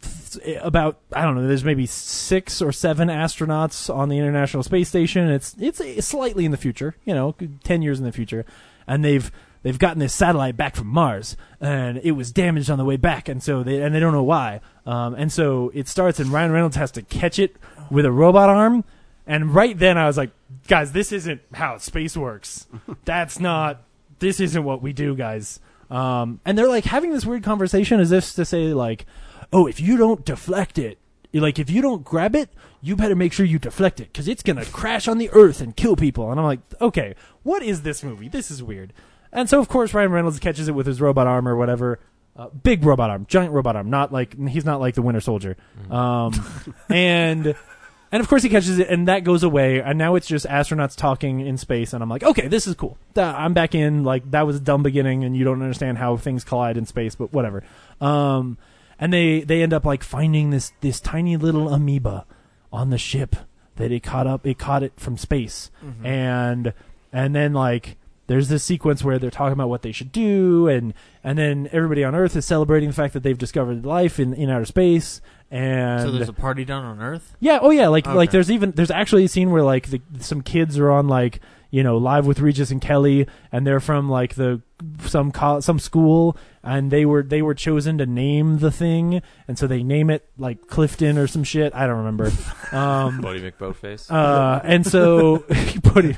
S11: th- eh, about I don't know. There's maybe six or seven astronauts on the International Space Station. It's it's uh, slightly in the future, you know, ten years in the future, and they've they've gotten this satellite back from Mars, and it was damaged on the way back, and so they and they don't know why. Um, and so it starts, and Ryan Reynolds has to catch it with a robot arm. And right then I was like, guys, this isn't how space works. That's not this isn't what we do, guys. Um, and they're like having this weird conversation as if to say like, oh, if you don't deflect it, like if you don't grab it, you better make sure you deflect it because it's gonna crash on the earth and kill people. And I'm like, okay, what is this movie? This is weird. And so of course Ryan Reynolds catches it with his robot arm or whatever. Uh, big robot arm, giant robot arm, not like he's not like the Winter Soldier. Um, and And of course he catches it, and that goes away, and now it's just astronauts talking in space, and I'm like, okay, this is cool. Th- I'm back in. Like that was a dumb beginning, and you don't understand how things collide in space, but whatever. Um, and they they end up like finding this this tiny little amoeba on the ship that it caught up. It caught it from space,
S8: Mhm.
S11: and and then like there's this sequence where they're talking about what they should do and and then everybody on earth is celebrating the fact that they've discovered life in, in outer space and
S10: so there's a party down on Earth.
S11: yeah, oh yeah, like like
S10: Okay.
S11: there's even there's actually a scene where like the, some kids are on like you know live with Regis and Kelly, and they're from like the some co- some school, and they were they were chosen to name the thing, and so they name it like Clifton or some shit. I don't remember. Um,
S9: Buddy McBoatface.
S11: Uh, and so Buddy,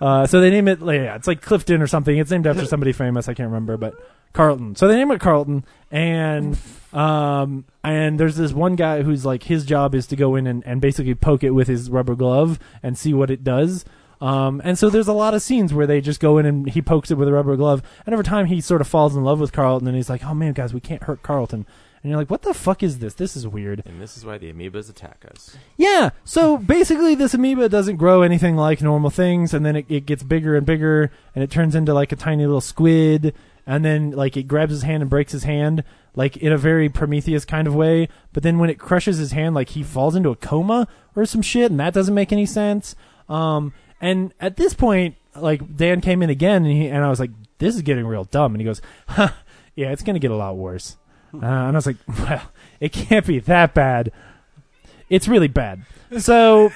S11: uh, so they name it. like, Yeah, it's like Clifton or something. It's named after somebody famous. I can't remember, but Carlton. So they name it Carlton, and um, and there's this one guy who's like his job is to go in and, and basically poke it with his rubber glove and see what it does. Um, and so there's a lot of scenes where they just go in and he pokes it with a rubber glove, and over time he sort of falls in love with Carlton, and he's like, "Oh man, guys, we can't hurt Carlton." And you're like, "What the fuck is this? This is weird."
S9: And this is why the amoebas attack us.
S11: Yeah. So basically, this amoeba doesn't grow anything like normal things, and then it, it gets bigger and bigger, and it turns into like a tiny little squid, and then like it grabs his hand and breaks his hand, like in a very Prometheus kind of way. But then when it crushes his hand, like he falls into a coma or some shit, and that doesn't make any sense. Um, and at this point, like Dan came in again, and, he, and I was like, "This is getting real dumb," and he goes, huh, "Yeah, it's gonna get a lot worse." Uh, and I was like, "Well, it can't be that bad." it's really bad. So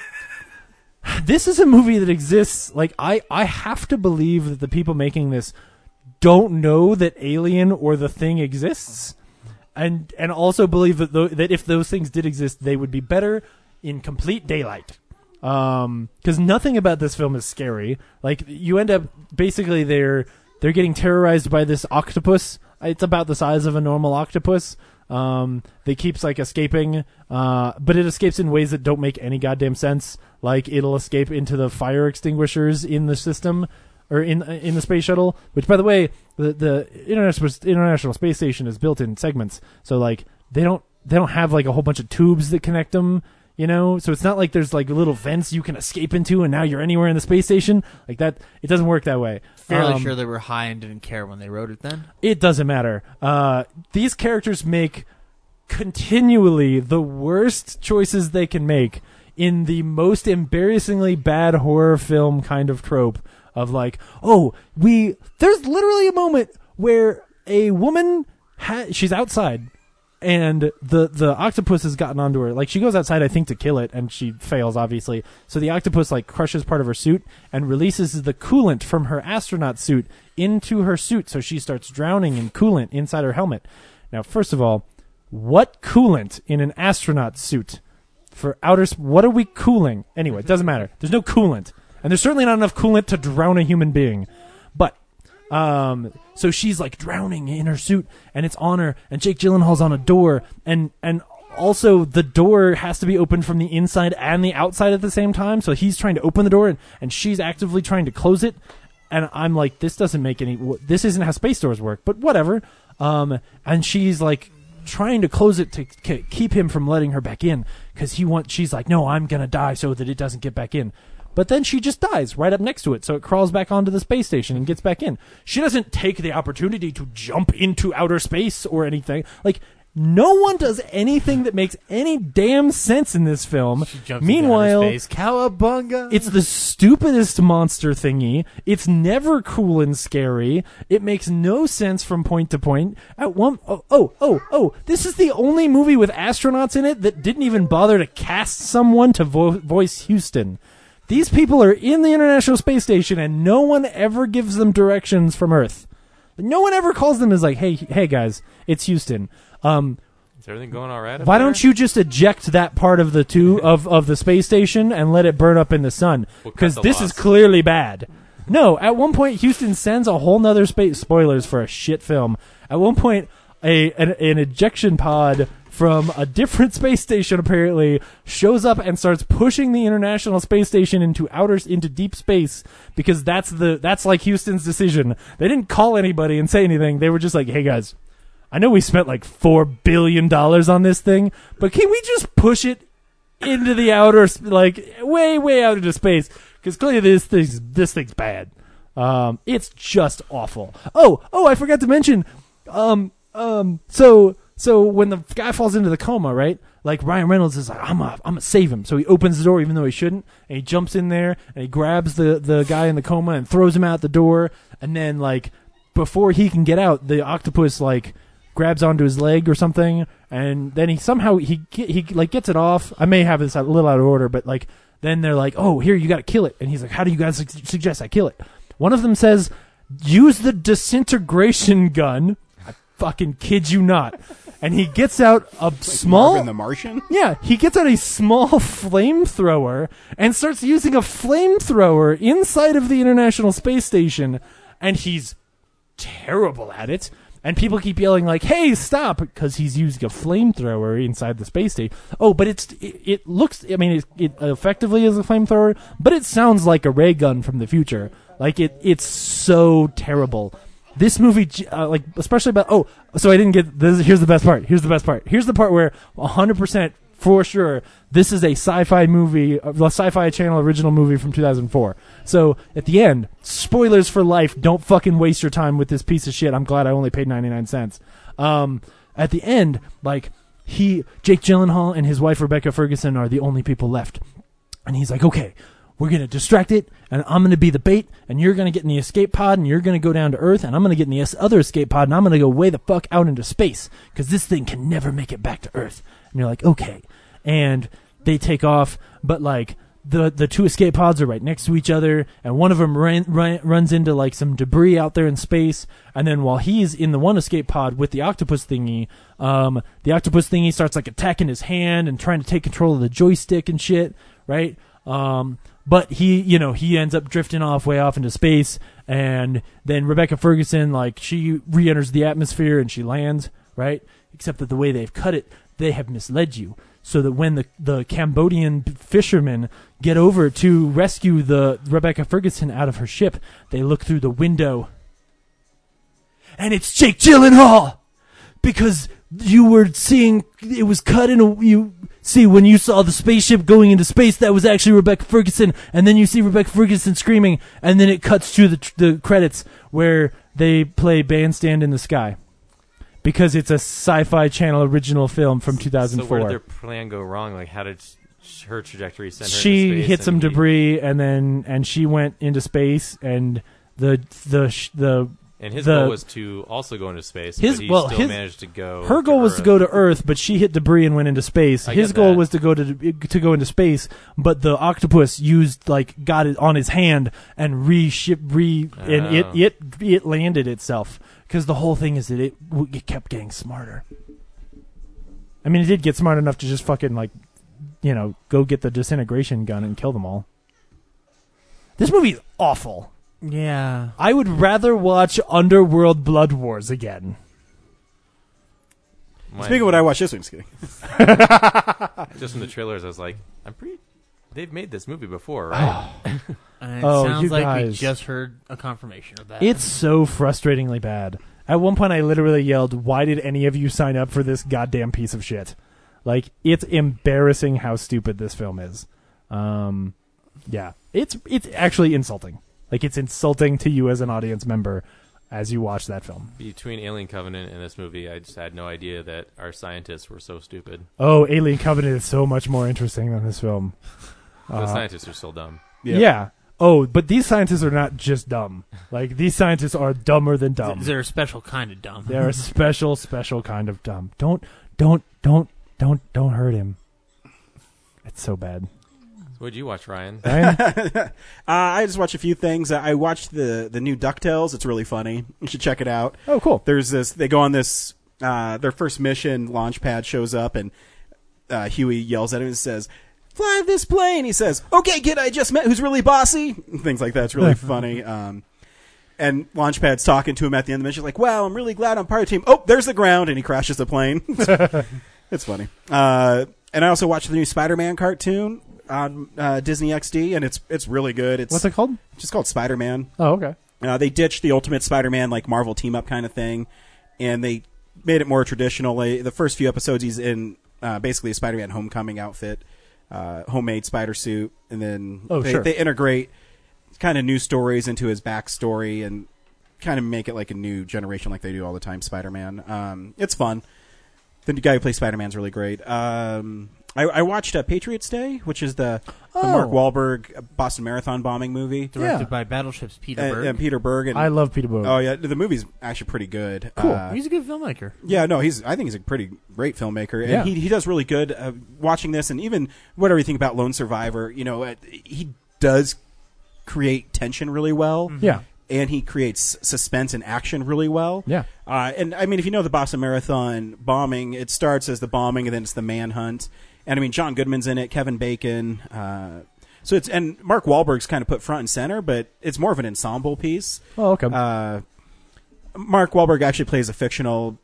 S11: this is a movie that exists. Like I, I have to believe that the people making this don't know that Alien or the Thing exists, and and also believe that tho- that if those things did exist, they would be better in complete daylight. Um, because nothing about this film is scary. Like you end up basically they're they're getting terrorized by this octopus. It's about the size of a normal octopus. Um, that keeps like escaping, uh, but it escapes in ways that don't make any goddamn sense. Like it'll escape into the fire extinguishers in the system, or in in the space shuttle. Which, by the way, the the international international space station is built in segments, so like they don't they don't have like a whole bunch of tubes that connect them. You know, so it's not like there's like little vents you can escape into, and now you're anywhere in the space station. Like that, it doesn't work that way.
S10: Fairly
S11: Um,
S10: sure they were high and didn't care when they wrote it. Then
S11: it doesn't matter. Uh, these characters make continually the worst choices they can make in the most embarrassingly bad horror film kind of trope of like, oh, we. There's literally a moment where a woman ha- she's outside and the the octopus has gotten onto her. Like she goes outside, I think, to kill it, and she fails obviously. So the octopus like crushes part of her suit and releases the coolant from her astronaut suit into her suit, so she starts drowning in coolant inside her helmet. Now, first of all, what coolant in an astronaut suit for outer? s- What are we cooling? Anyway, it doesn't matter. There's no coolant, and there's certainly not enough coolant to drown a human being. But um, so she's like drowning in her suit, and it's on her, and Jake Gyllenhaal's on a door, and and also the door has to be opened from the inside and the outside at the same time. So he's trying to open the door, and, and she's actively trying to close it. And I'm like, this doesn't make any. wh- This isn't how space doors work. But whatever. Um, and she's like trying to close it to k- keep him from letting her back in because he wants. She's like, no, I'm gonna die so that it doesn't get back in. But then she just dies right up next to it, so it crawls back onto the space station and gets back in. She doesn't take the opportunity to jump into outer space or anything. Like, no one does anything that makes any damn sense in this film.
S10: jumps into outer
S11: Meanwhile,
S10: space.
S11: cowabunga! It's the stupidest monster thingy. It's never cool and scary. It makes no sense from point to point. At one, oh, oh, oh, oh! This is the only movie with astronauts in it that didn't even bother to cast someone to vo- voice Houston. These people are in the International Space Station and no one ever gives them directions from Earth. No one ever calls them as like, "Hey, hey guys, it's Houston." Um
S9: Is everything going all right? up
S11: why
S9: there?
S11: don't you just eject that part of the two of, of the space station and let it burn up in the sun?
S9: We'll cut
S11: Because
S9: the
S11: this
S9: loss.
S11: is clearly bad. No, at one point Houston sends a whole nother space spoilers for a shit film. At one point, a an, an ejection pod from a different space station apparently shows up and starts pushing the International Space Station into outer into deep space because that's the that's like Houston's decision. They didn't call anybody and say anything. They were just like, "Hey guys, I know we spent like four billion dollars on this thing, but can we just push it into the outer, sp- like way, way out into space. Because clearly this thing's this thing's bad. Um, it's just awful. Oh, oh, I forgot to mention. Um, um, so so when the guy falls into the coma, right? Like Ryan Reynolds is like, I'm a, I'm gonna save him. So he opens the door even though he shouldn't, and he jumps in there and he grabs the the guy in the coma and throws him out the door, and then like before he can get out, the octopus like grabs onto his leg or something, and then he somehow he ge- he like gets it off. I may have this a little out of order, but like then they're like, "Oh, here you got to kill it," and he's like, "How do you guys su- suggest I kill it?" One of them says, "Use the disintegration gun." I fucking kid you not. And he gets out a small
S1: Marvin the Martian.
S11: yeah, he gets out a small flamethrower and starts using a flamethrower inside of the International Space Station, and he's terrible at it. And people keep yelling like, "Hey, stop!" because he's using a flamethrower inside the space station. Oh, but it's it, it looks. I mean, it, it effectively is a flamethrower, but it sounds like a ray gun from the future. Like it, it's so terrible. This movie, j- uh, like especially about. Oh, so I didn't get this. Here's the best part. Here's the best part. Here's the part where 100 percent for sure, this is a sci-fi movie, a sci-fi channel original movie from 2004. So at the end, spoilers for life. Don't fucking waste your time with this piece of shit. I'm glad I only paid 99 cents. Um, at the end, like he, Jake Gyllenhaal and his wife Rebecca Ferguson are the only people left, and he's like, okay. We're gonna distract it, and I'm gonna be the bait, and you're gonna get in the escape pod, and you're gonna go down to Earth, and I'm gonna get in the es- other escape pod, and I'm gonna go way the fuck out into space, because this thing can never make it back to Earth. And you're like, okay, and they take off but like the the two escape pods are right next to each other and one of them ran, run, runs into like some debris out there in space and then while he's in the one escape pod with the octopus thingy um the octopus thingy starts like attacking his hand and trying to take control of the joystick and shit right um but he you know he ends up drifting off way off into space and then Rebecca Ferguson like she re-enters the atmosphere and she lands right except that the way they've cut it they have misled you so that when the the Cambodian fishermen get over to rescue the Rebecca Ferguson out of her ship, they look through the window and it's Jake Gyllenhaal because you were seeing it was cut in a you see when you saw the spaceship going into space that was actually Rebecca Ferguson and then you see Rebecca Ferguson screaming and then it cuts to the the credits where they play Bandstand in the Sky because it's a sci-fi channel original film from
S9: So
S11: 2004
S9: where did their plan go wrong? Like, how did sh- her trajectory send her? into
S11: she
S9: space
S11: hit some
S9: and he-
S11: debris and then and she went into space and the the sh- the
S9: And his
S11: the,
S9: goal was to also go into space.
S11: his
S9: but he
S11: well
S9: still
S11: his,
S9: managed to go.
S11: her goal was to go to earth but she hit debris and went into space
S9: I
S11: his
S9: get
S11: goal
S9: that.
S11: was to go to to go into space but the octopus used like got it on his hand and re ship re and it
S9: Oh.
S11: it it landed itself cuz the whole thing is that it, w- it kept getting smarter i mean it did get smart enough to just fucking like you know go get the disintegration gun and kill them all this movie's awful
S10: Yeah.
S11: I would rather watch Underworld Blood Wars again.
S1: Speaking of what I watched this week, I'm just kidding.
S9: just from the trailers, I was like, I'm pretty. They've made this movie before, right?
S10: And uh, it
S11: Oh,
S10: sounds
S11: you
S10: like we
S11: guys.
S10: just heard a confirmation of that.
S11: It's so frustratingly bad. At one point, I literally yelled, "Why did any of you sign up for this goddamn piece of shit?" Like it's embarrassing how stupid this film is. Um, yeah, it's it's actually insulting. Like it's insulting to you as an audience member as you watch that film.
S9: Between Alien Covenant and this movie, I just had no idea that our scientists were so stupid.
S11: Oh, Alien Covenant is so much more interesting than this film.
S9: The
S11: Uh,
S9: scientists are still dumb.
S11: Yeah. Oh, but these scientists are not just dumb. Like these scientists are dumber than dumb.
S10: They're a special kind of dumb.
S11: They're a special, special kind of dumb. Don't, don't, don't, don't, don't hurt him. It's so bad.
S9: What'd you watch, Ryan?
S1: uh, I just watched a few things. I watched the the new Ducktales. It's really funny. You should check it out.
S11: Oh, cool.
S1: There's this. They go on this. Uh, their first mission launch pad shows up, and uh, Huey yells at him and says, "Fly this plane." He says, "Okay, kid, I just met. Who's really bossy?" Things like that. It's really funny. Um, and Launchpad's talking to him at the end of the mission, like, "Wow, I'm really glad I'm part of the team." Oh, there's the ground, and he crashes the plane. it's funny. Uh, and I also watched the new Spider-Man cartoon on uh, Disney XD, and it's it's really good. It's
S11: What's it called?
S1: It's just called Spider-Man.
S11: Oh, okay.
S1: Uh, they ditched the Ultimate Spider-Man like Marvel team-up kind of thing, and they made it more traditional. They- The first few episodes, he's in uh, basically a Spider-Man Homecoming outfit, uh, homemade spider suit, and then
S11: Oh,
S1: they,
S11: sure.
S1: they integrate kind of new stories into his backstory and kind of make it like a new generation, like they do all the time. Spider Man. Um, it's fun. The guy who plays Spider Man's really great. Um, I, I watched uh, Patriots Day, which is the, the
S10: Oh.
S1: Mark Wahlberg uh, Boston Marathon bombing movie,
S10: Directed by Battleships Peter
S1: and,
S10: Berg.
S1: and Peter Berg. And,
S11: I love Peter Berg.
S1: Oh yeah, the movie's actually pretty good.
S10: Cool.
S1: Uh,
S10: He's a good filmmaker.
S1: yeah, no, he's. I think he's a pretty great filmmaker, and
S10: Yeah.
S1: he he does really good. Uh, watching this, and even whatever you think about Lone Survivor, you know, uh, he does create tension really well.
S11: Yeah.
S1: and he creates suspense and action really well.
S11: Yeah.
S1: uh, and I mean, if you know the Boston Marathon bombing, it starts as the bombing, and then it's the manhunt. And I mean, John Goodman's in it, Kevin Bacon. Uh, so it's and Mark Wahlberg's kind of put front and center, but it's more of an ensemble piece.
S11: Oh, okay.
S1: Uh, Mark Wahlberg actually plays a fictional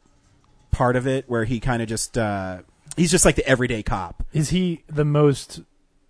S1: part of it where he kind of just uh, he's just like the everyday cop.
S11: Is he the most?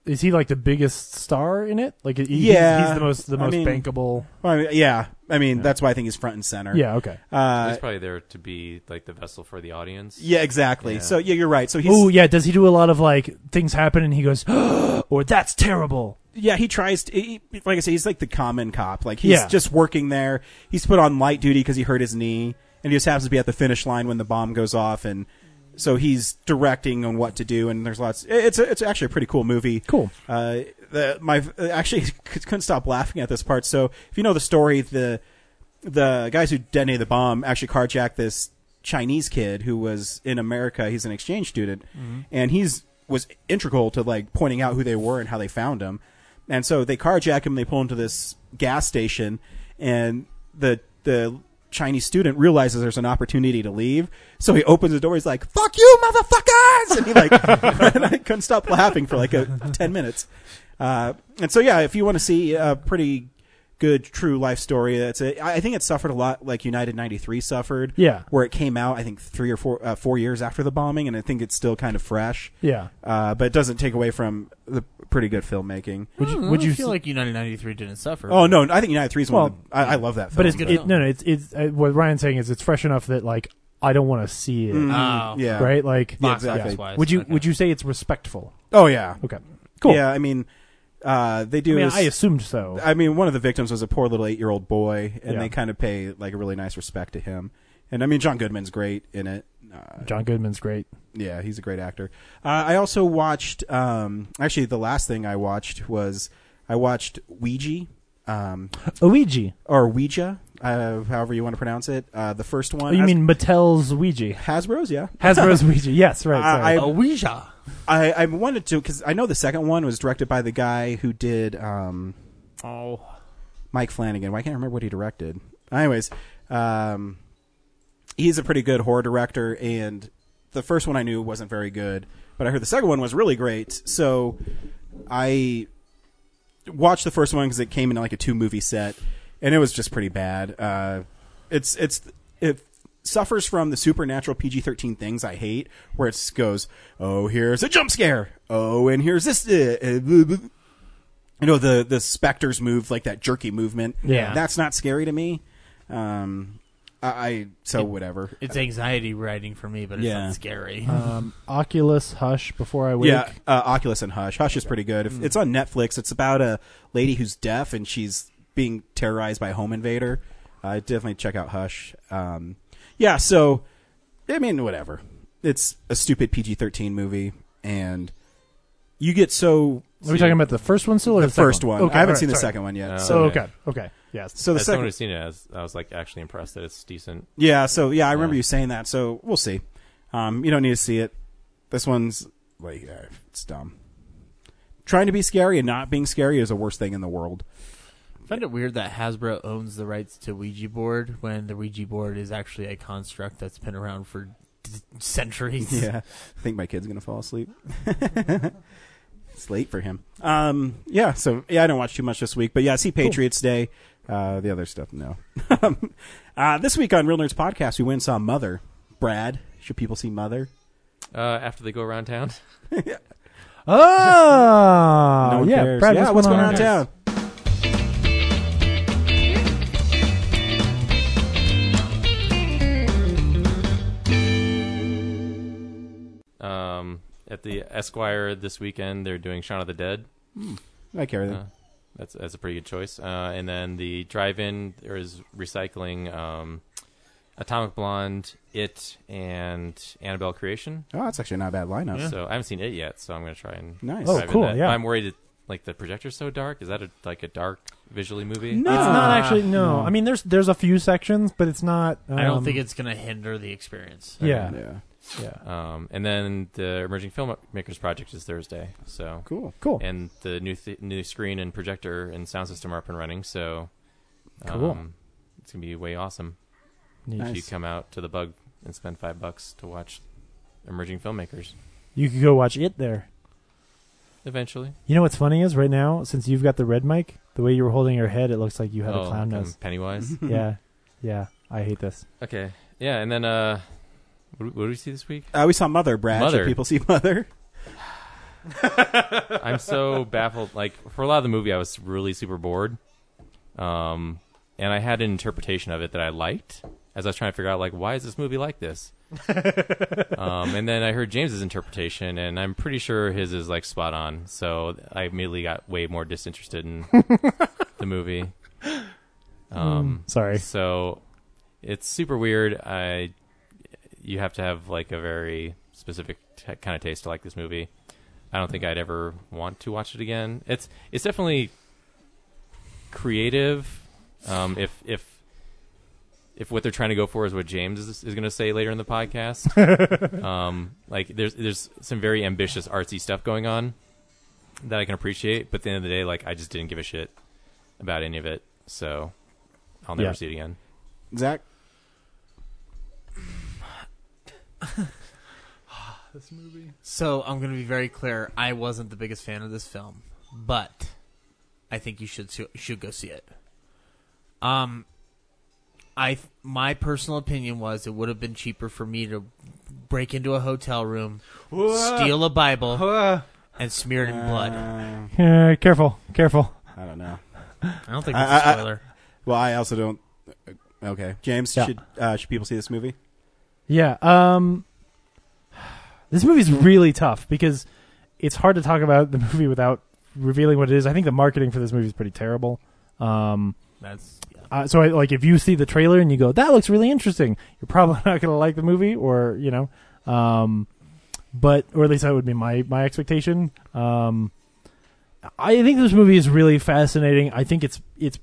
S11: Is he like the biggest star in it? Like, he- he's-
S1: yeah,
S11: he's the most the
S1: I
S11: most
S1: mean-
S11: bankable.
S1: Well, I mean, yeah, I mean that's why I think he's front and center.
S11: Yeah, okay.
S1: Uh,
S9: he's probably there to be like the vessel for the audience.
S1: yeah, exactly.
S9: Yeah.
S1: So yeah, you're right. So he's
S11: Oh yeah, does he do a lot of like things happen and he goes, or that's terrible?
S1: yeah, he tries to. He, like I say, he's like the common cop. Like he's
S11: Yeah.
S1: just working there. He's put on light duty because he hurt his knee, and he just happens to be at the finish line when the bomb goes off, and so he's directing on what to do. And there's lots. It's a, it's actually a pretty cool movie. Cool. Uh, the, my actually couldn't stop laughing at this part. So if you know the story, the the guys who detonated the bomb actually carjacked this Chinese kid who was in America. He's an exchange student,
S12: Mhm.
S1: and he's was integral to like pointing out who they were and how they found him. And so they carjack him. They pull him to this gas station, and the the Chinese student realizes there's an opportunity to leave. So he opens the door. He's like, "Fuck you, motherfuckers!" And he like, and I couldn't stop laughing for like a, ten minutes. Uh, and so yeah, if you want to see a pretty good true life story, it's a, I I think it suffered a lot like United '93 suffered.
S11: Yeah.
S1: where it came out, I think three or four uh, four years after the bombing, and I think it's still kind of fresh.
S11: Yeah.
S1: uh, but it doesn't take away from the pretty good filmmaking.
S10: Would you, would you Oh, feel like United ninety three didn't suffer?
S1: Oh no, I think United Three is one. Of the, I, I love that. Film,
S11: But it's it, no, no. It's it's uh, what Ryan's saying is it's fresh enough that like I don't want to see it.
S1: Mm, Oh. yeah.
S11: right. Like
S1: Yeah, exactly. Box-wise,
S11: Would you would you say it's respectful?
S1: Oh yeah.
S11: Okay. Cool.
S1: Yeah, I mean, uh, they do.
S11: I mean,
S1: is-
S11: I assumed so.
S1: I mean, one of the victims was a poor little eight-year-old boy, and
S11: Yeah.
S1: they kind of pay like a really nice respect to him. And I mean, John Goodman's great in it. Uh,
S11: John Goodman's great.
S1: yeah, he's a great actor. Uh, I also watched. Um, actually, the last thing I watched was I watched Ouija. Um,
S11: Ouija
S1: or Ouija, uh, however you want to pronounce it. Uh, the first
S11: Oh,
S1: one.
S11: you
S1: As-
S11: mean Mattel's Ouija?
S1: Hasbro's, yeah.
S11: Hasbro's Ouija. Yes, right.
S1: I,
S11: sorry.
S1: I, I, I wanted to because I know the second one was directed by the guy who did um,
S10: oh
S1: Mike Flanagan. Well, I can't remember what he directed. Anyways, um, he's a pretty good horror director, and the first one I knew wasn't very good, but I heard the second one was really great. So I watched the first one because it came in like a two movie set, and it was just pretty bad. Uh, it's it's it suffers from the supernatural PG thirteen things I hate, where it just goes, oh here's a jump scare, oh and here's this. uh, uh, blah, blah." you know the the specters move like that jerky movement.
S10: Yeah.
S1: that's not scary to me. Um, I, I so whatever.
S10: It's anxiety riding for me, but it's
S1: Yeah.
S10: not scary.
S11: um, Oculus Hush before I wake.
S1: Yeah, uh, Oculus and Hush. Hush is pretty good.
S11: Mm.
S1: If, It's on Netflix. It's about a lady who's deaf and she's being terrorized by a home invader. Uh, definitely check out Hush. Um, yeah, so I mean, whatever. It's a stupid PG thirteen movie, and you get so.
S11: Are we talking about the first one still, or
S1: the,
S11: the second
S1: first
S11: one?
S1: one?
S11: Okay,
S1: I haven't
S11: alright,
S1: seen the
S11: sorry.
S1: second one yet.
S11: Oh,
S1: so
S11: okay. Okay, yes.
S1: So the
S9: As
S1: second
S9: someone who's seen it, I was, I was like actually impressed that it's decent.
S1: Yeah, so yeah, I remember you saying that. So we'll see. Um, you don't need to see it. This one's like uh, it's dumb. Trying to be scary and not being scary is the worst thing in the world.
S10: I find it weird that Hasbro owns the rights to Ouija board when the Ouija board is actually a construct that's been around for d- centuries.
S1: Yeah, I think my kid's gonna fall asleep. it's late for him. Um, yeah, so yeah, I don't watch too much this week, but yeah, I see Patriots Day. Uh, the other stuff, no. uh, this week on Real Nerds Podcast, we went and saw Mother. Brad, should people see Mother?
S9: Uh, after they go around town,
S11: Oh,
S1: No one
S11: yeah.
S1: cares.
S11: Brad,
S1: Yeah, what's
S11: what's, going
S1: going
S11: on
S1: on down?
S9: um, at the Esquire this weekend. They're doing Shaun of the Dead.
S1: Hmm. I carry that.
S9: Uh, that's that's a pretty good choice. Uh, and then the drive-in there is recycling um, Atomic Blonde, It, and Annabelle Creation.
S1: Oh, that's actually not a bad lineup.
S9: So I haven't seen it yet, so I'm going to try and
S1: Nice.
S11: Oh,
S9: dive in
S11: cool,
S9: that.
S11: yeah.
S9: I'm worried that like the projector's so dark. Is that a, like a dark visually movie?
S11: No, it's not actually. No, I mean there's there's a few sections, but it's not. Um,
S10: I don't think it's going to hinder the experience.
S11: Yeah.
S9: Yeah. Um, and then the Emerging Filmmakers Project is Thursday. So
S1: cool,
S11: cool.
S9: And the new th- new screen and projector and sound system are up and running. So
S11: Cool.
S9: um, It's gonna be way awesome. If you
S11: Nice.
S9: come out to the bug and spend five bucks to watch Emerging Filmmakers
S11: You could go watch it there.
S9: eventually.
S11: You know what's funny is right now, since you've got the red mic, the way you were holding your head, it looks like you had
S9: Oh,
S11: a clown
S9: I'm
S11: nose.
S9: Pennywise?
S11: yeah, yeah. I hate this.
S9: Okay. Yeah. And then uh, what, do- what do we see this week?
S1: Uh, we saw Mother, Brad. Should
S9: Mother.
S1: people see Mother?
S9: I'm so baffled. Like for a lot of the movie, I was really super bored, um, and I had an interpretation of it that I liked as I was trying to figure out like why is this movie like this. um, and then I heard James's interpretation, and I'm pretty sure his is like spot on. So I immediately got way more disinterested in the movie. Um,
S11: sorry.
S9: So it's super weird. I you have to have like a very specific t- kind of taste to like this movie. I don't think I'd ever want to watch it again. It's it's definitely creative. Um, if if if what they're trying to go for is what James is, is going to say later in the podcast, um, like there's there's some very ambitious artsy stuff going on that I can appreciate. But at the end of the day, like I just didn't give a shit about any of it, so I'll never
S1: Yeah.
S9: see it again.
S1: Zach,
S10: this movie. So I'm going to be very clear. I wasn't the biggest fan of this film, but I think you should see, should go see it. Um, I th- my personal opinion was it would have been cheaper for me to break into a hotel room,
S8: Whoa.
S10: steal a Bible, and smear it in blood.
S11: Uh, careful, careful.
S1: I don't know.
S10: I don't think that's a spoiler.
S1: well, I also don't. uh, Okay, James,
S11: Yeah.
S1: should uh, should people see this movie?
S11: Yeah. Um, this movie's really tough because it's hard to talk about the movie without revealing what it is. I think the marketing for this movie is pretty terrible. Um,
S10: That's-
S11: uh, so I, like if you see the trailer and you go, "That looks really interesting," you're probably not going to like the movie, or you know, um, but or at least that would be my my expectation. Um, I think this movie is really fascinating. I think it's it's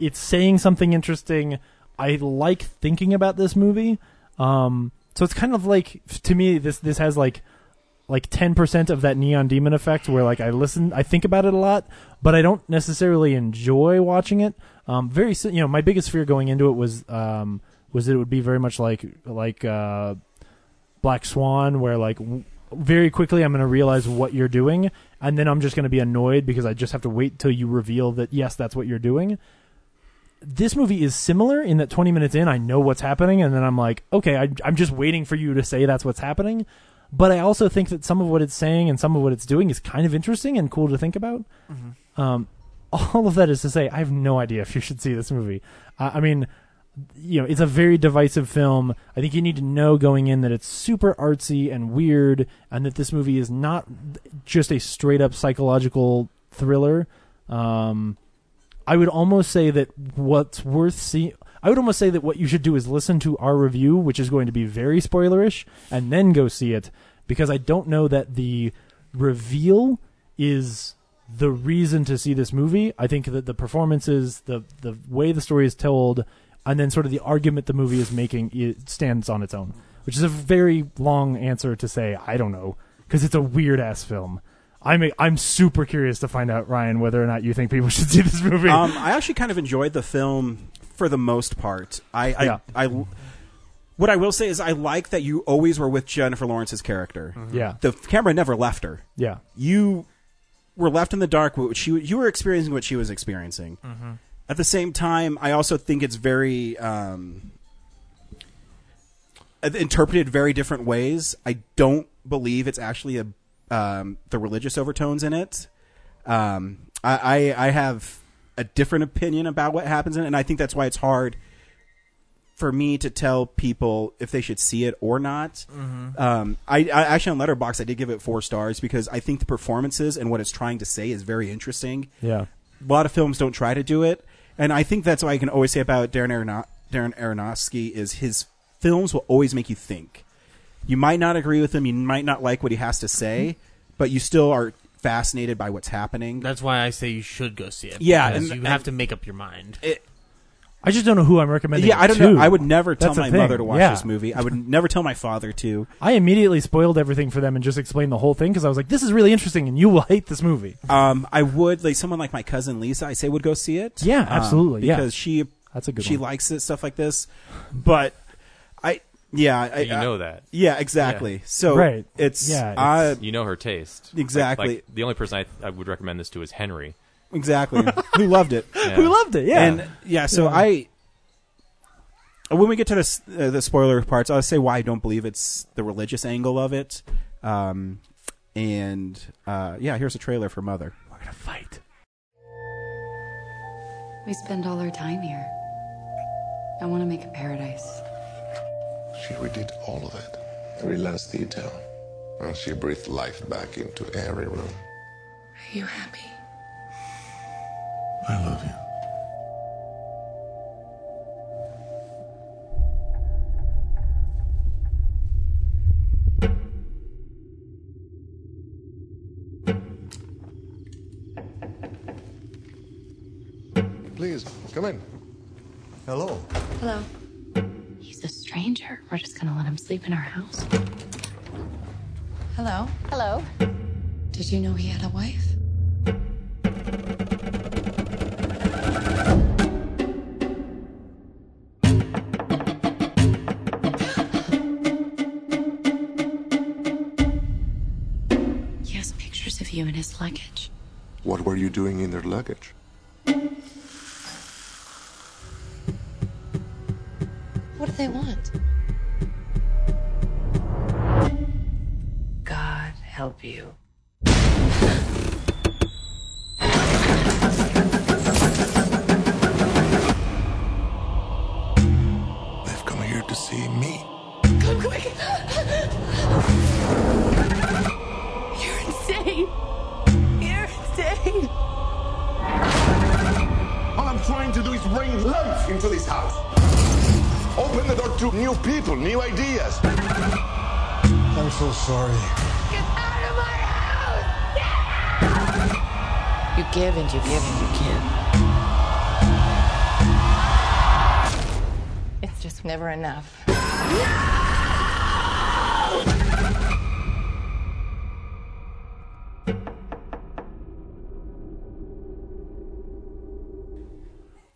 S11: it's saying something interesting. I like thinking about this movie. Um, so it's kind of like to me this this has like like 10% of that neon demon effect where like I listen I think about it a lot but I don't necessarily enjoy watching it um very si- you know my biggest fear going into it was um was that it would be very much like like uh Black Swan, where like w- very quickly I'm going to realize what you're doing, and then I'm just going to be annoyed because I just have to wait till you reveal that yes, that's what you're doing. This movie is similar in that 20 minutes in, I know what's happening, and then I'm like, okay, I, I'm just waiting for you to say that's what's happening. But I also think that some of what it's saying and some of what it's doing is kind of interesting and cool to think about. Um, all of that is to say, I have no idea if you should see this movie. I I mean, you know, it's a very divisive film. I think you need to know going in that it's super artsy and weird, and that this movie is not just a straight up psychological thriller. Um, I would almost say that what's worth seeing. I would almost say that what you should do is listen to our review, which is going to be very spoilerish, and then go see it because I don't know that the reveal is the reason to see this movie. I think that the performances, the the way the story is told, and then sort of the argument the movie is making it stands on its own, which is a very long answer to say I don't know because it's a weird ass film. I'm a, I'm super curious to find out Ryan whether or not you think people should see this movie.
S1: Um, I actually kind of enjoyed the film for the most part. I, I,
S11: Yeah.
S1: I, what I will say is I like that you always were with Jennifer Lawrence's character.
S11: Yeah.
S1: the camera never left her.
S11: Yeah.
S1: you were left in the dark. What she, you were experiencing what she was experiencing.
S11: Mhm.
S1: At the same time, I also think it's very um, interpreted very different ways. I don't believe it's actually a um, the religious overtones in it. Um, I, I I have a different opinion about what happens in it, and I think that's why it's hard for me to tell people if they should see it or not.
S15: Mhm.
S1: Um, I, I actually on Letterbox I did give it four stars because I think the performances and what it's trying to say is very interesting.
S11: Yeah.
S1: a lot of films don't try to do it, and I think that's what I can always say about Darren Arono- Darren Aronofsky is his films will always make you think. You might not agree with him, you might not like what he has to say, but you still are fascinated by what's happening.
S10: That's why I say you should go see it.
S1: Yeah,
S10: because
S1: and-
S10: you have to make up your mind.
S11: I just don't know who I'm recommending.
S1: yeah,
S11: it
S1: I don't
S11: to.
S1: know. I would never tell
S11: That's the
S1: my
S11: thing.
S1: mother to watch
S11: Yeah.
S1: this movie. I would never tell my father to.
S11: I immediately spoiled everything for them and just explained the whole thing because I was like, "This is really interesting, and you will hate this movie."
S1: Um, I would like someone like my cousin Lisa. I say would go see it.
S11: Yeah,
S1: Um,
S11: absolutely, yeah.
S1: because she
S11: That's a good
S1: She
S11: one.
S1: likes it stuff like this, but I yeah I,
S9: You
S1: I-
S9: know that.
S1: yeah exactly.
S9: Yeah.
S1: So it's I-
S9: you know her taste
S1: Exactly.
S9: Like- like, the only person I, I would recommend this to is Henry.
S1: Exactly. Who loved it?
S9: Yeah. Who loved it, yeah.
S1: And yeah, so
S9: Yeah.
S1: I when we get to this, uh, the spoiler parts, I'll say why I don't believe it's the religious angle of it. Um, and uh, yeah, here's a trailer for Mother. We're gonna fight.
S16: We spend all our time here. I want to make a paradise.
S17: She redid all of it, every last detail. And she breathed life back into every room.
S16: Are you happy?
S17: I love you. Please, come in. Hello.
S16: Hello. He's a stranger. We're just going to let him sleep in our house. Hello. Hello. Did you know he had a wife? He has pictures of you in his luggage.
S17: What were you doing in their luggage?
S16: What do they want? God help you.
S17: They've come here to see me.
S16: Come quick! You're insane! You're insane!
S17: All I'm trying to do is bring life into this house. Open the door to new people, new ideas. I'm so sorry.
S16: You give and you give and you give. It's just never enough.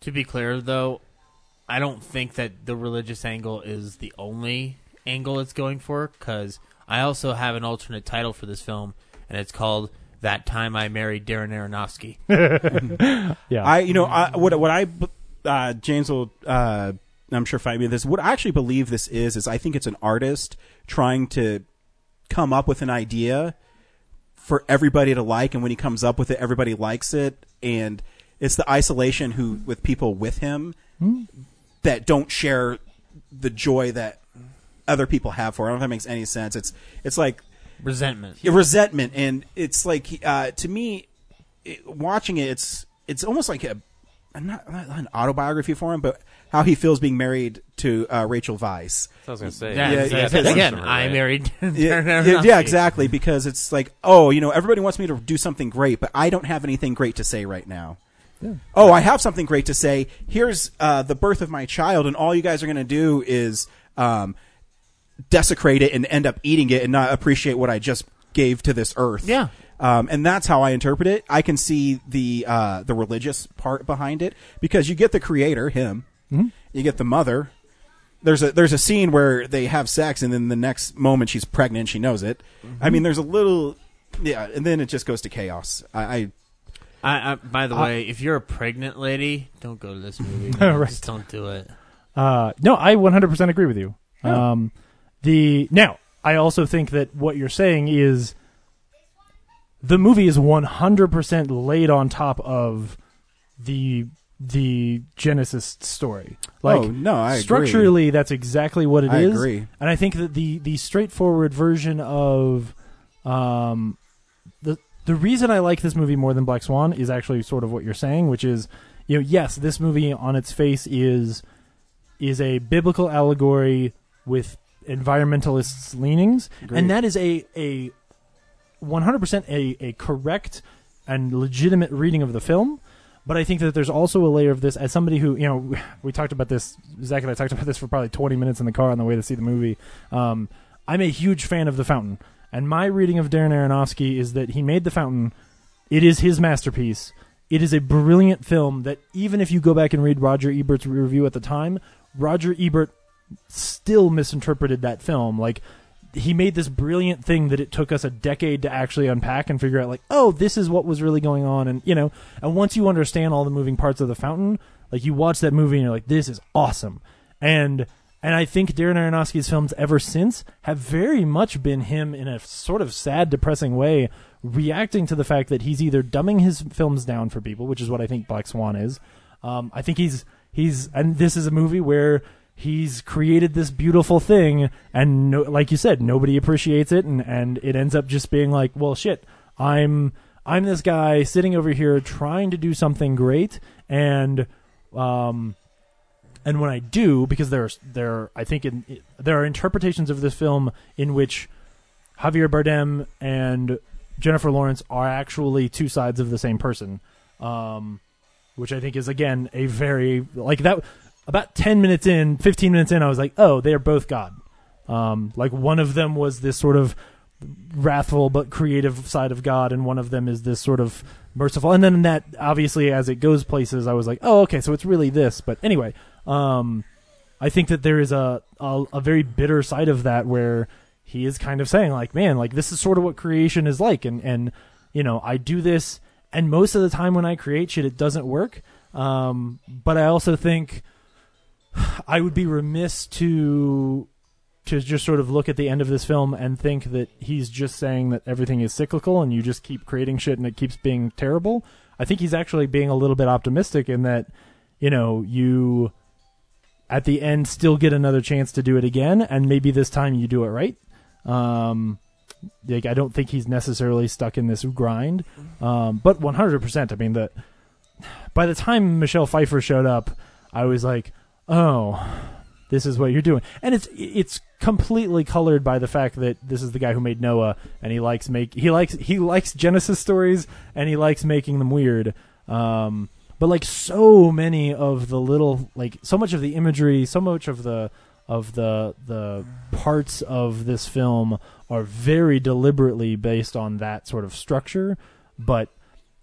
S10: To be clear, though, I don't think that the religious angle is the only angle it's going for, because I also have an alternate title for this film, and it's called That Time I Married Darren Aronofsky.
S1: I you know I, what what I b- uh, James will uh, I'm sure fight me with this. What I actually believe this is is I think it's an artist trying to come up with an idea for everybody to like, and when he comes up with it, everybody likes it, and it's the isolation who with people with him that don't share the joy that other people have for. It. I don't know if that makes any sense. It's it's like
S10: Resentment.
S1: Yeah, resentment, and it's like uh, to me, it, watching it, it's it's almost like a not, not an autobiography for him, but how he feels being married to uh, Rachel Weisz.
S9: I was gonna say.
S10: Yeah, yeah,
S1: it's-
S10: yeah,
S1: it's-
S10: again, I married Darren
S1: yeah, yeah,
S10: Aronofsky.
S1: yeah, exactly. Because it's like, oh, you know, everybody wants me to do something great, but I don't have anything great to say right now.
S11: Yeah.
S1: Oh, I have something great to say. Here's uh, the birth of my child, and all you guys are going to do is um, desecrate it and end up eating it and not appreciate what I just gave to this earth. Yeah. Um, and that's how I interpret it. I can see the uh, the religious part behind it because you get the creator, him. You get the mother. There's a there's a scene where they have sex, and then the next moment she's pregnant. She knows it. I mean, there's a little, yeah, and then it just goes to chaos. I, I
S10: I, I, by
S17: Uh,
S10: the
S1: I-
S10: way, if you're a pregnant lady, don't go to this movie. man.
S11: Right.
S10: Just don't do it.
S11: Uh, no, I 100% agree with you.
S10: Yeah.
S11: Um, the now, I also think that what you're saying is the movie is 100% laid on top of the the Genesis story. Like,
S1: Oh, no, I agree.
S11: structurally, that's exactly what it is.
S1: I agree.
S11: and I think that the the straightforward version of um, the the reason I like this movie more than Black Swan is actually sort of what you're saying, which is, you know, yes, this movie on its face is is a biblical allegory with environmentalists leanings,
S8: Agreed.
S11: and that is a a 100% a, a correct and legitimate reading of the film but i think that there's also a layer of this as somebody who you know we talked about this zach and i talked about this for probably 20 minutes in the car on the way to see the movie um, i'm a huge fan of the fountain and my reading of darren aronofsky is that he made the fountain it is his masterpiece it is a brilliant film that even if you go back and read roger ebert's review at the time roger ebert still misinterpreted that film like he made this brilliant thing that it took us a decade to actually unpack and figure out like oh this is what was really going on and you know and once you understand all the moving parts of the fountain like you watch that movie and you're like this is awesome and and i think darren aronofsky's films ever since have very much been him in a sort of sad depressing way reacting to the fact that he's either dumbing his films down for people which is what i think black swan is um, i think he's he's and this is a movie where he's created this beautiful thing and no, like you said nobody appreciates it and and it ends up just being like well shit i'm i'm this guy sitting over here trying to do something great and um and when i do because there's there i think in there are interpretations of this film in which Javier Bardem and Jennifer Lawrence are actually two sides of the same person, um, which I think is again a very like that. About ten minutes in, fifteen minutes in, I was like, oh, they are both God. Um, like one of them was this sort of wrathful but creative side of God, and one of them is this sort of merciful. And then that obviously, as it goes places, I was like, oh, okay, so it's really this. But anyway, um, I think that there is a, a a very bitter side of that where he is kind of saying like, man, like this is sort of what creation is like, and and you know I do this, and most of the time when I create shit, it doesn't work. Um, but I also think I would be remiss to to just sort of look at the end of this film and think that he's just saying that everything is cyclical and you just keep creating shit and it keeps being terrible. I think he's actually being a little bit optimistic in that, you know, you at the end still get another chance to do it again and maybe this time you do it right. Um like I don't think he's necessarily stuck in this grind. Um but 100%, I mean the by the time Michelle Pfeiffer showed up, I was like, "Oh, this is what you're doing." And it's it's completely colored by the fact that this is the guy who made Noah, and he likes make he likes he likes Genesis stories, and he likes making them weird. Um, but like so many of the little like so much of the imagery, so much of the of the the parts of this film are very deliberately based on that sort of structure, but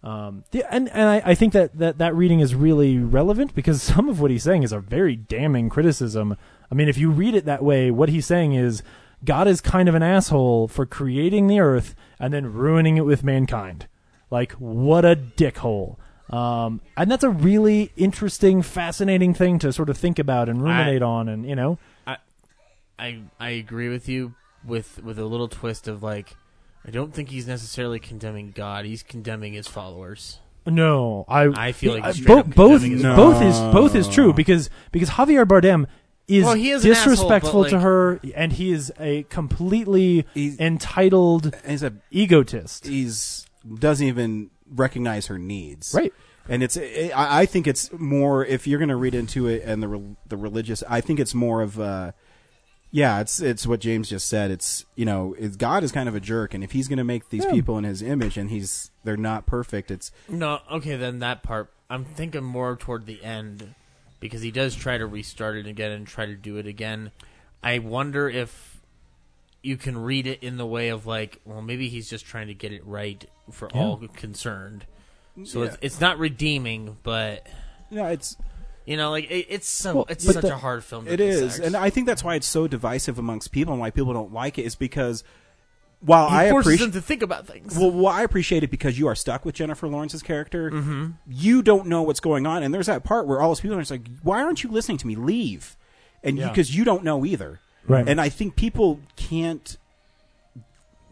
S11: um, the, and and I, I think that, that that reading is really relevant because some of what he's saying is a very damning criticism. I mean, if you read it that way, what he's saying is God is kind of an asshole for creating the earth and then ruining it with mankind. Like, what a dickhole. Um, and that's a really interesting, fascinating thing to sort of think about and ruminate on, and you know,
S10: I, I I agree with you with with a little twist of like I don't think he's necessarily condemning God. He's condemning his followers.
S11: No, I
S10: I feel like
S11: I-
S10: he's straight
S11: both
S10: up
S11: both
S10: condemning his
S11: both is both is true because because Javier Bardem is,
S10: Well, he is an asshole,
S11: disrespectful
S10: but,
S11: to
S10: like-
S11: her and he is a completely entitled
S1: he's a
S11: egotist.
S1: He's doesn't even recognize her needs.
S11: Right.
S1: And it's I I think it's more if you're going to read into it and the rel- the religious I think it's more of uh yeah, it's it's what James just said. It's you know, it's, God is kind of a jerk, and if he's going to make these
S10: Yeah.
S1: people in his image, and he's they're not perfect, it's
S10: No, okay, then that part. I'm thinking more toward the end because he does try to restart it again and try to do it again. I wonder if you can read it in the way of like, well, maybe he's just trying to get it right for
S1: Yeah.
S10: all concerned. So
S1: Yeah.
S10: it's, it's not redeeming, but
S1: no, it's
S10: you know, like it, it's so
S1: Well,
S10: it's
S1: but
S10: such
S1: the-
S10: a hard film. To
S1: It is,
S10: dissect.
S1: and I think that's why it's so divisive amongst people and why people don't like it is because while
S10: He
S1: I
S10: forces
S1: appreciate
S10: them to think about things.
S1: Well, well, I appreciate it because you are stuck with Jennifer Lawrence's character. You don't know what's going on, and there's that part where all those people are just like, "Why aren't you listening to me? Leave," and
S11: Yeah.
S1: because you don't know either.
S11: Right.
S1: And I think people can't.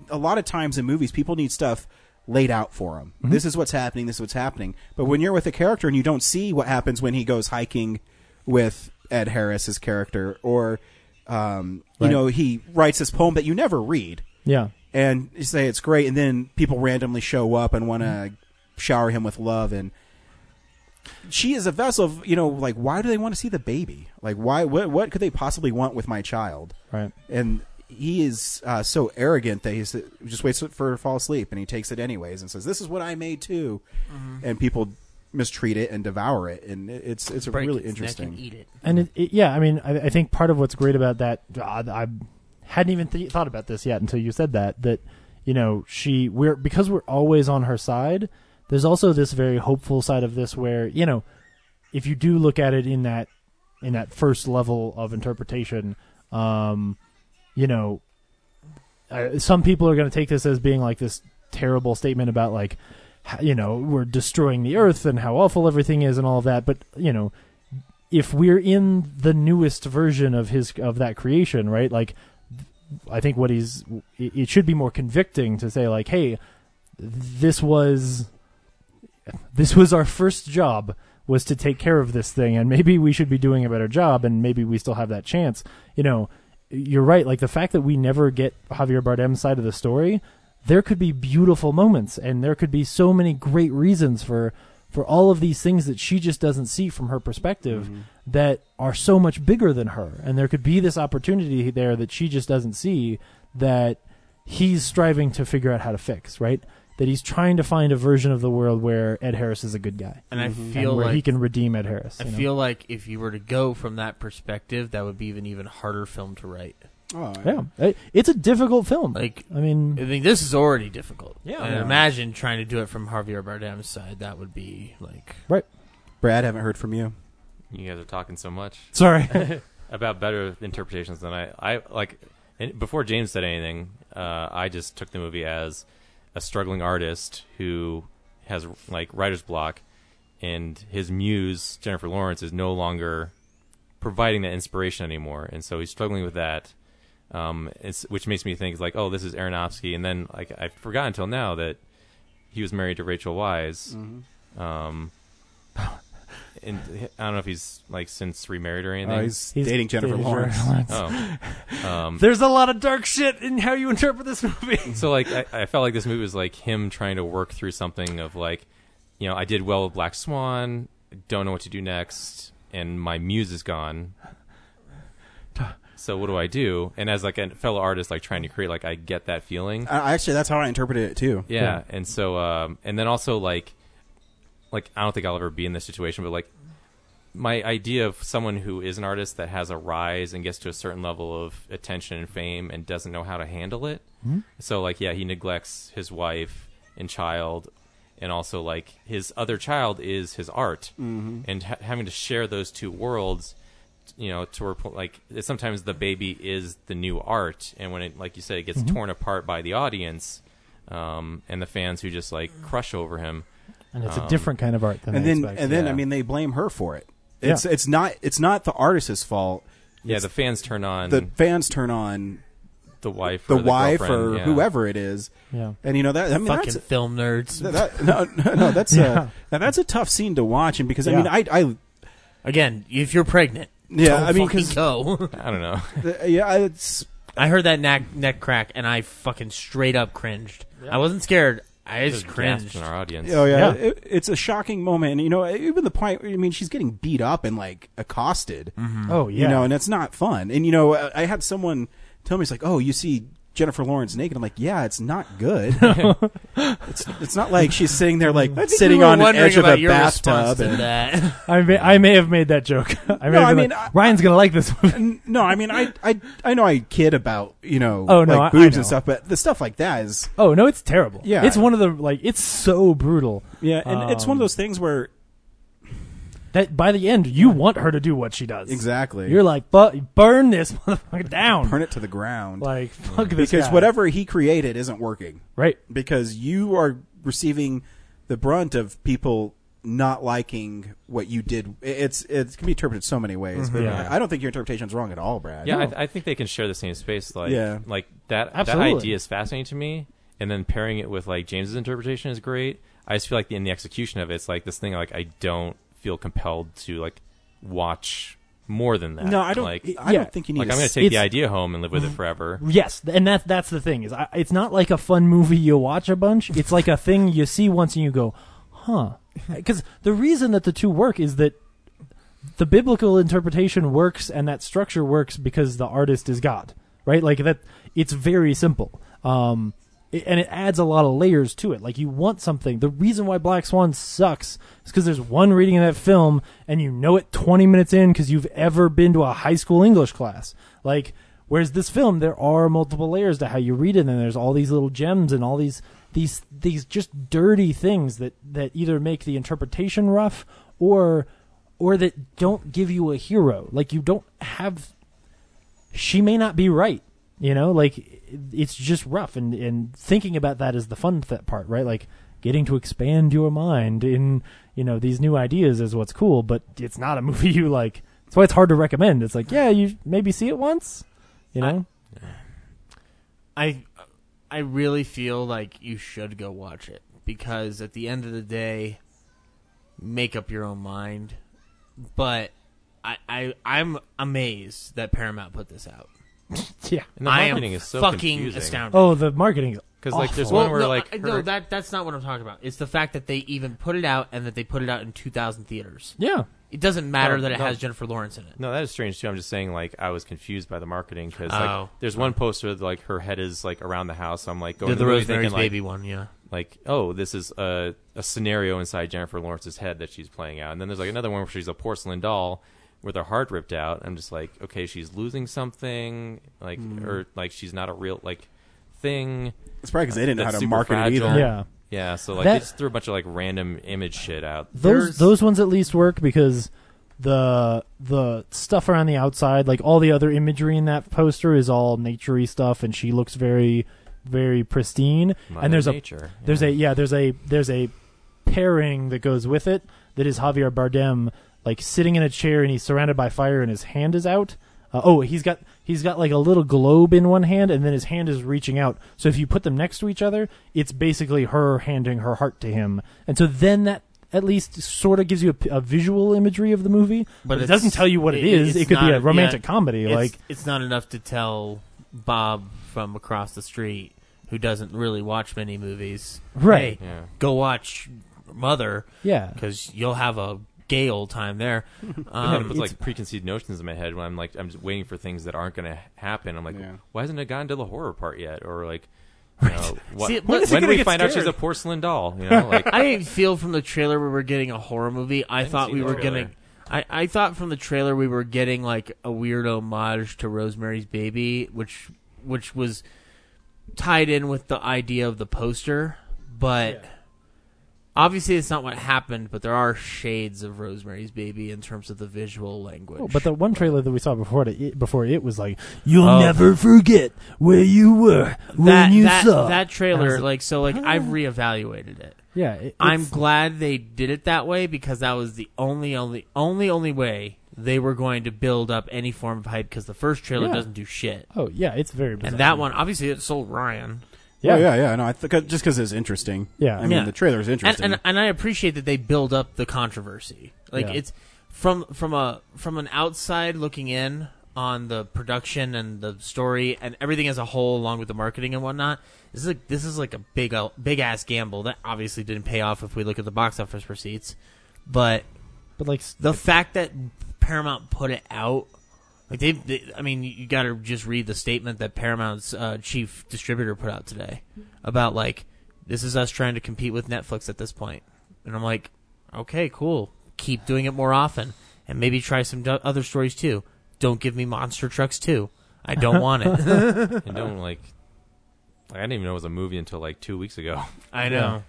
S1: A lot of times in movies, people need stuff laid out for him.
S11: Mm-hmm.
S15: Mhm.
S1: This is what's happening. This is what's happening. But when you're with a character and you don't see what happens when he goes hiking with Ed Harris's character, or um,
S11: Right.
S1: you know, he writes this poem that you never read.
S11: Yeah.
S1: and you say it's great, and then people randomly show up and want to shower him with love and. She is a vessel of, you know, like why do they want to see the baby? Like why what what could they possibly want with my child?
S11: Right.
S1: and he is uh, so arrogant that he just waits for her to fall asleep and he takes it anyways and says this is what i made too
S10: Mm-hmm.
S1: and people mistreat it and devour it and it- it's it's a
S10: Break
S1: really
S10: its neck
S1: interesting
S10: and eat it.
S11: And it, it, yeah, I mean, I, I think part of what's great about that, uh, I hadn't even th- thought about this yet until you said that. That you know, she we're because we're always on her side. There's also this very hopeful side of this where you know, if you do look at it in that in that first level of interpretation, um, you know, uh, some people are going to take this as being like this terrible statement about like how, you know we're destroying the earth and how awful everything is and all of that but you know if we're in the newest version of his of that creation right like i think what he's it it should be more convicting to say like hey this was this was our first job was to take care of this thing and maybe we should be doing a better job and maybe we still have that chance you know you're right like the fact that we never get javier bardem's side of the story there could be beautiful moments and there could be so many great reasons for for all of these things that she just doesn't see from her perspective
S10: Mm-hmm.
S11: that are so much bigger than her and there could be this opportunity there that she just doesn't see that he's striving to figure out how to fix right that he's trying to find a version of the world where Ed Harris is a good guy,
S10: And I
S1: Mm-hmm.
S10: feel
S11: where
S10: like
S11: he can redeem Ed Harris.
S10: I
S11: you know?
S10: feel like if you were to go from that perspective, that would be an even harder film to write.
S1: Oh,
S11: yeah, It- it's a difficult film.
S10: Like,
S11: I mean,
S10: I think this is already difficult.
S11: Yeah.
S10: And
S11: Yeah.
S10: imagine trying to do it from Javier Bardem's side. That would be like
S11: right
S1: brad haven't heard from you
S9: You guys are talking so much.
S11: Sorry.
S9: about better interpretations than I. I like and before James said anything. Uh, I just took the movie as a struggling artist who has like writer's block, and his muse Jennifer Lawrence is no longer providing that inspiration anymore, and so he's struggling with that. Um, it's, which makes me think like, oh, this is Aronofsky, and then like I forgot until now that he was married to Rachel Wise. Um, and I don't know if he's like since remarried or anything.
S1: he's He's dating Jennifer dating Lawrence. Jennifer Lawrence.
S9: Oh, um,
S8: There's a lot of dark shit in how you interpret this movie.
S9: so like I, I felt like this movie was like him trying to work through something of like, you know, I did well with Black Swan, don't know what to do next, and my muse is gone. So what do I do? And as like a fellow artist, like trying to create, like I get that feeling.
S1: I, actually that's how i interpreted it too
S9: Yeah, and so um, and then also like, like I don't think I'll ever be in this situation, but like my idea of someone who is an artist that has a rise and gets to a certain level of attention and fame and doesn't know how to handle it.
S18: Mhm.
S9: So like, yeah, he neglects his wife and child, and also like his other child is his art,
S18: Mhm.
S9: and ha- having to share those two worlds. You know, to report like it's sometimes the baby is the new art, and when it, like you said, it gets
S11: Mhm.
S9: torn apart by the audience, um, and the fans who just
S10: Mm.
S9: like crush over him.
S11: And it's a
S9: Um,
S11: different kind of art than
S1: and
S11: they
S1: then
S11: expect.
S1: and then
S9: Yeah.
S1: i mean they blame her for it
S11: Yeah.
S1: it's it's not it's not the artist's fault
S9: Yeah,
S1: It's-
S9: the fans turn on
S1: the fans turn on
S9: the wife,
S1: the,
S9: or the
S1: wife
S9: girlfriend,
S1: or
S9: yeah.
S1: whoever it is
S9: Yeah.
S1: and you know that i mean
S10: Fucking
S1: that's-
S10: film nerds.
S1: Th- that- no, no, no, that's
S10: Yeah.
S1: a now that's a tough scene to watch, and because I
S10: Yeah.
S1: mean, I, I
S10: again, if you're pregnant,
S1: Yeah,
S10: don't
S1: I mean,
S10: fucking
S1: 'cause-
S10: go.
S9: I don't know.
S1: th- yeah, it's
S10: I heard that neck neck crack, and I fucking straight up cringed. I wasn't scared. I just
S9: There's
S10: cringed.
S9: gasps in our audience.
S1: Oh yeah, It, it's a shocking moment. And, you know, even the point. I mean, she's getting beat up and like accosted.
S11: Oh,
S1: you
S11: yeah.
S1: know, and it's not fun. And you know, I, I had someone tell me, "It's like, oh, you see Jennifer Lawrence naked." I'm like, yeah, it's not good. it's it's not like she's sitting there like
S11: think
S1: sitting
S11: we were
S1: on the
S11: wondering
S1: edge of
S11: about
S1: a
S11: your
S1: bathtub.
S11: response to
S1: and-
S10: that.
S11: I may, I may have made that joke. I may
S1: No, I
S11: have been
S1: mean,
S11: like, Ryan's gonna like this movie.
S1: N- no, I mean, I, I, I know I kid about you know,
S11: Oh, no,
S1: like
S11: I- I
S1: boobs
S11: know.
S1: and stuff, but the stuff like that is
S11: Oh no, it's terrible.
S1: Yeah.
S11: it's one of the like it's so brutal.
S1: yeah, and it's one of
S11: Um,
S1: those things where
S11: that by the end you want her to do what she does.
S1: Exactly.
S11: You're like, but burn this motherfucker down.
S1: Burn it to the ground.
S11: Like fuck this
S1: because
S11: guy.
S1: whatever he created isn't working,
S11: right?
S1: Because you are receiving the brunt of people not liking what you did. I- It's it can be interpreted so many ways, but
S9: Mhm. Yeah.
S1: I I don't think your interpretation's wrong at all, Brad.
S9: Yeah, I, I think they can share the same space. Like,
S1: Yeah.
S9: like that.
S1: Absolutely.
S9: That idea is fascinating to me, and then pairing it with like James's interpretation is great. I just feel like in the execution of it, it's like this thing like I don't feel compelled to like watch more than that.
S1: No, I don't- e,
S9: Like,
S1: I don't think you need
S9: Like
S1: to
S9: I'm going
S1: s-
S9: to take the
S1: it's-
S9: idea home and live with it
S10: Mm.
S9: forever.
S11: Yes, and that that's the thing is I, it's not like a fun movie you watch a bunch. It's like a thing you see once and you go, huh? Because the reason that the two work is that the biblical interpretation works and that structure works because the artist is God, right? Like that. It's very simple, um, i- and it adds a lot of layers to it. Like you want something. The reason why Black Swan sucks is because there's one reading of that film and you know it 20 minutes in because you've ever been to a high school English class. Like Whereas this film, there are multiple layers to how you read it, and there's all these little gems and all these these these just dirty things that that either make the interpretation rough or or that don't give you a hero. Like you don't have. She may not be right, you know. Like it- it's just rough, and and thinking about that is the fun th- part, right? Like getting to expand your mind in you know these new ideas is what's cool, but it's not a movie you like. That's why it's hard to recommend. It's like, yeah, you maybe see it once, you know.
S10: I I really feel like you should go watch it because at the end of the day, make up your own mind. But I, I I'm amazed that Paramount put this out.
S11: Yeah.
S9: And the
S10: I am
S9: marketing is so
S10: fucking
S9: confusing.
S10: astounded.
S11: oh, the marketing is
S9: 'Cause, like, there's
S11: awful.
S9: one where,
S10: no,
S9: like,
S10: I- no,
S9: her-
S10: that that's not what I'm talking about. It's the fact that they even put it out and that they put it out in 2,000 theaters.
S11: Yeah.
S10: it doesn't matter
S9: No,
S10: that it
S9: no.
S10: has Jennifer Lawrence in it.
S9: No, that is strange too. I'm just saying, like, I was confused by the marketing because
S10: Oh.
S9: like, there's one poster that like her head is like around the house. I'm like going
S10: The-
S9: to
S10: the
S9: movie
S10: Rosemary's
S9: thinking, like-
S10: Baby one, yeah.
S9: Like, oh, this is a a scenario inside Jennifer Lawrence's head that she's playing out, and then there's like another one where she's a porcelain doll with her heart ripped out. I'm just like, okay, she's losing something, like,
S10: Hmm.
S1: Mm.
S9: or like she's not a real like thing.
S1: It's probably 'cause they didn't know
S9: That's
S1: how to
S9: super
S1: market it either.
S9: fragile.
S11: Yeah.
S9: yeah. So like,
S11: That-
S9: they just threw a bunch of like random image shit out.
S11: those those ones at least work because the the stuff around the outside, like all the other imagery in that poster, is all naturey stuff, and she looks very very pristine.
S9: Mother
S11: and there's
S9: nature,
S11: a there's a yeah there's a there's a pairing that goes with it that is Javier Bardem like sitting in a chair and he's surrounded by fire and his hand is out. Uh, oh, he's got he's got like a little globe in one hand and then his hand is reaching out. So if you put them next to each other, it's basically her handing her heart to him. And so then that at least sort of gives you a, p- a visual imagery of the movie, but, it
S10: it's-
S11: doesn't tell you what it is.
S10: it's
S11: It could
S10: not-
S11: be a romantic
S10: yeah,
S11: comedy,
S10: it's-
S11: like
S10: it's not enough to tell Bob from across the street, who doesn't really watch many movies,
S11: Right.
S10: "Hey,
S11: Yeah.
S10: Go watch Mother,
S11: Yeah.
S10: because you'll have a gay old time there.
S9: I had to
S10: Um,
S9: put like preconceived notions in my head when I'm like I'm just waiting for things that aren't going to happen. I'm like, why hasn't it gotten to the horror part yet? Or like, you know, what,
S10: See,
S9: when
S10: when is it
S9: do
S10: gonna
S9: we
S10: get
S9: find out
S10: scared?
S9: she's a porcelain doll? You know, like
S10: I didn't feel from the trailer we were getting a horror movie. I,
S9: didn't
S10: thought
S9: see
S10: we
S9: the
S10: were
S9: trailer.
S10: getting. I, I thought from the trailer we were getting like a weird homage to Rosemary's Baby, which which was tied in with the idea of the poster, but obviously it's not what happened. But there are shades of Rosemary's Baby in terms of the visual language.
S11: Oh, but the one trailer that we saw before it, it before it was like you'll
S10: Oh.
S11: never forget where you were when
S10: that
S11: you
S10: that,
S11: saw
S10: that
S11: And I
S10: trailer
S11: was
S10: like so like I've reevaluated it.
S11: Yeah, it-
S10: I'm
S11: it's-
S10: glad they did it that way because that was the only only only only way they were going to build up any form of hype because the first trailer
S11: Yeah.
S10: doesn't do shit.
S11: Oh, yeah, it's very bizarre.
S10: And that one obviously it sold Ryan.
S1: Oh, Yeah, yeah, yeah. No, I think just because it's interesting. I mean, the trailer's
S10: And-
S1: interesting.
S10: and, and I appreciate that they build up the controversy. Like
S1: Yeah.
S10: it's from from a from an outside looking in on the production and the story and everything as a whole, along with the marketing and whatnot. This is like this is like a big el- big ass gamble that obviously didn't pay off if we look at the box office receipts, but
S11: but like
S10: the fact that Paramount put it out. Like they, they, I mean, you got to just read the statement that Paramount's uh, chief distributor put out today about like this is us trying to compete with Netflix at this point, and I'm like, okay, cool, keep doing it more often, and maybe try some do- other stories too. Don't give me monster trucks too. I don't want it.
S9: and don't like, like, I didn't even know it was a movie until like two weeks ago.
S10: I know.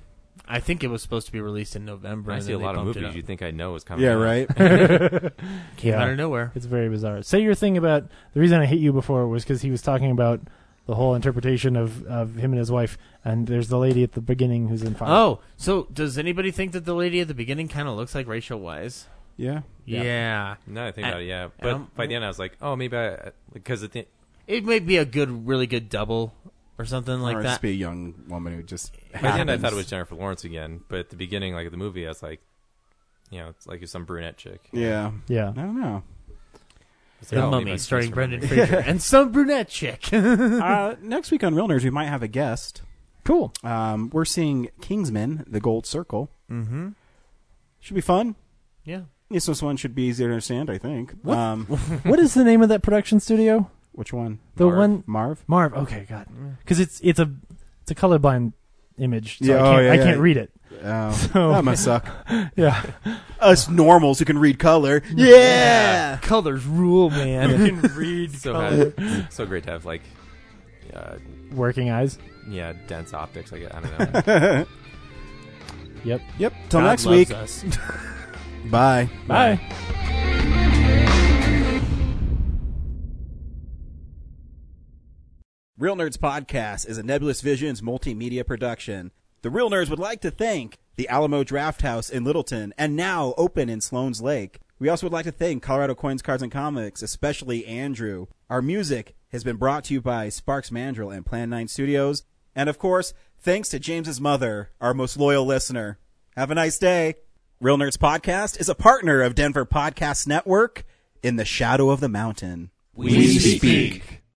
S10: I think it was supposed to be released in November.
S9: I
S10: and
S9: see
S10: then
S9: a
S10: they
S9: lot of
S10: bumped it
S9: movies
S10: up.
S9: you think I know is coming.
S1: Yeah,
S9: out.
S11: right?
S10: Came out of nowhere.
S11: It's very bizarre. Say your thing about the reason I hit you before was because he was talking about the whole interpretation of, of him and his wife, and there's the lady at the beginning who's in fire.
S10: Oh, so does anybody think that the lady at the beginning kind of looks like Rachel Wise?
S1: Yeah.
S10: Yeah.
S9: No, I think
S10: I-
S9: about it. Yeah,
S10: I
S9: but
S10: don't-
S9: by the end I was like, oh, maybe I because at the
S10: It may be a good, really good double. or something
S1: Or
S10: like
S1: it'd
S10: that.
S1: just be a young woman who just.
S9: By the end, I
S1: happens-
S9: thought it was Jennifer Lawrence again, but at the beginning, like of the movie, I was like, you know, it's like it's some brunette chick.
S1: Yeah.
S11: Yeah.
S1: I don't know.
S9: The Yeah, Mummy, maybe I starring just Brendan remembered. Fraser, and
S10: some brunette chick.
S1: uh, next week on Real Nerds, we might have a guest.
S11: Cool.
S1: Um, we're seeing Kingsman: The Gold Circle.
S10: Mm-hmm.
S1: Should be fun.
S10: Yeah.
S1: This this one should be easier to understand, I think.
S11: What,
S1: Um,
S11: what is the name of that production studio?
S1: Which one?
S11: The one
S1: Marv.
S11: Marv. Okay, God,
S9: Mm.
S11: because it's it's a it's a colorblind image. So
S1: Yeah,
S11: I
S1: oh,
S11: can't,
S1: yeah,
S11: I
S1: yeah.
S11: can't read it.
S1: Oh,
S11: So-
S1: that must suck.
S11: yeah.
S1: Us normals who can read color. Yeah.
S10: Colors rule, man.
S11: You can read
S9: so
S11: color.
S9: had- so great to have like, uh,
S11: Working eyes.
S9: yeah, dense optics. I guess I don't know.
S11: Yep.
S1: Yep. Till
S9: God
S1: next
S9: loves
S1: week.
S9: us.
S1: Bye.
S11: Bye.
S1: Real Nerds Podcast is a Nebulous Visions multimedia production. The Real Nerds would like to thank the Alamo Draft House in Littleton and now open in Sloan's Lake. We also would like to thank Colorado Coins, Cards, and Comics, especially Andrew. Our music has been brought to you by Sparks Mandrill and Plan 9 Studios. And of course, thanks to James's mother, our most loyal listener. Have a nice day. Real Nerds Podcast is a partner of Denver Podcast Network in the shadow of the mountain.
S15: We speak.